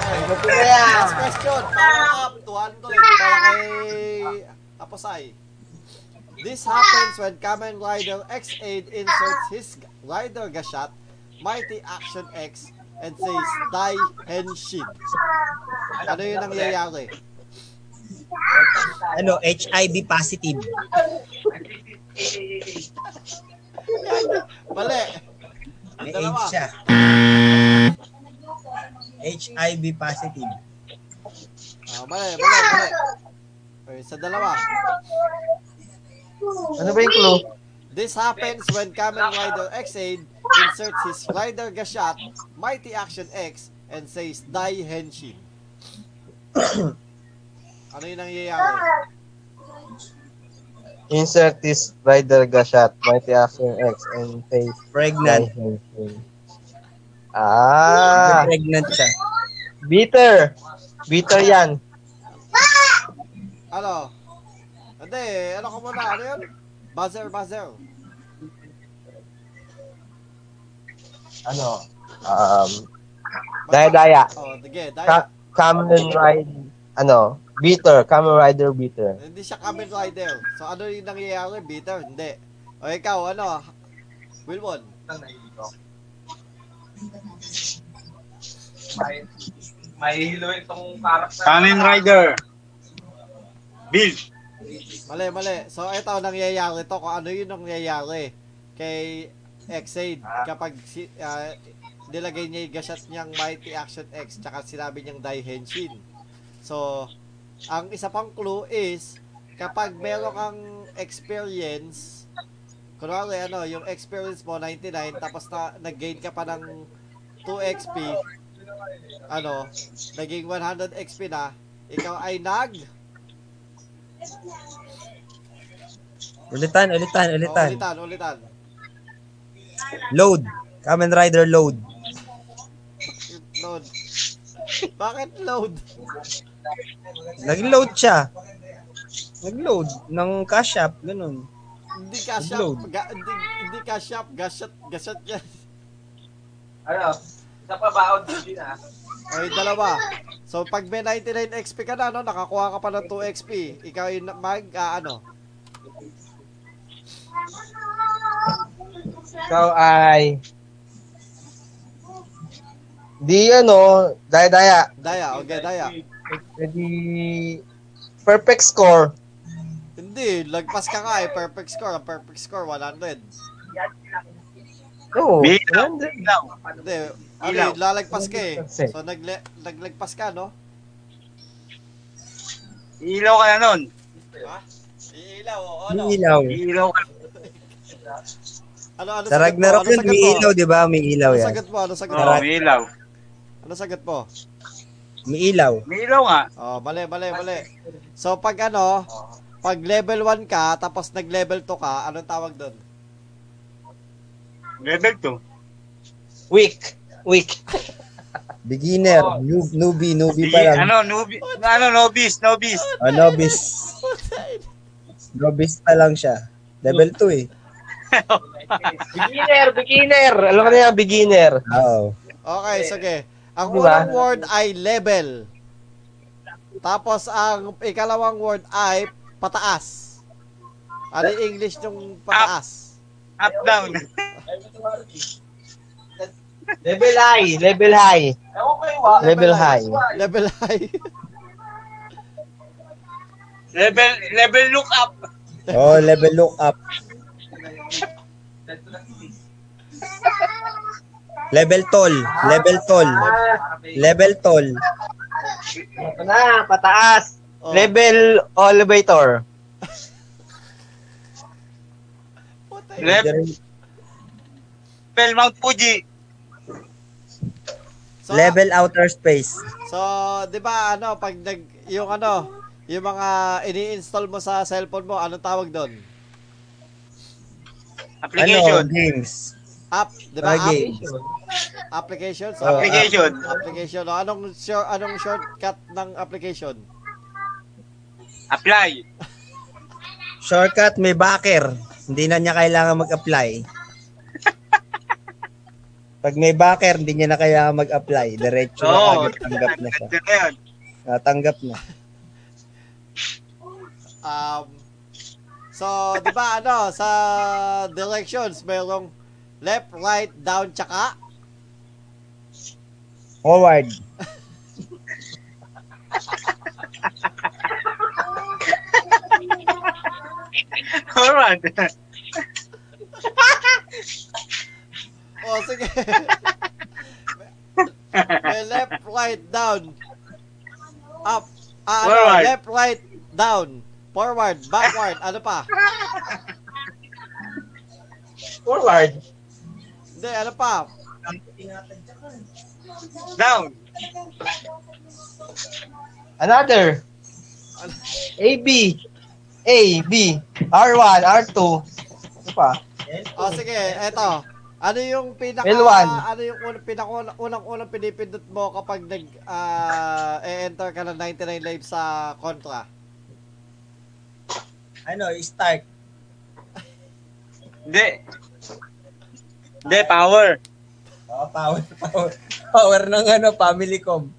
Tanggapin na yan!
Next question. Power up. 200. Para kay Aposay. This happens when Kamen Rider X8 inserts his Rider Gashat, Mighty Action X, and says, Die Henshin. Ano yung nangyayari?
Ano, HIV positive.
Mali.
May
Dalawa.
AIDS siya. HIV positive.
Ah, mali, mali, mali. Okay, sa dalawa.
Ano ba yung clue?
This happens when Kamen Rider X8 inserts his Rider Gashat, Mighty Action X, and says, Die Henshin. ano yung nangyayari?
Insert this rider gashat, mighty action X, and face by
Pregnant.
him. Ah,
Pregnant siya.
bitter. Bitter yan.
Ano? Hindi, ano ka muna? Ano yun? Buzzer, buzzer.
Ano? Um, daya-daya.
Oh, sige, dahil
Ka- Kamen Rider, ano? Bitter. Kamen Rider bitter.
hindi siya Kamen Rider. So ano yung nangyayari? Bitter? Hindi. O ikaw, ano? Wilbon?
Kamen Rider. Bill.
Mali, mali. So, ito, nangyayari to. Kung ano yun nangyayari kay Xade kapag si, ah, nilagay niya yung gashat niyang Mighty Action X tsaka sinabi niyang Dai Henshin. So, ang isa pang clue is kapag meron kang experience kunwari ano, yung experience mo 99 tapos na, nag-gain ka pa ng 2 XP ano, naging 100 XP na, ikaw ay nag
Ulitan, ulitan,
ulitan,
ulitan.
Oh, ulitan, ulitan.
Load. Kamen Rider load.
Load. Bakit load?
Nag-load siya. Nag-load ng cash app, ganun.
Hindi ka
Load.
shop. Ga, hindi, hindi ka shop. Gashat, gashat yan. Ano? Isa pa ba out din ah? Okay, dalawa. So pag may 99 XP ka na, no, nakakuha ka pa ng 2 XP. Ikaw yung mag, ah, ano?
Ikaw ay... Di ano, daya-daya.
Daya, okay, daya.
Pwede... Perfect score.
Hindi, lagpas ka nga eh. Perfect score. Ang perfect score, 100.
Oh,
No,
Bill.
100.
Hindi, ano,
Ilaw.
yun, lalagpas ka eh. So nagle, naglagpas ka, no?
Iilaw ka na nun.
Iilaw, o ano?
May ilaw.
Iilaw ka.
Ano, ano sagot mo?
Sa Ragnarok
Ano
yun,
sagot
may
mo?
ilaw, di ba? May ilaw
Ano
yan.
sagot mo? Ano sagot mo?
Oo, may ilaw.
Ano sagot mo?
May ilaw.
May ilaw nga.
Oh, mali, mali, mali. So pag ano, pag level 1 ka tapos nag-level 2 ka, anong tawag doon?
Level 2.
Weak. Weak.
Beginner. noob- newbie, newbie pa lang.
Ano, newbie, ano, novice, novice.
O, novice. Novice pa lang siya. Level 2 eh.
beginner, beginner. Alam ka na yan, beginner.
Oo.
Okay, sige. Ang
Diba?
unang word ay level. Tapos ang ikalawang word ay pataas. Ano yung English ng pataas?
Up, down.
Level high, level high. Level high.
Level high.
level, level look up.
Oh, level look up. Level tall. Level tall. Level tall.
Ito na, pataas.
Oh.
Level elevator.
Putay.
Level Mount Fuji.
So,
Level outer space.
So, 'di ba ano pag nag yung ano, yung mga ini-install mo sa cellphone mo, anong tawag doon?
Ano?
Application.
Games.
App, 'di ba?
Mga
App,
games.
application. So,
Oh,
Application.
application. O, Anong shor- anong shortcut ng application?
Apply.
Shortcut may backer. Hindi na niya kailangan mag-apply. Pag may backer, hindi niya na kailangan mag-apply. Diretso na
Oo.
agad. ah, Tanggap na siya.
Ganda na yun.
Ah, tanggap na.
Um So, 'di ba ano sa directions merong left, right, down, tsaka
Forward.
Alright.
O, sige. May left, right, down. Up. Ah, ano,
Forward.
left, right, down. Forward, backward, ano pa?
Forward.
Hindi, ano pa?
Down.
Another. AB. A, B, R1, R2. Ano pa?
O sige, eto. Ano yung pinaka
L1.
ano yung unang pinaka unang unang pinipindot mo kapag nag ah, e-enter ka ng 99 live sa kontra?
Ano, start.
Hindi. Hindi, power.
Oh, power, power. Power ng ano, family com.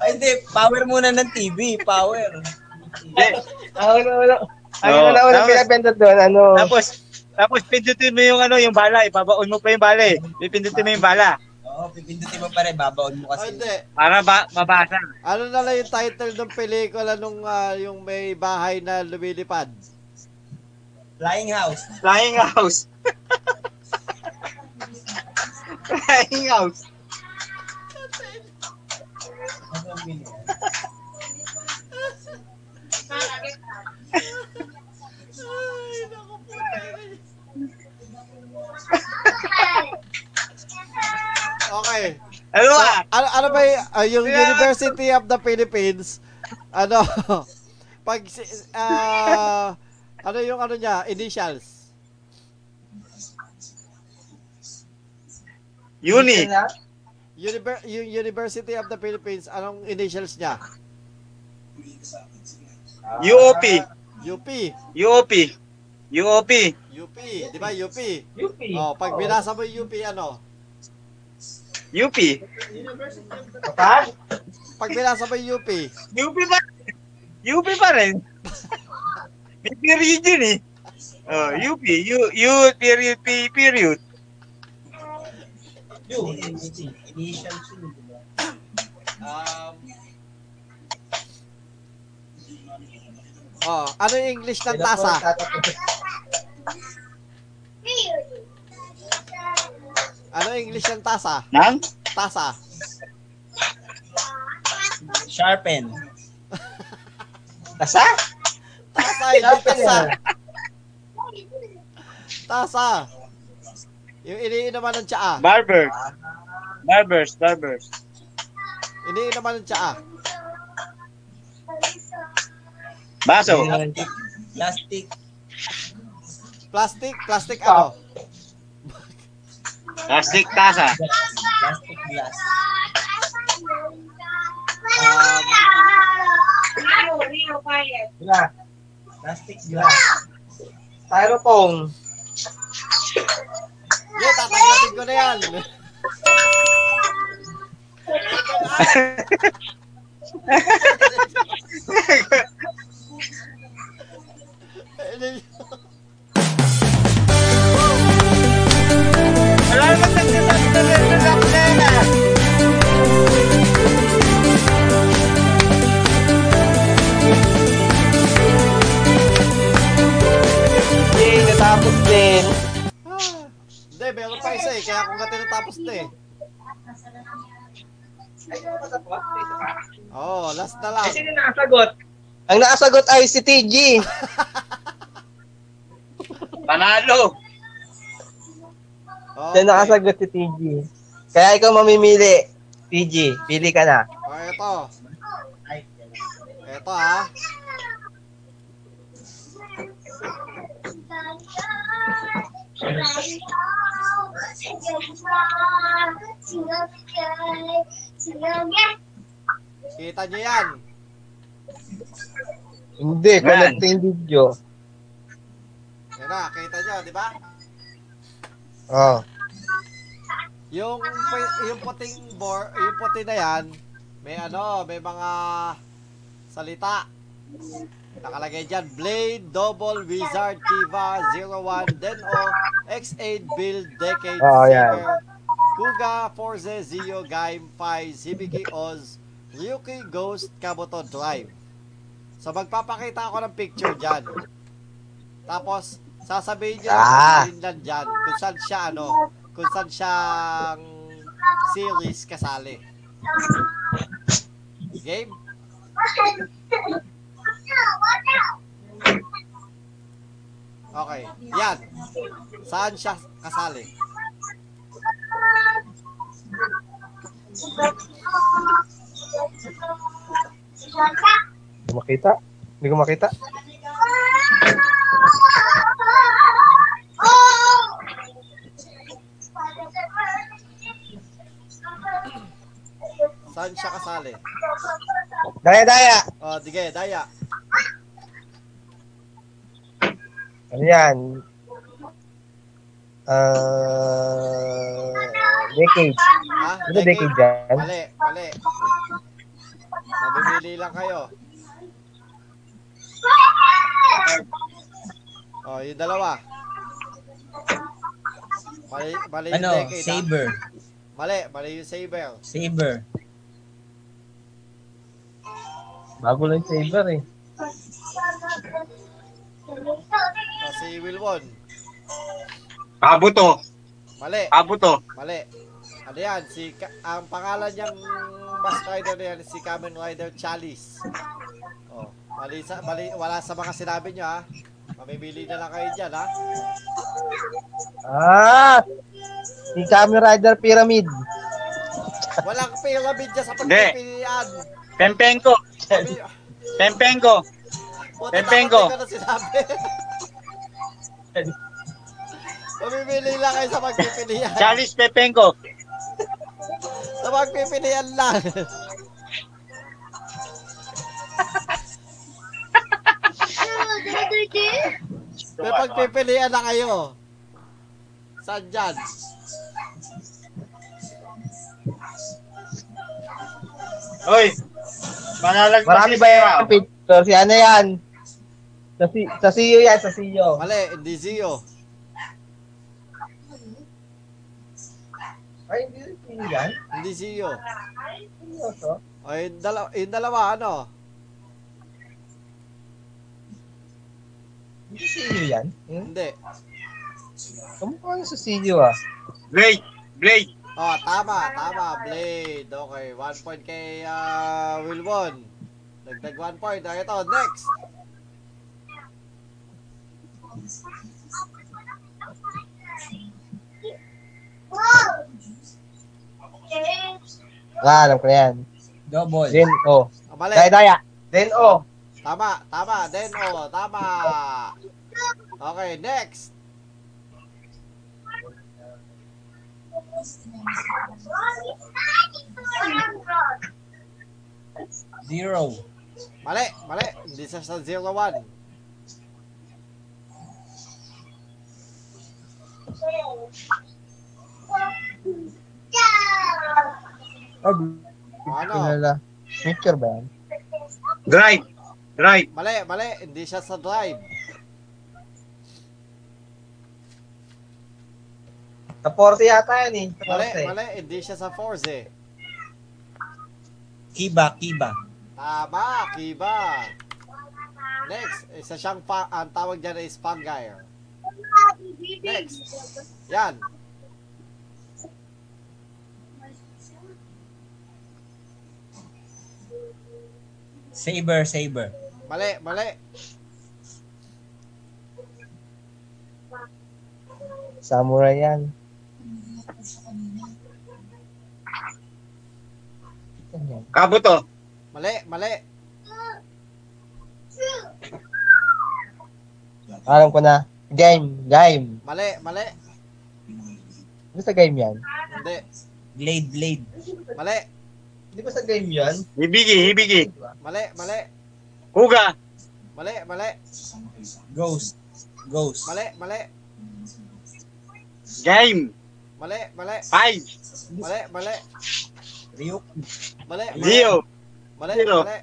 Ay, hindi. Power muna ng TV. Power.
Hindi.
Ang una-una, ang
Oo,
una-una
tapos-
Ano pinapindot doon, ano?
Tapos, tapos pindutin mo yung ano, yung bala. Ipabaon mo pa yung bala eh. Pipindutin mo yung bala.
Oo, oh, pipindutin mo pa rin. Babaon mo
O
kasi.
hindi.
Para ba, mabasa.
Ano na lang yung title ng pelikula nung ah, yung may bahay na lumilipad?
Flying house.
Flying house. Flying house.
Ano
Okay.
Ano
So,
ba?
ano, ano ba y- ah, yung University of the Philippines? Ano? Pag si- ah, ano yung ano niya? Initials.
Uni.
Univer- yung University of the Philippines, anong initials niya?
UOP.
UP.
UOP. UOP.
UP, di ba? UP.
UP.
Oh, pag binasa mo yung UP, ano?
UP.
Pa?
Pag binasa mo yung UP,
UP pa UP pa rin. May period yun eh. Oh, UP. U, U, period, P, period.
Yun. Initial two. di ba?
um, oh, ano yung English ng tasa? Ano yung English ng tasa?
Nang?
Tasa.
Sharpen.
Tasa?
Tasa, hindi tasa. Tasa. Yung iniinaman ng tsaa.
Barber. Barbers, barbers.
Iniinaman ng tsaa.
Baso.
Plastic. Plastic.
Plastic, plastic ano?
Plastic tasa.
Plastic glass. Plastic glass.
Styrofoam.
Yeah, tatanggapin ko na yan.
Okay, natapos din.
Hindi, meron pa isa eh. Kaya ako nga tinatapos na eh. Oo, oh, last na lang.
Ang nakasagot ay si TG.
Panalo.
Okay.
Yan nakasagot si TG. Kaya ikaw mamimili. TG, pili ka na.
O, eto. Eto ha. Kita niyo yan.
Hindi,
Yan.
connect yung video.
Yan na, kita niyo, di ba?
Oh.
Yung, pu- yung puting bor, yung puti na yan, may ano, may mga salita. Nakalagay dyan, Blade, Double, Wizard, Kiva, 01, Deno, X8, Build, Decade,
Oo, yan.
Saber, Kuga, Forze, Zio, Gaim, Pai, Hibiki, Oz, Ryuki, Ghost, Kabuto, Drive. So magpapakita ako ng picture dyan. Tapos, sasabihin niyo ah.
Ah.
kung saan dyan, kung saan siya, ano, kung saan siyang series kasali. Game? Okay. Yan. Saan siya kasali?
Hindi ko makita. Hindi ko makita.
Thank
sasali.
Daya, daya.
O, dige, Oh, daya.
Ayan.
Eh,
Uh, decade.
Ha?
Ano decade dyan?
Mali, mali. Mabibili lang kayo. O, Oh, yung dalawa. Mali, mali yung
Ano?
decade, ha?
Saber.
Mali, mali yung saber.
Saber.
Bago lang yung saber eh.
Kasi Wilwon.
Abuto.
Mali,
Abuto.
mali. Ano yan? Si, Ka- ang pangalan niyang Mask Rider na yan, si Kamen Rider Chalice. Oh, mali sa, mali, wala sa mga sinabi niyo ha. Mamimili na lang kayo dyan ha.
Ah! Si Kamen Rider Pyramid.
Walang pyramid dyan sa
Hindi.
pagpipilian.
Pempenko.
Sabi-
Pempenko.
Puta,
Pempengo.
dapat di ko na sinabi. Mamimili lang kayo sa pagpipilian.
Charles Pempenko.
Sa pagpipilian lang. May pagpipilian na kayo. Saan dyan?
Hoy. Manalag
Marami ba yung picture? Si ano yan? Sa, si sa CEO yan, sa CEO.
Mali, hindi Zio.
Ay, hindi rin CEO yan.
Hindi Zio.
Seryoso?
O, yung dalawa, yung dalawa ano?
Hindi CEO yan. Hmm?
Hindi.
Kamukha niya sa CEO ah.
Blade. Blade.
Oh, tama, tama, Blade. Okay, one point kay ah, Wilbon. Dagdag one point. Ah, ito, next.
Ah, alam ko na yan.
Double.
Then, oh.
Ah, mali.
Daya, daya. Then, oh.
Tama, tama. Then, oh, tama. Okay, next.
Zero.
Mali, mali. Hindi siya sa 0-1.
Oh,
Ano?
Kilala. Picture ba yan?
Drive. Drive.
Mali, mali. Hindi siya sa drive.
Sa 40 yata yan eh. Sa
Mali,
40.
mali. Hindi siya sa force eh.
Kiba, kiba.
Tama, Kiba. Next, isa siyang fa- ang tawag dyan is Fangire. Next. Yan.
Saber, saber.
Mali, mali.
Samurai yan. Ano yan?
Kabuto.
Mali, mali.
Alam ko na. Game. Game.
Mali, mali.
Di ba sa game yan?
Hindi.
Glade, blade.
Mali,
Di ba sa game yan?
Hibigi. Hibigi.
mali, mali.
Huga.
Mali, mali.
Ghost. Ghost.
Mali, mali.
Game.
Mali, mali.
Five.
Mali, mali.
Ryuk.
Mali, mali.
Zero.
Mali,
Zero.
mali.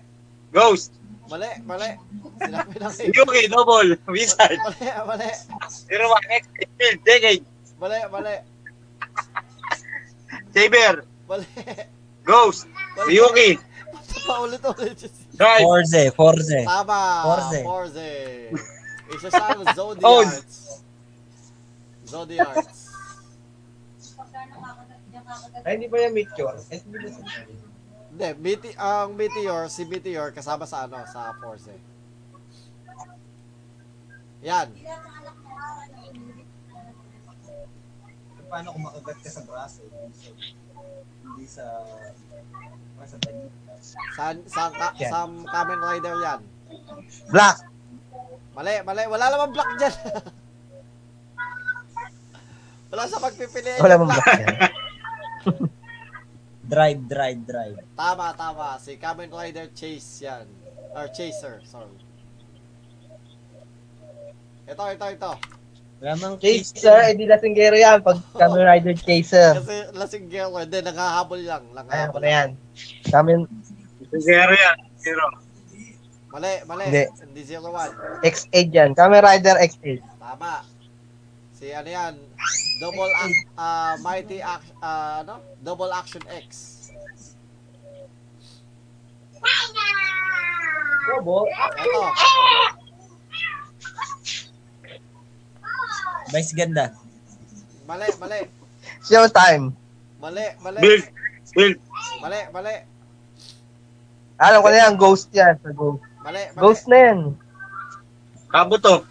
Ghost.
Mali, mali. Sinabi na kayo.
Yuki. Double. Wizard.
Mali, mali.
Zero one. X. Field. Decade.
Mali, mali.
Saber.
Mali.
Ghost.
Mali.
Yuki.
Paulit-ulit.
Drive.
Forze,
Eh,
forze.
Tama.
Forze.
Forze. Isa ano, siyang
Oh.
Zodiacs. Zodiacs.
Ay, hindi ba yung picture? Ay, hindi ba sa
Hindi, mete- ang Meteor, si Meteor kasama sa ano, sa Forze. Yan.
Paano kung makagat ka sa braso? Hindi sa... Hindi sa...
San, san, ka,
Yan.
Sam Kamen Rider yan.
Black.
Mali, mali. Wala namang black dyan. Wala sa pagpipili.
Wala mong black yan.
Drive, drive, drive.
Tama, tama. Si Kamen Rider Chase yan. Or Chaser, sorry. Ito, ito, ito.
Lamang
Chaser, edi lasinggero yan pag Kamen Rider Chaser.
Kasi lasing girl, hindi, nangahabol lang.
Ayan ko
Nangahabol
na yan.
lang.
Kamen
Zero yan. Zero.
Mali, mali.
Hindi.
Hindi zero one.
X8 yan. Kamen Rider X8.
Tama. Si ano yan? Double ac- ah, Mighty ac- ah, ano? Double Action X.
Robo.
Ito.
Vice ganda.
Mali, mali.
Showtime.
Mali, mali.
Build. Build.
Mali, mali.
Alam ko na yan, ghost yan. Sa ghost.
Mali, mali.
Ghost na yan.
Kabuto.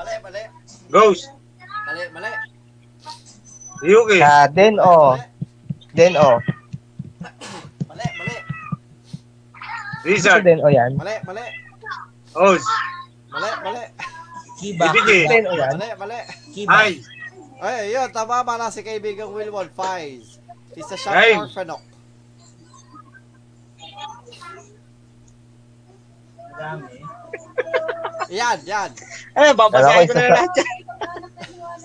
Mali, mali.
Ghost.
Mali, mali.
Yuki.
Sa Den O. Den O.
Mali, mali.
Sa
Wizard.
Den O yan.
Mali, mali.
Oz.
Mali, mali.
Kiba.
Ibigay.
Kiba.
Den O yan.
Mali, mali.
Kiba.
Hi.
Ay, yun. Tama ba na si kaibigang Wilwon Fies? Isa
Ay.
siyang orphanok.
Marami.
Yan, yan.
Eh, babasahin ko
Dalawa,
na
isa.
lahat yan.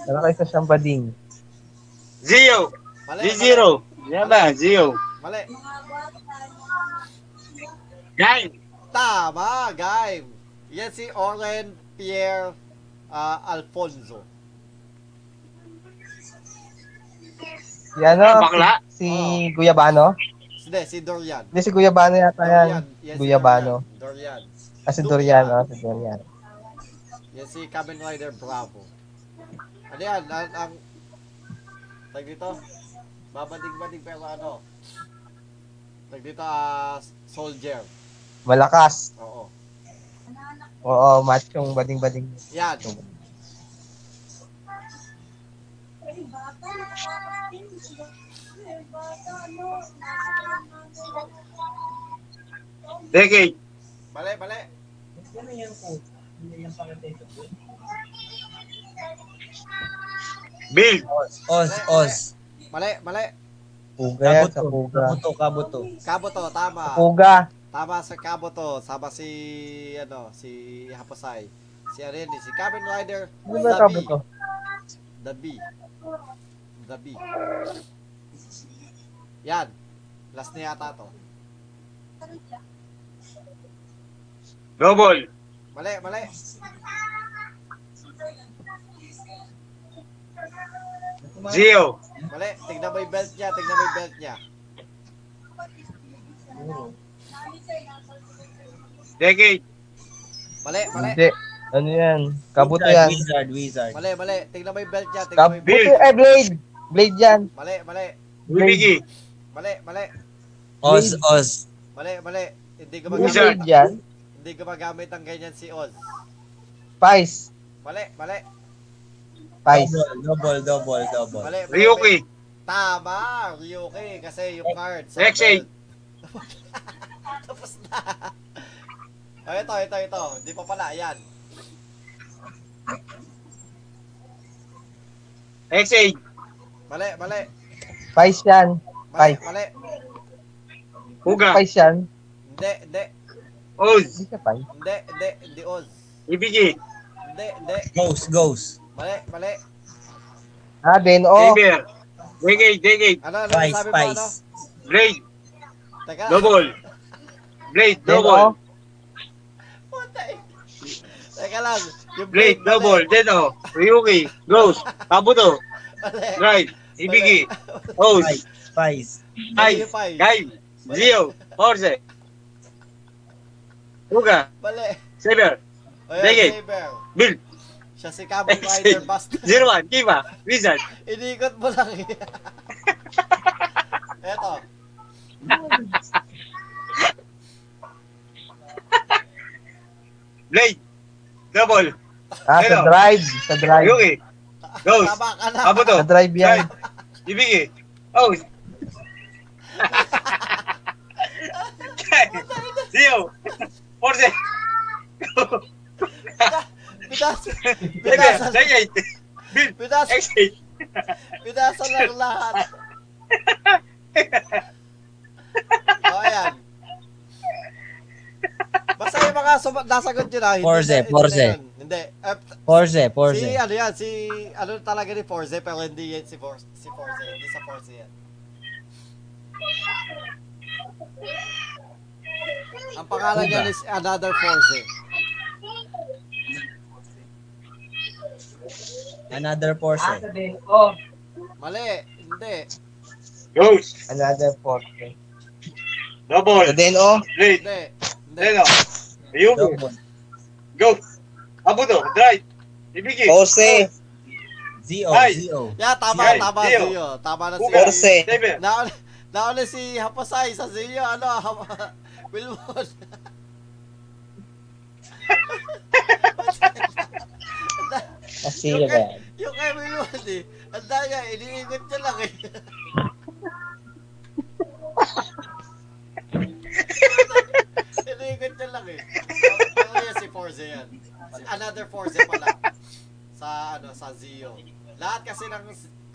Dala ko isa siyang bading.
Zio.
Mali,
Di
mali.
zero. Yan ba? Zio.
Mali.
Nine.
Tama, guys. Yan si Oren Pierre ah, Alfonso.
Si ano?
Bakla.
Si Guyabano.
Hindi, si Dorian.
Hindi si Guyabano yata yan.
Yan si
Guyabano.
Dorian. Dorian.
Ah, si Dorian. Oh, si Dorian.
Yan si Kamen Rider Bravo. Ano yan? Ang, ang tag dito? Babadig-badig pero ano? Tag dito, ah, soldier.
Malakas.
Oo.
Oo, machong bading-bading.
Yan.
Decade.
Mali, mali.
Ano yan po? Ano yan pakatay ko?
Build.
Oz, Oz.
Mali, mali.
Puga yan sa
Kabuto.
Puga.
Kabuto, kabuto.
Kabuto, tama.
Puga.
Tama sa Kabuto. Sama si, ano, si Haposay. Si Arene, si Kamen Rider.
Ano ba tawag ito?
The B. The B. Yan. Last na yata to.
Double.
Mali, mali.
Zio.
Mali. Tignan mo yung belt niya. Tignan mo yung belt niya.
Decade.
Mali, mali.
Hindi. Ano yan? Kabuto
Wizard,
yan.
Wizard, wizard.
Mali, mali. Tignan mo yung belt niya. Tignan mo yung belt.
Kabuto. Eh, Blade. Blade yan.
Mali, mali.
Wibigi.
Mali, mali.
Oz, Oz.
Mali, mali. Hindi
Blade
gumagamit.
yan.
Hindi gumagamit ang ganyan si Oz.
Pice.
Mali, mali.
Pice.
Double, double, double, double.
Mali, mali.
Ryuki.
Tama, Ryuki. Kasi yung card sa
Next eight.
belt. Tapos na. O, ito, ito, ito. Hindi pa pala. Yan.
X8.
Mali, mali.
Pice yan.
Mali,
Five.
mali.
Huga.
Pice yan.
Hindi, hindi.
Oz.
Hindi siya Pice.
Hindi, hindi. Hindi, Oz.
Ibigi.
Hindi, hindi.
Ghost, ghost.
Mali, mali.
Ah, Den O.
Saber. Decade. Decade.
Ano, ano
Spice,
sabi mo,
spice.
ano?
Blade.
Teka.
Double. Blade.
Den
Double.
O.
Puta eh. Teka lang. Yung
Blade.
mali.
Double. Deno. Ryuki. Ghost. Kabuto.
Mali.
Drive. Ibigi. Oz.
Spice, spice.
Mali
Five.
yung five.
Guy. Zio. Horse. Huga.
Mali.
Saber.
O yun,
Sige.
Saber.
Build.
Siya si Kamen Rider Buster.
Zero one. Kiba. Wizard.
Inikot mo lang eh. Eto.
Blade. Double.
Ah, sa
Pero-
drive. Sa drive.
Ryuki. Ghost.
Tama ka na.
Kabuto.
Sa drive yan.
Drive. Ibigi. Oz. Zio. Horse.
Pitas.
Saber.
Pitasan.
Decade. Build.
Pitas.
X8.
Pitasan lang lahat. Oh, ayan. Basta yung mga sum- nasagot nyo na. hindi
Forze,
na- hindi na
Forze.
yun. Hindi. Eh,
Forze,
Si
Forze.
ano yan, si ano talaga ni Forze, pero hindi yan si Forze, si Forze, hindi sa Forze yan. Ang pangalan niya is Another Forze.
Another Forze.
Ano Mali, hindi.
Ghost.
Another 40.
Double.
So then, oh,
Blade.
Hindi. Hindi.
Leno. Ayubo.
Dogbon.
Go. Abudo. Drive. Ibigay.
Jose,
Zio,
Ay!
Zio.
Yeah, tama,
Sige,
tama,
Gio.
Zio. Tama na si...
Forze.
Seven.
Nauna, nauna si Hapasay sa Zio, ano, Hap- Wilmon.
Asira.
Yung kay Wilmon eh, ang daya, iniingot niya lang eh. iniingot niya lang eh. Pero yun si Forze yan. Another Forze pala. Sa ano, sa Zio. Lahat kasi ng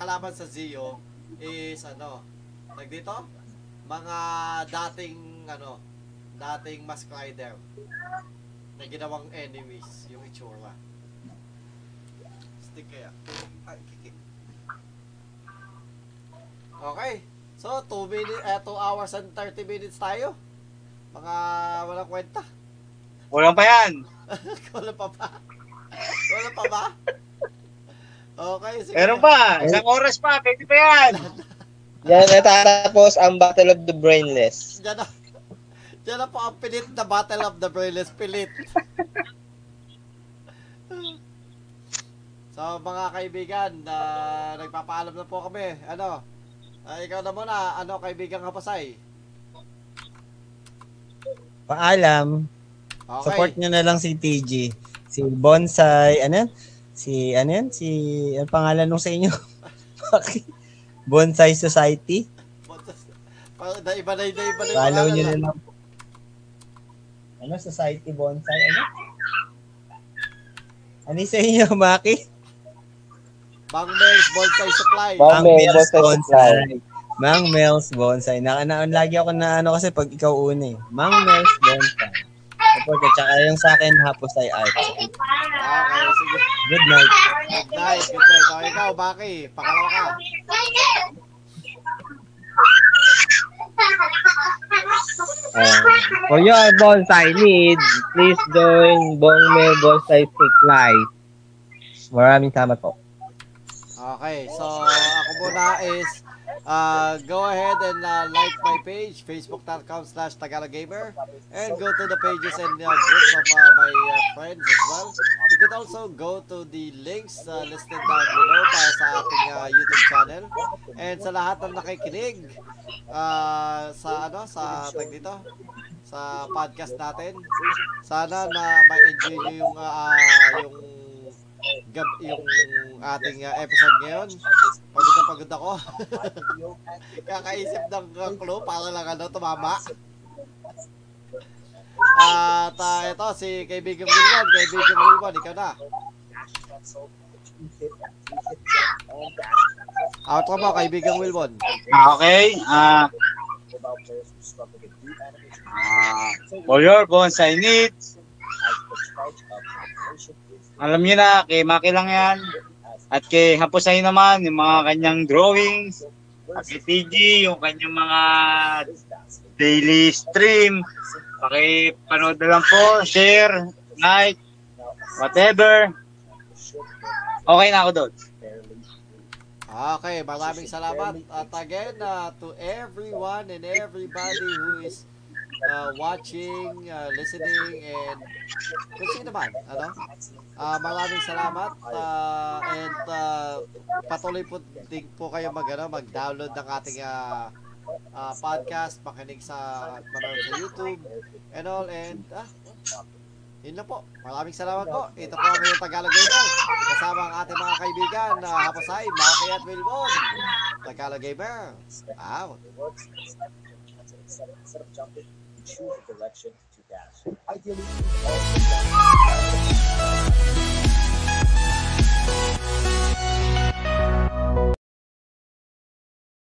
kalaban sa Zio is ano, tag dito, mga dating ano, dating mask rider na ginawang enemies yung itsura. Stick kaya. Ay, kikik. Okay. So, 2 minutes, eh, 2 hours and 30 minutes tayo. Mga walang kwenta.
Walang pa yan.
Wala pa ba? Wala pa ba? Okay, sige.
Meron pa. Isang oras pa. Pwede pa yan.
Yan, natatapos ang Battle of the Brainless.
Diyan na, diyan na po ang pilit na Battle of the Brainless. Pilit. so, mga kaibigan, na nagpapaalam na po kami. Ano? Ah, ikaw na muna, ano kaibigang Hapasay?
Paalam.
Okay.
Support nyo na lang si TG. Si Bonsai, ano yan? Si, ano yan? Si, ang pangalan nung sa inyo? Bakit? Bonsai Society.
Parang na iba na na iba na
Follow
pangalan ah.
nyo na
na.
lang. Ano? Society Bonsai? Ano? Ano yung sa inyo, Maki?
Bang Mel's Bonsai Supply.
Bang-
Mang
Mel
Mel's
Bonsai
Bonsai. Mang Mel's Bonsai. Na, na, lagi ako na ano kasi pag ikaw una eh. Mang Mel's Bonsai. Support at saka yung sa akin hapos ay art.
Okay, sige.
Good night.
Good night, good night. Okay, ikaw, Baki. Pakalawa ka.
For your bonsai needs, please join Bongme Bonsai Supply. Maraming tama to.
Okay, so ako muna is uh, go ahead and uh, like my page, facebook.com slash Tagaloggamer, and go to the pages and uh, groups of uh, my uh, friends as well. You can also go to the links uh, listed down below para sa ating uh, YouTube channel. And sa lahat ng nakikinig uh, sa ano, sa tag dito, sa podcast natin, sana na ma-enjoy nyo yung, uh, yung gab yung ating uh, episode ngayon. Pagod na pagod ako. Kakaisip ng uh, clue para lang ano, tumama. At uh, ito, si kaibigan Wilwan, kaibigan Wilwan, ikaw na. Outro mo, kaibigan Wilwan.
Ah, okay. Ah. Ah, for your bonsai needs. Alam niyo na, kay Maki lang yan. At kay Hapusay naman, yung mga kanyang drawings. At kay TG, yung kanyang mga daily stream. Pakipanood na lang po, share, like, whatever. Okay na ako doon.
Okay, maraming salamat. At again, uh, to everyone and everybody who is uh, watching, uh, listening, and kung sino man, ano? Ah, maraming salamat. ah, and ah, patuloy po, din po kayo mag, ano, mag-download ng ating ah, ah, podcast, makinig sa, manood sa YouTube, and all, and ah, yun lang po. Maraming salamat po. Ito po ang iyong Tagalog Gamer. Kasama ang ating mga kaibigan na Hapasay, Maki at Wilbon. Tagalog Gamer. Out.
Thank you.